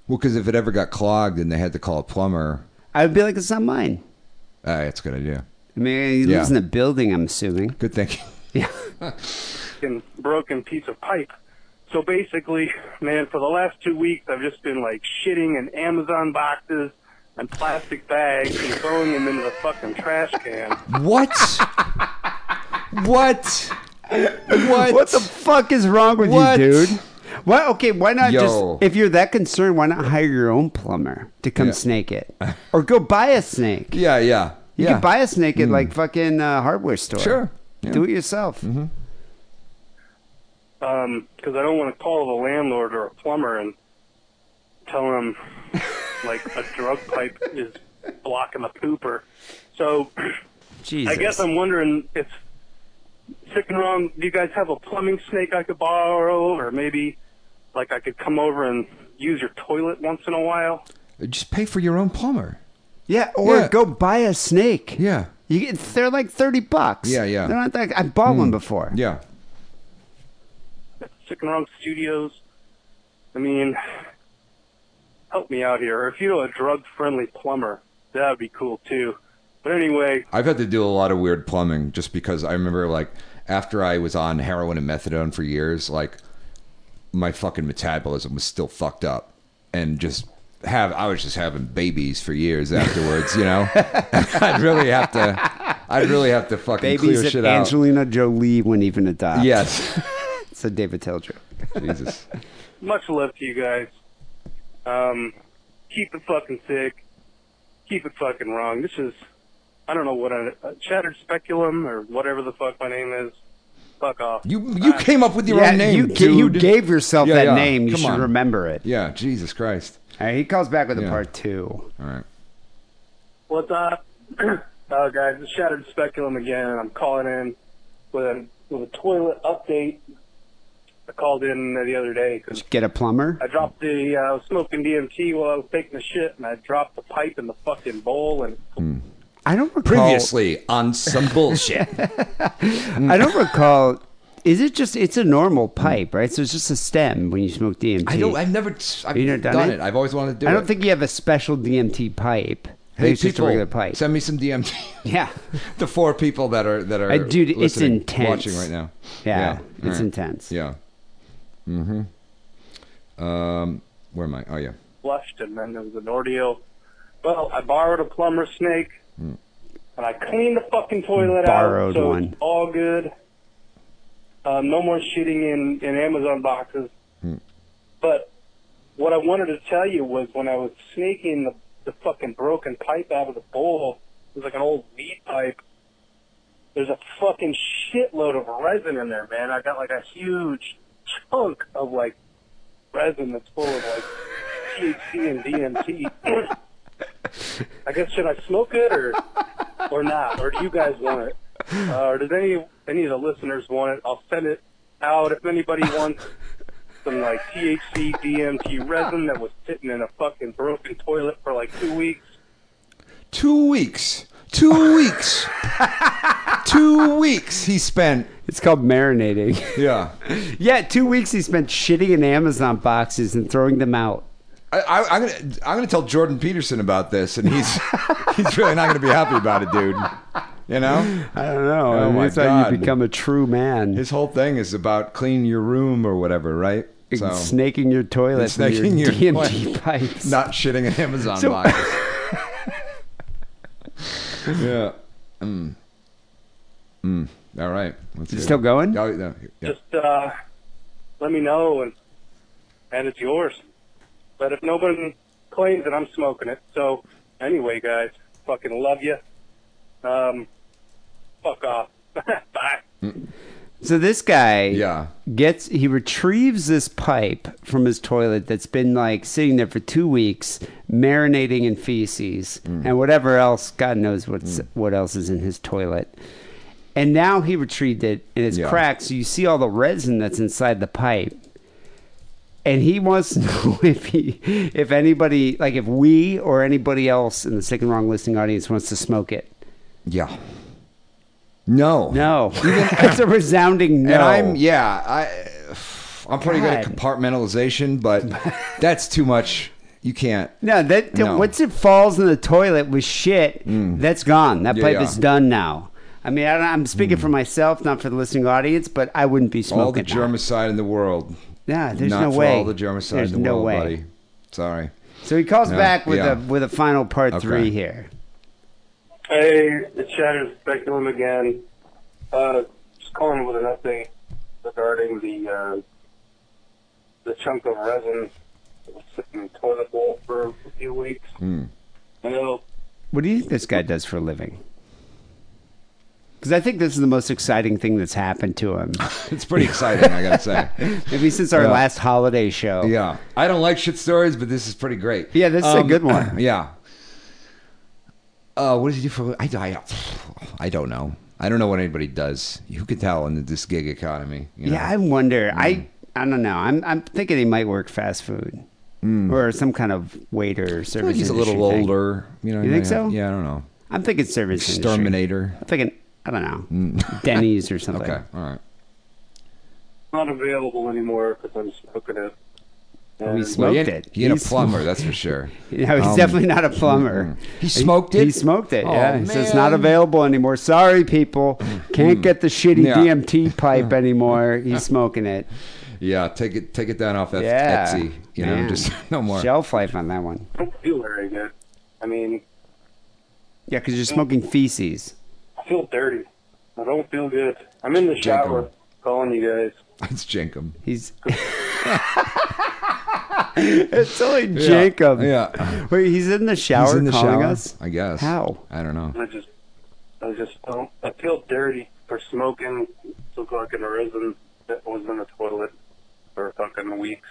[SPEAKER 4] Well, because if it ever got clogged and they had to call a plumber,
[SPEAKER 2] I would be like, it's not mine.
[SPEAKER 4] uh, it's a good idea.
[SPEAKER 2] I mean, you
[SPEAKER 4] Yeah.
[SPEAKER 2] lives in a building, I'm assuming.
[SPEAKER 4] Good thinking.
[SPEAKER 8] fucking broken piece of pipe. So basically, man, for the last two weeks, I've just been like shitting in Amazon boxes and plastic bags and throwing them into the fucking trash can.
[SPEAKER 4] What? what? What?
[SPEAKER 2] What the fuck is wrong with
[SPEAKER 4] What?
[SPEAKER 2] you, dude? Why? Okay, why not
[SPEAKER 4] Yo.
[SPEAKER 2] just if you're that concerned, why not hire your own plumber to come
[SPEAKER 4] Yeah.
[SPEAKER 2] snake it, or go buy a snake?
[SPEAKER 4] Yeah, yeah.
[SPEAKER 2] You
[SPEAKER 4] yeah. Mm.
[SPEAKER 2] can buy a snake at like fucking uh, hardware store.
[SPEAKER 4] Sure. Yeah. Mm-hmm.
[SPEAKER 2] do it yourself.
[SPEAKER 8] because um, I don't want to call the landlord or a plumber and tell him like a drug pipe is blocking the pooper. So
[SPEAKER 2] Jesus,
[SPEAKER 8] I guess I'm wondering if sick and wrong. Do you guys have a plumbing snake I could borrow, or maybe like I could come over and use your toilet once in a while?
[SPEAKER 4] Just pay for your own plumber.
[SPEAKER 2] yeah, or
[SPEAKER 4] Yeah.
[SPEAKER 2] go buy a snake.
[SPEAKER 4] Yeah.
[SPEAKER 2] you get, they're like thirty bucks.
[SPEAKER 4] Yeah, yeah. Mm.
[SPEAKER 2] They're not that. I bought one before.
[SPEAKER 4] Yeah.
[SPEAKER 8] Sick and wrong studios. I mean, help me out here. Or if you know a drug-friendly plumber, that would be cool too. But anyway,
[SPEAKER 4] I've had to do a lot of weird plumbing just because I remember like after I was on heroin and methadone for years, like my fucking metabolism was still fucked up and just have I was just having babies for years afterwards, you know? I'd really have to I'd really have to fucking
[SPEAKER 2] Babies
[SPEAKER 4] clear
[SPEAKER 2] that
[SPEAKER 4] shit
[SPEAKER 2] Angelina Jolie wouldn't even adopt.
[SPEAKER 4] out. Yes.
[SPEAKER 2] It's a David Tell joke.
[SPEAKER 4] Jesus.
[SPEAKER 8] much love to you guys. Um, keep it fucking sick. Keep it fucking wrong. This is, I don't know what, a, a shattered speculum or whatever the fuck my name is. Fuck off. Uh,
[SPEAKER 4] You you came up with your own name.
[SPEAKER 2] Uh, you, ga-
[SPEAKER 4] dude.
[SPEAKER 2] you gave yourself
[SPEAKER 4] Yeah,
[SPEAKER 2] that
[SPEAKER 4] yeah.
[SPEAKER 2] name. You
[SPEAKER 4] Come
[SPEAKER 2] should
[SPEAKER 4] on.
[SPEAKER 2] remember it.
[SPEAKER 4] Yeah, Jesus Christ.
[SPEAKER 2] All right, he calls back with a
[SPEAKER 4] Yeah.
[SPEAKER 2] part two.
[SPEAKER 4] All right.
[SPEAKER 8] What's up? uh, guys, it's Shattered Speculum again, and I'm calling in with a, with a toilet update. I called in the other day because
[SPEAKER 2] Get a plumber.
[SPEAKER 8] I dropped the, uh, I was smoking DMT while I was taking a shit, and I dropped the pipe in the fucking bowl, and
[SPEAKER 2] I don't recall.
[SPEAKER 4] Previously on some bullshit.
[SPEAKER 2] I don't recall. Is it just? It's a normal pipe, right? So it's just a stem when you smoke DMT.
[SPEAKER 4] I don't. I've never. I've
[SPEAKER 2] You never
[SPEAKER 4] done,
[SPEAKER 2] done it?
[SPEAKER 4] it? I've always wanted to do it.
[SPEAKER 2] I don't think you have a special DMT pipe.
[SPEAKER 4] Hey,
[SPEAKER 2] it's just a regular
[SPEAKER 4] people,
[SPEAKER 2] pipe.
[SPEAKER 4] send me some DMT.
[SPEAKER 2] yeah,
[SPEAKER 4] the four people that are that are
[SPEAKER 2] Uh, dude, it's
[SPEAKER 4] listening,
[SPEAKER 2] intense.
[SPEAKER 4] watching right now.
[SPEAKER 2] yeah,
[SPEAKER 4] all
[SPEAKER 2] it's
[SPEAKER 4] right.
[SPEAKER 2] intense.
[SPEAKER 4] Yeah. Mm-hmm. Um, where am I? Oh yeah.
[SPEAKER 8] flushed, and then there was an ordeal. Well, I borrowed a plumber snake, and I cleaned the fucking toilet
[SPEAKER 2] Hmm.
[SPEAKER 8] out,
[SPEAKER 2] Borrowed
[SPEAKER 8] so
[SPEAKER 2] one.
[SPEAKER 8] it's all good. Uh, no more shitting in, in Amazon boxes.
[SPEAKER 2] Hmm.
[SPEAKER 8] But what I wanted to tell you was when I was snaking the, the fucking broken pipe out of the bowl, it was like an old meat pipe. There's a fucking shitload of resin in there, man. I got like a huge chunk of like resin that's full of like THC and DMT. I guess should I smoke it or or not? Or do you guys want it? Uh, or does any any of the listeners want it? I'll send it out if anybody wants some like THC DMT resin that was sitting in a fucking broken toilet for like two weeks.
[SPEAKER 4] Two weeks. Two weeks. Two weeks he spent.
[SPEAKER 2] It's called marinating.
[SPEAKER 4] Yeah.
[SPEAKER 2] yeah, two weeks he spent shitting in Amazon boxes and throwing them out.
[SPEAKER 4] I, I, I'm gonna I'm gonna tell Jordan Peterson about this, and he's he's really not gonna be happy about it, dude. You know,
[SPEAKER 2] I don't know.
[SPEAKER 4] Oh
[SPEAKER 2] I mean,
[SPEAKER 4] my
[SPEAKER 2] that's how you
[SPEAKER 4] God.
[SPEAKER 2] become a true man.
[SPEAKER 4] his whole thing is about cleaning your room or whatever, right? So
[SPEAKER 2] snaking your toilet,
[SPEAKER 4] And snaking
[SPEAKER 2] with your,
[SPEAKER 4] your
[SPEAKER 2] DMT
[SPEAKER 4] toilet.
[SPEAKER 2] pipes.
[SPEAKER 4] not shitting in Amazon
[SPEAKER 2] So-
[SPEAKER 4] boxes. yeah. Mm. Mm. All right. Let's
[SPEAKER 2] Is it
[SPEAKER 4] hear
[SPEAKER 2] still
[SPEAKER 4] it.
[SPEAKER 2] going?
[SPEAKER 4] Oh, no. Yeah.
[SPEAKER 8] Just uh, let me know and and it's yours. But if nobody claims that I'm smoking it, so anyway, guys, fucking love you. Um, fuck off. Bye.
[SPEAKER 2] So this guy
[SPEAKER 4] Yeah.
[SPEAKER 2] gets he retrieves this pipe from his toilet that's been like sitting there for two weeks, marinating in feces
[SPEAKER 4] Mm.
[SPEAKER 2] and whatever else. God knows what's what else is in his toilet. And now he retrieved it and it's
[SPEAKER 4] Yeah.
[SPEAKER 2] cracked, so you see all the resin that's inside the pipe. And he wants to know if he, if anybody, like if we or anybody else in the second wrong listening audience wants to smoke it.
[SPEAKER 4] Yeah. No.
[SPEAKER 2] No, that's a resounding no.
[SPEAKER 4] And I'm yeah, I I'm pretty good at
[SPEAKER 2] God.
[SPEAKER 4] compartmentalization, but that's too much. You can't.
[SPEAKER 2] No, that that-
[SPEAKER 4] No. Mm.
[SPEAKER 2] once it falls in the toilet with shit, that's gone. That
[SPEAKER 4] Yeah,
[SPEAKER 2] pipe
[SPEAKER 4] yeah. Mm.
[SPEAKER 2] is done now. I mean, I don't, I'm speaking for myself, not for the listening audience, but I wouldn't be smoking.
[SPEAKER 4] all the
[SPEAKER 2] that.
[SPEAKER 4] germicide in the world.
[SPEAKER 2] Yeah, there's
[SPEAKER 4] Not
[SPEAKER 2] no
[SPEAKER 4] for
[SPEAKER 2] way.
[SPEAKER 4] all the germicide
[SPEAKER 2] There's
[SPEAKER 4] in the
[SPEAKER 2] no
[SPEAKER 4] world,
[SPEAKER 2] way.
[SPEAKER 4] buddy. Sorry.
[SPEAKER 2] So he calls
[SPEAKER 4] No,
[SPEAKER 2] back with
[SPEAKER 4] yeah.
[SPEAKER 2] a with a final part
[SPEAKER 4] Okay.
[SPEAKER 2] three here.
[SPEAKER 8] Hey, it's Shattered Speculum again. Uh, just calling with an update regarding the uh, the chunk of resin that was sitting in the toilet bowl for a few weeks. I know
[SPEAKER 2] What do you think this guy does for a living? Because I think this is the most exciting thing that's happened to him,
[SPEAKER 4] It's pretty exciting, I gotta say.
[SPEAKER 2] maybe since our
[SPEAKER 4] Yeah.
[SPEAKER 2] last holiday show.
[SPEAKER 4] Yeah. I don't like shit stories, but this is pretty great. Um,
[SPEAKER 2] Yeah, this is a good one.
[SPEAKER 4] Yeah. Uh, what does he do for? I, I, I don't know. I don't know what anybody does. You could tell in this gig economy. You know?
[SPEAKER 2] Yeah, I wonder. I I don't know. I'm I'm thinking he might work fast food or some kind of waiter or
[SPEAKER 4] Mm. I feel
[SPEAKER 2] service.
[SPEAKER 4] like he's a little
[SPEAKER 2] industry thing.
[SPEAKER 4] older. You know,
[SPEAKER 2] You
[SPEAKER 4] he
[SPEAKER 2] think
[SPEAKER 4] might
[SPEAKER 2] so?
[SPEAKER 4] have- Yeah, I don't know.
[SPEAKER 2] I'm thinking service industry.
[SPEAKER 4] Exterminator. Mm.
[SPEAKER 2] I'm thinking I don't know Denny's or something.
[SPEAKER 4] Okay, all right.
[SPEAKER 8] it's not available anymore because I'm smoking it.
[SPEAKER 2] Oh, he
[SPEAKER 4] Well,
[SPEAKER 2] smoked
[SPEAKER 4] he ain't,
[SPEAKER 2] it.
[SPEAKER 4] he ain't a
[SPEAKER 2] He's-
[SPEAKER 4] plumber, that's for sure.
[SPEAKER 2] No, he's
[SPEAKER 4] Um,
[SPEAKER 2] definitely not a plumber.
[SPEAKER 4] He smoked it?
[SPEAKER 2] He smoked it.
[SPEAKER 4] Oh,
[SPEAKER 2] yeah, He says it's not
[SPEAKER 4] man. Mm.
[SPEAKER 2] available anymore. Sorry, people, can't get the shitty
[SPEAKER 4] Yeah.
[SPEAKER 2] DMT pipe anymore. He's smoking it.
[SPEAKER 4] Yeah, take it, take it down off that
[SPEAKER 2] Yeah,
[SPEAKER 4] Etsy. You know,
[SPEAKER 2] Man.
[SPEAKER 4] just no more.
[SPEAKER 2] shelf life on that one.
[SPEAKER 8] I don't feel very good. I mean,
[SPEAKER 2] Yeah, because you're smoking feces.
[SPEAKER 8] I feel dirty. I don't feel good. I'm in the
[SPEAKER 4] Jacob.
[SPEAKER 8] shower calling you guys.
[SPEAKER 4] It's Jenkum.
[SPEAKER 2] He's. it's only Jacob.
[SPEAKER 4] Yeah,
[SPEAKER 2] Wait, he's in the shower
[SPEAKER 4] he's in the
[SPEAKER 2] calling
[SPEAKER 4] shower.
[SPEAKER 2] us?
[SPEAKER 4] I guess.
[SPEAKER 2] How?
[SPEAKER 4] I don't know.
[SPEAKER 8] I just, I just don't. I feel dirty for smoking some fucking resin that was in the toilet for fucking weeks.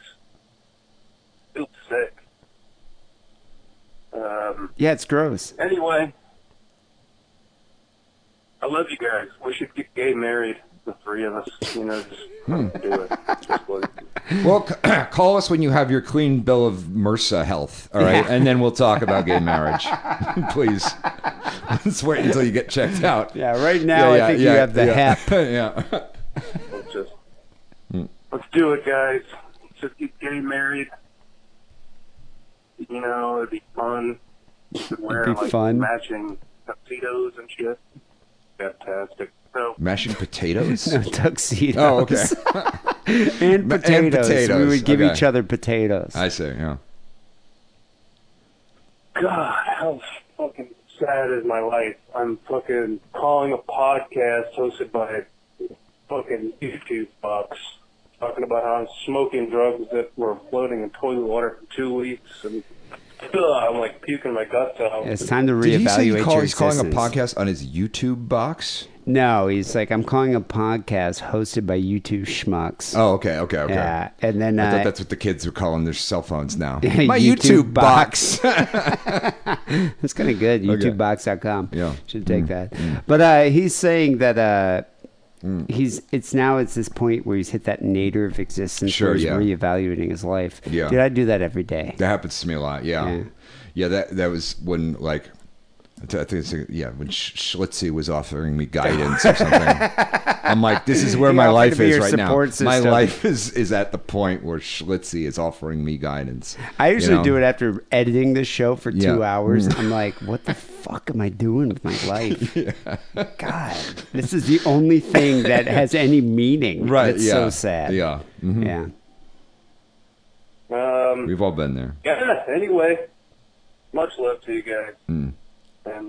[SPEAKER 8] Feel sick. Um.
[SPEAKER 2] Yeah, it's gross.
[SPEAKER 8] Anyway, I love you guys. We should get gay married, the three of us. You know, just
[SPEAKER 2] Hmm.
[SPEAKER 8] do it. Just like-
[SPEAKER 4] Well, c- call us when you have your clean bill of MRSA health, all right? And then we'll talk about gay marriage. Please. Let's wait until you get checked out.
[SPEAKER 2] Yeah, right now I think you have the
[SPEAKER 4] yeah.
[SPEAKER 2] hat.
[SPEAKER 4] yeah.
[SPEAKER 8] Let's just
[SPEAKER 2] Hmm.
[SPEAKER 8] let's do it, guys. Let's just get gay married. You know, it'd be fun. should wear
[SPEAKER 2] It'd be
[SPEAKER 8] like
[SPEAKER 2] fun.
[SPEAKER 8] matching tuxedos and shit. Fantastic. So
[SPEAKER 4] Mashing potatoes?
[SPEAKER 2] No, tuxedos.
[SPEAKER 4] Oh, okay.
[SPEAKER 2] and,
[SPEAKER 4] Ma- and
[SPEAKER 2] potatoes. We
[SPEAKER 4] potatoes,
[SPEAKER 2] would give
[SPEAKER 4] okay.
[SPEAKER 2] each other potatoes.
[SPEAKER 4] I see. Yeah.
[SPEAKER 8] God, how fucking sad is my life? I'm fucking calling a podcast hosted by fucking YouTube fucks, talking about how I'm smoking drugs that were floating in toilet water for two weeks, and ugh, I'm like puking my guts out.
[SPEAKER 2] it's time to
[SPEAKER 4] Did he say
[SPEAKER 2] reevaluate
[SPEAKER 4] he call,
[SPEAKER 2] your
[SPEAKER 4] he's calling a
[SPEAKER 2] existence.
[SPEAKER 4] podcast on his YouTube box?
[SPEAKER 2] No, he's like, I'm calling a podcast hosted by you two schmucks.
[SPEAKER 4] Oh, okay, okay, okay.
[SPEAKER 2] Yeah, and then
[SPEAKER 4] I thought
[SPEAKER 2] uh,
[SPEAKER 4] that's what the kids are calling their cell phones now.
[SPEAKER 2] Yeah,
[SPEAKER 4] My
[SPEAKER 2] YouTube
[SPEAKER 4] YouTube, box.
[SPEAKER 2] It's kind of good. YouTubebox.com.
[SPEAKER 4] Yeah. Mm.
[SPEAKER 2] Should take that. But uh, he's saying that uh,
[SPEAKER 4] Mm.
[SPEAKER 2] he's it's now it's this point where he's hit that nadir of existence
[SPEAKER 4] Sure,
[SPEAKER 2] where he's
[SPEAKER 4] yeah.
[SPEAKER 2] reevaluating his life.
[SPEAKER 4] Yeah.
[SPEAKER 2] Dude, I do that every day.
[SPEAKER 4] that happens to me a lot. Yeah.
[SPEAKER 2] Yeah.
[SPEAKER 4] yeah, That that was when like. I th- I think it's, yeah, when Sch- Schlitzy was offering me guidance or something, I'm like, this is where
[SPEAKER 2] He
[SPEAKER 4] my
[SPEAKER 2] offered
[SPEAKER 4] life
[SPEAKER 2] to be
[SPEAKER 4] is
[SPEAKER 2] your
[SPEAKER 4] right now.
[SPEAKER 2] support
[SPEAKER 4] My
[SPEAKER 2] system.
[SPEAKER 4] life is is at the point where Schlitzy is offering me guidance.
[SPEAKER 2] I
[SPEAKER 4] you
[SPEAKER 2] usually
[SPEAKER 4] know?
[SPEAKER 2] do it after editing the show for
[SPEAKER 4] Yeah. Mm.
[SPEAKER 2] two hours. I'm like, what the fuck am I doing with my life? God, this is the only thing that has any meaning.
[SPEAKER 4] Right.
[SPEAKER 2] It's
[SPEAKER 4] yeah.
[SPEAKER 2] so sad.
[SPEAKER 4] Yeah. Mhm.
[SPEAKER 2] Yeah.
[SPEAKER 8] Um,
[SPEAKER 4] We've all been there.
[SPEAKER 8] yeah, anyway, much love to you guys. And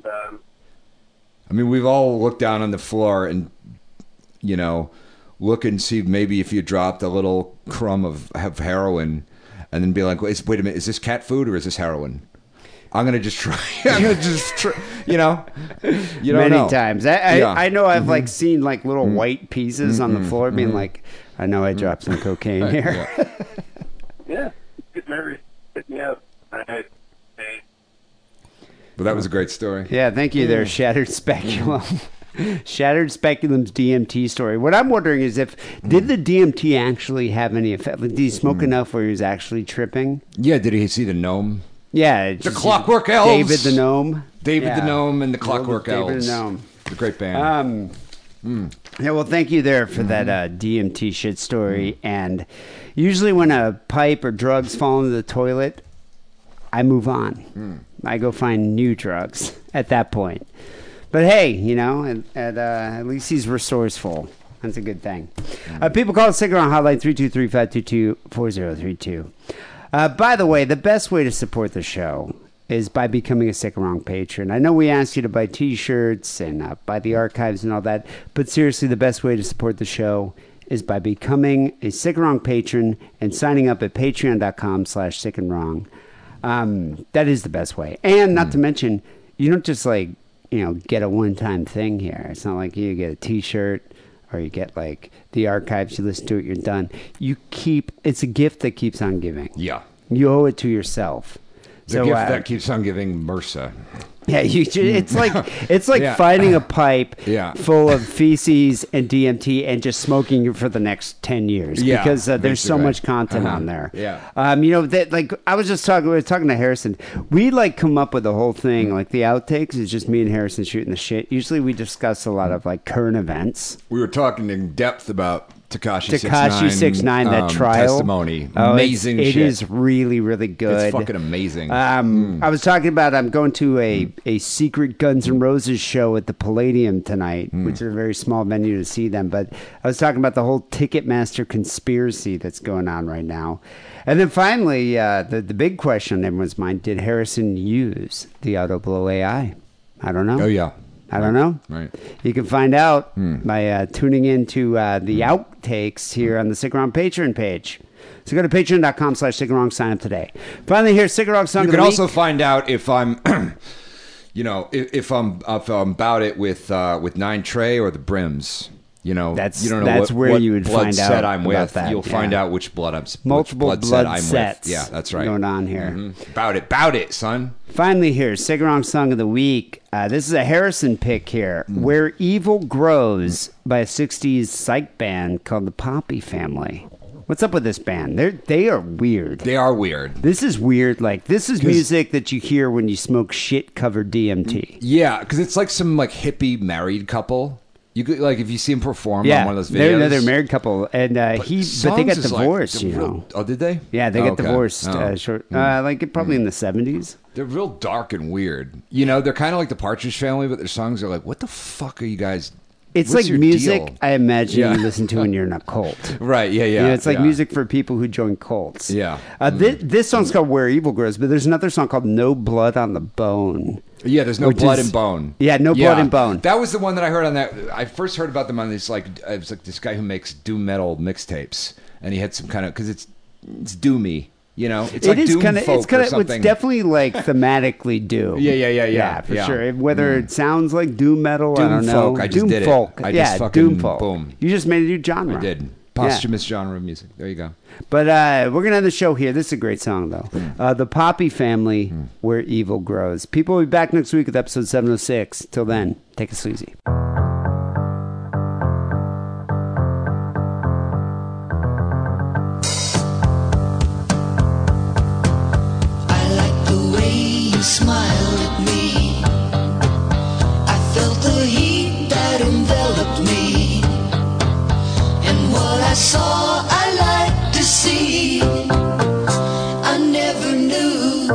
[SPEAKER 8] um,
[SPEAKER 4] I mean, we've all looked down on the floor and, you know, look and see maybe if you dropped a little crumb of, of heroin and then be like, wait, wait a minute, is this cat food or is this heroin? I'm going to just try. I'm going to just try. You know? You
[SPEAKER 2] many
[SPEAKER 4] don't know.
[SPEAKER 2] times. I I,
[SPEAKER 4] Yeah. Mm-hmm.
[SPEAKER 2] I know I've like seen like little white pieces on the floor, being like, I know I dropped some cocaine here.
[SPEAKER 8] yeah, get married, hit me up. I, I,
[SPEAKER 4] But that was a great story.
[SPEAKER 2] yeah, thank you there, Shattered
[SPEAKER 4] Mm-hmm.
[SPEAKER 2] Speculum. Shattered Speculum's DMT story. What I'm wondering is if did the DMT actually have any effect? Like, did he smoke
[SPEAKER 4] Mm-hmm.
[SPEAKER 2] enough where he was actually tripping?
[SPEAKER 4] Yeah, did he see the gnome?
[SPEAKER 2] Yeah, it's
[SPEAKER 4] The
[SPEAKER 2] just-
[SPEAKER 4] Clockwork Elves.
[SPEAKER 2] David the gnome.
[SPEAKER 4] David
[SPEAKER 2] Yeah.
[SPEAKER 4] the Gnome and the
[SPEAKER 2] Little
[SPEAKER 4] Clockwork
[SPEAKER 2] David the
[SPEAKER 4] Elves.
[SPEAKER 2] Gnome.
[SPEAKER 4] The great band.
[SPEAKER 2] Um, Yeah, well, thank you there for that uh, DMT shit story. And usually, when a pipe or drugs fall into the toilet, I move on. I go find new drugs at that point. But hey, you know, at, at, uh, at least he's resourceful. That's a good thing. Uh, people call the Sick Around Hotline 323 522 4032. Uh, By the way, the best way to support the show is by becoming a Sick Around patron. I know we asked you to buy t shirts and uh, buy the archives and all that, but seriously, the best way to support the show is by becoming a Sick and Wrong patron and signing up at patreon.com slash sick and wrong. Um, that is the best way. And not to
[SPEAKER 4] Hmm.
[SPEAKER 2] mention, you don't just like, you know, get a one time thing here. It's not like you get a t shirt or you get like the archives, you listen to it, you're done. You keep, it's a gift that keeps on giving.
[SPEAKER 4] yeah.
[SPEAKER 2] You owe it to yourself.
[SPEAKER 4] The gift
[SPEAKER 2] uh,
[SPEAKER 4] that keeps on giving MRSA.
[SPEAKER 2] yeah, you ju- it's like it's like
[SPEAKER 4] Yeah.
[SPEAKER 2] finding a pipe
[SPEAKER 4] Yeah.
[SPEAKER 2] full of feces and DMT and just smoking it for the next ten years
[SPEAKER 4] Yeah,
[SPEAKER 2] because uh, there's so
[SPEAKER 4] basically.
[SPEAKER 2] much content
[SPEAKER 4] Uh-huh.
[SPEAKER 2] on there.
[SPEAKER 4] Yeah.
[SPEAKER 2] um, you know that like I was just talking we were talking to Harrison. We like come up with the whole thing like the outtakes is just me and Harrison shooting the shit. Usually we discuss a lot of like current events.
[SPEAKER 4] We were talking in depth about Takashi
[SPEAKER 2] Takashi six nine that
[SPEAKER 4] um,
[SPEAKER 2] trial
[SPEAKER 4] testimony.
[SPEAKER 2] Oh, it's-
[SPEAKER 4] amazing
[SPEAKER 2] It
[SPEAKER 4] shit.
[SPEAKER 2] is really really good.
[SPEAKER 4] It's fucking amazing.
[SPEAKER 2] Um,
[SPEAKER 4] Hmm.
[SPEAKER 2] I was talking about I'm going to a, a secret Guns N' Roses show at the Palladium tonight,
[SPEAKER 4] Hmm.
[SPEAKER 2] which is a very small venue to see them. But I was talking about the whole Ticketmaster conspiracy that's going on right now. And then finally, uh, the, the big question on everyone's mind did Harrison use the Auto Blow AI? I don't know.
[SPEAKER 4] oh yeah.
[SPEAKER 2] I don't know.
[SPEAKER 4] Right. Hmm.
[SPEAKER 2] You can find out by uh, tuning in to uh, the outtakes here on the Sick Around Patreon page. So go to patreon.com slash Sick and Wrong, sign up today. Finally, here's Sick and Wrong Song
[SPEAKER 4] You
[SPEAKER 2] of the
[SPEAKER 4] can also
[SPEAKER 2] Week.
[SPEAKER 4] find out if I'm, you know, if, if I'm if I'm about it with uh, with Nine Tray or the Brims. You know,
[SPEAKER 2] That's-
[SPEAKER 4] you don't know
[SPEAKER 2] that's
[SPEAKER 4] what,
[SPEAKER 2] where
[SPEAKER 4] what
[SPEAKER 2] you would
[SPEAKER 4] blood
[SPEAKER 2] find
[SPEAKER 4] set
[SPEAKER 2] out
[SPEAKER 4] I'm
[SPEAKER 2] about
[SPEAKER 4] with.
[SPEAKER 2] that,
[SPEAKER 4] You'll
[SPEAKER 2] yeah.
[SPEAKER 4] find out which blood I'm which
[SPEAKER 2] Multiple
[SPEAKER 4] blood,
[SPEAKER 2] blood
[SPEAKER 4] set I'm
[SPEAKER 2] sets
[SPEAKER 4] with. Yeah, that's right.
[SPEAKER 2] going on here.
[SPEAKER 4] Mhm. About it, about it, son.
[SPEAKER 2] Finally, here's Sick and Wrong Song of the Week. Uh, this is a Harrison pick here,
[SPEAKER 4] Mm.
[SPEAKER 2] Where Evil Grows by a 60s psych band called the Poppy Family. What's up with this band? They're, they are weird.
[SPEAKER 4] They are weird.
[SPEAKER 2] This is weird. Like this is music that you hear when you smoke shit covered DMT.
[SPEAKER 4] Mm-hmm. Yeah, because it's like some like hippie married couple. You could like if you see him perform
[SPEAKER 2] yeah,
[SPEAKER 4] on one of those videos.
[SPEAKER 2] they're another married couple, and uh, he but they got
[SPEAKER 4] Songs is like
[SPEAKER 2] divorced.
[SPEAKER 4] the
[SPEAKER 2] you
[SPEAKER 4] real-
[SPEAKER 2] know.
[SPEAKER 4] Oh, did they?
[SPEAKER 2] Yeah, they
[SPEAKER 4] Oh,
[SPEAKER 2] got
[SPEAKER 4] okay.
[SPEAKER 2] divorced
[SPEAKER 4] Oh. Mm.
[SPEAKER 2] uh, short, uh, like probably in the seventies.
[SPEAKER 4] They're real dark and weird. You know, they're kind of like the Partridge Family, but their songs are like, "What the fuck are you guys?"
[SPEAKER 2] It's
[SPEAKER 4] what's
[SPEAKER 2] like
[SPEAKER 4] your
[SPEAKER 2] music
[SPEAKER 4] deal?"
[SPEAKER 2] I imagine
[SPEAKER 4] Yeah.
[SPEAKER 2] you listen to when you're in a cult.
[SPEAKER 4] Right? Yeah, yeah.
[SPEAKER 2] You know, it's like
[SPEAKER 4] yeah.
[SPEAKER 2] music for people who join cults.
[SPEAKER 4] Yeah. Mm.
[SPEAKER 2] Uh, thi- this song's called "Where Evil Grows," but there's another song called "No Blood on the Bone."
[SPEAKER 4] Yeah, there's no
[SPEAKER 2] which
[SPEAKER 4] blood
[SPEAKER 2] is-
[SPEAKER 4] and bone.
[SPEAKER 2] Yeah, no blood and bone.
[SPEAKER 4] That was the one that I heard on that. I first heard about them on this like it was like this guy who makes doom metal mixtapes, and he had some kind of because it's it's doomy, you know. It's like
[SPEAKER 2] it is
[SPEAKER 4] doom
[SPEAKER 2] kind of
[SPEAKER 4] folk
[SPEAKER 2] it's kind
[SPEAKER 4] or
[SPEAKER 2] of
[SPEAKER 4] something.
[SPEAKER 2] it's definitely like thematically doom.
[SPEAKER 4] Yeah, yeah, yeah, yeah,
[SPEAKER 2] for
[SPEAKER 4] yeah. Hmm.
[SPEAKER 2] sure. Whether it sounds like doom metal, I
[SPEAKER 4] Doom
[SPEAKER 2] don't know.
[SPEAKER 4] folk, I just
[SPEAKER 2] doom
[SPEAKER 4] did it.
[SPEAKER 2] folk,
[SPEAKER 4] I
[SPEAKER 2] yeah,
[SPEAKER 4] just fucking-
[SPEAKER 2] doom folk.
[SPEAKER 4] boom.
[SPEAKER 2] You just made a new genre.
[SPEAKER 4] I did
[SPEAKER 2] Yeah.
[SPEAKER 4] posthumous genre of music. There you go.
[SPEAKER 2] But uh, we're gonna end the show here. This is a great song, though.
[SPEAKER 4] Hmm.
[SPEAKER 2] Uh, the Poppy Family, where evil grows. People will be back next week with episode seven hundred six. Till then, take a sleazy.
[SPEAKER 9] I like the way you smiled at me. I felt the heat that enveloped me. And what I saw, I liked to see. I never knew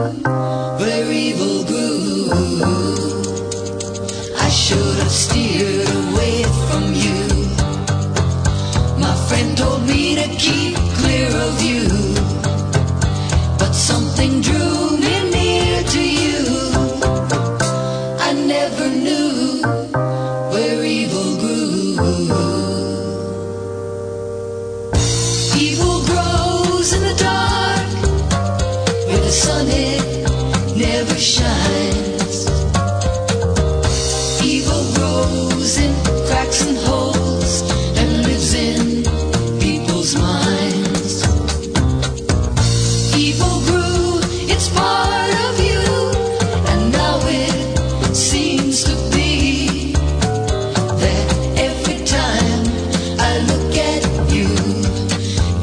[SPEAKER 9] where evil grew. I should have steered away from you. My friend told me to keep clear of you but something drew me near to you. I never knew where evil grew. Evil grows in the dark, where the sun it never shines. Evil grows in cracks and holes and lives in people's minds. Evil grew, it's part of you, and now it seems to be that every time I look at you,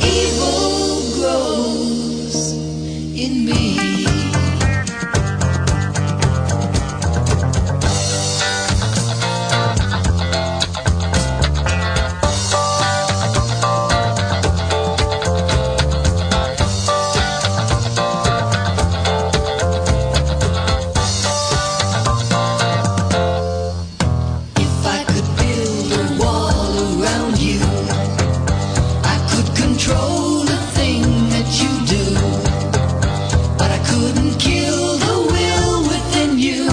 [SPEAKER 9] evil grows in me. If I could build a wall around you, I could control the thing that you do. But I couldn't kill the will within you.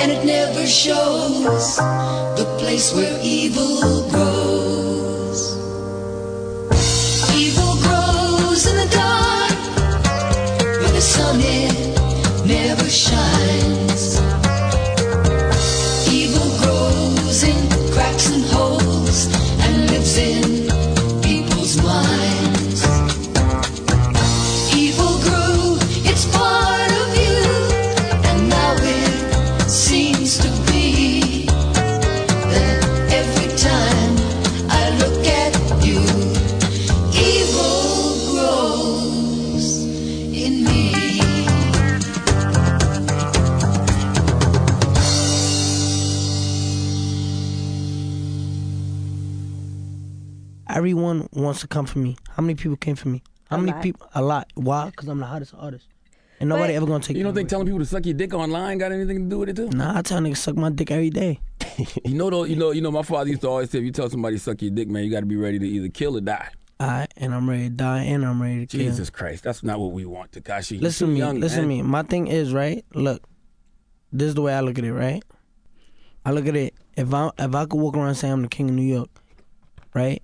[SPEAKER 9] And it never shows the place where evil grows. Evil grows in the dark, where the sun it never shines. Evil grows in cracks and holes and lives in people's minds. Evil grew, it's part of you, and now it seems to be that every time I look at you, evil grows in me.
[SPEAKER 1] Everyone wants to come for me. How many people came for me? How many people? A lot. Why? Because I'm the hottest artist, and nobody
[SPEAKER 10] But-
[SPEAKER 1] ever gonna take.
[SPEAKER 10] You
[SPEAKER 1] that
[SPEAKER 10] don't think
[SPEAKER 1] away.
[SPEAKER 10] telling people to suck your dick online got anything to do with it too?
[SPEAKER 1] Nah, I tell niggas suck my dick every day.
[SPEAKER 10] You know, though, you know, you know. My father used to always say, if you tell somebody to suck your dick, man, you got to be ready to either kill or die.
[SPEAKER 1] I and I'm ready to die, and I'm ready to kill.
[SPEAKER 10] Jesus Christ, that's not what we want, Takashi. You're
[SPEAKER 1] Listen
[SPEAKER 10] too
[SPEAKER 1] to me.
[SPEAKER 10] young,
[SPEAKER 1] listen
[SPEAKER 10] man.
[SPEAKER 1] to me. My thing is right. Look, this is the way I look at it. Right. I look at it. If I if I could walk around and say I'm the king of New York, right?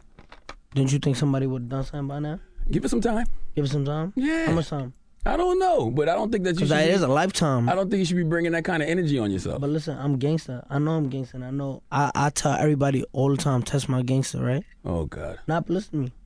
[SPEAKER 1] Don't you think somebody would have done something by now?
[SPEAKER 10] Give it some time.
[SPEAKER 1] Give it some time.
[SPEAKER 10] Yeah.
[SPEAKER 1] How much time?
[SPEAKER 10] I don't know, but I don't think that you
[SPEAKER 1] Because
[SPEAKER 10] should.
[SPEAKER 1] it
[SPEAKER 10] be-
[SPEAKER 1] is a lifetime.
[SPEAKER 10] I don't think you should be bringing that kind of energy on yourself.
[SPEAKER 1] But listen, I'm gangster. I know I'm gangster. and I know. I, I tell everybody all the time, test my gangster, right?
[SPEAKER 10] oh God.
[SPEAKER 1] Not listen to me.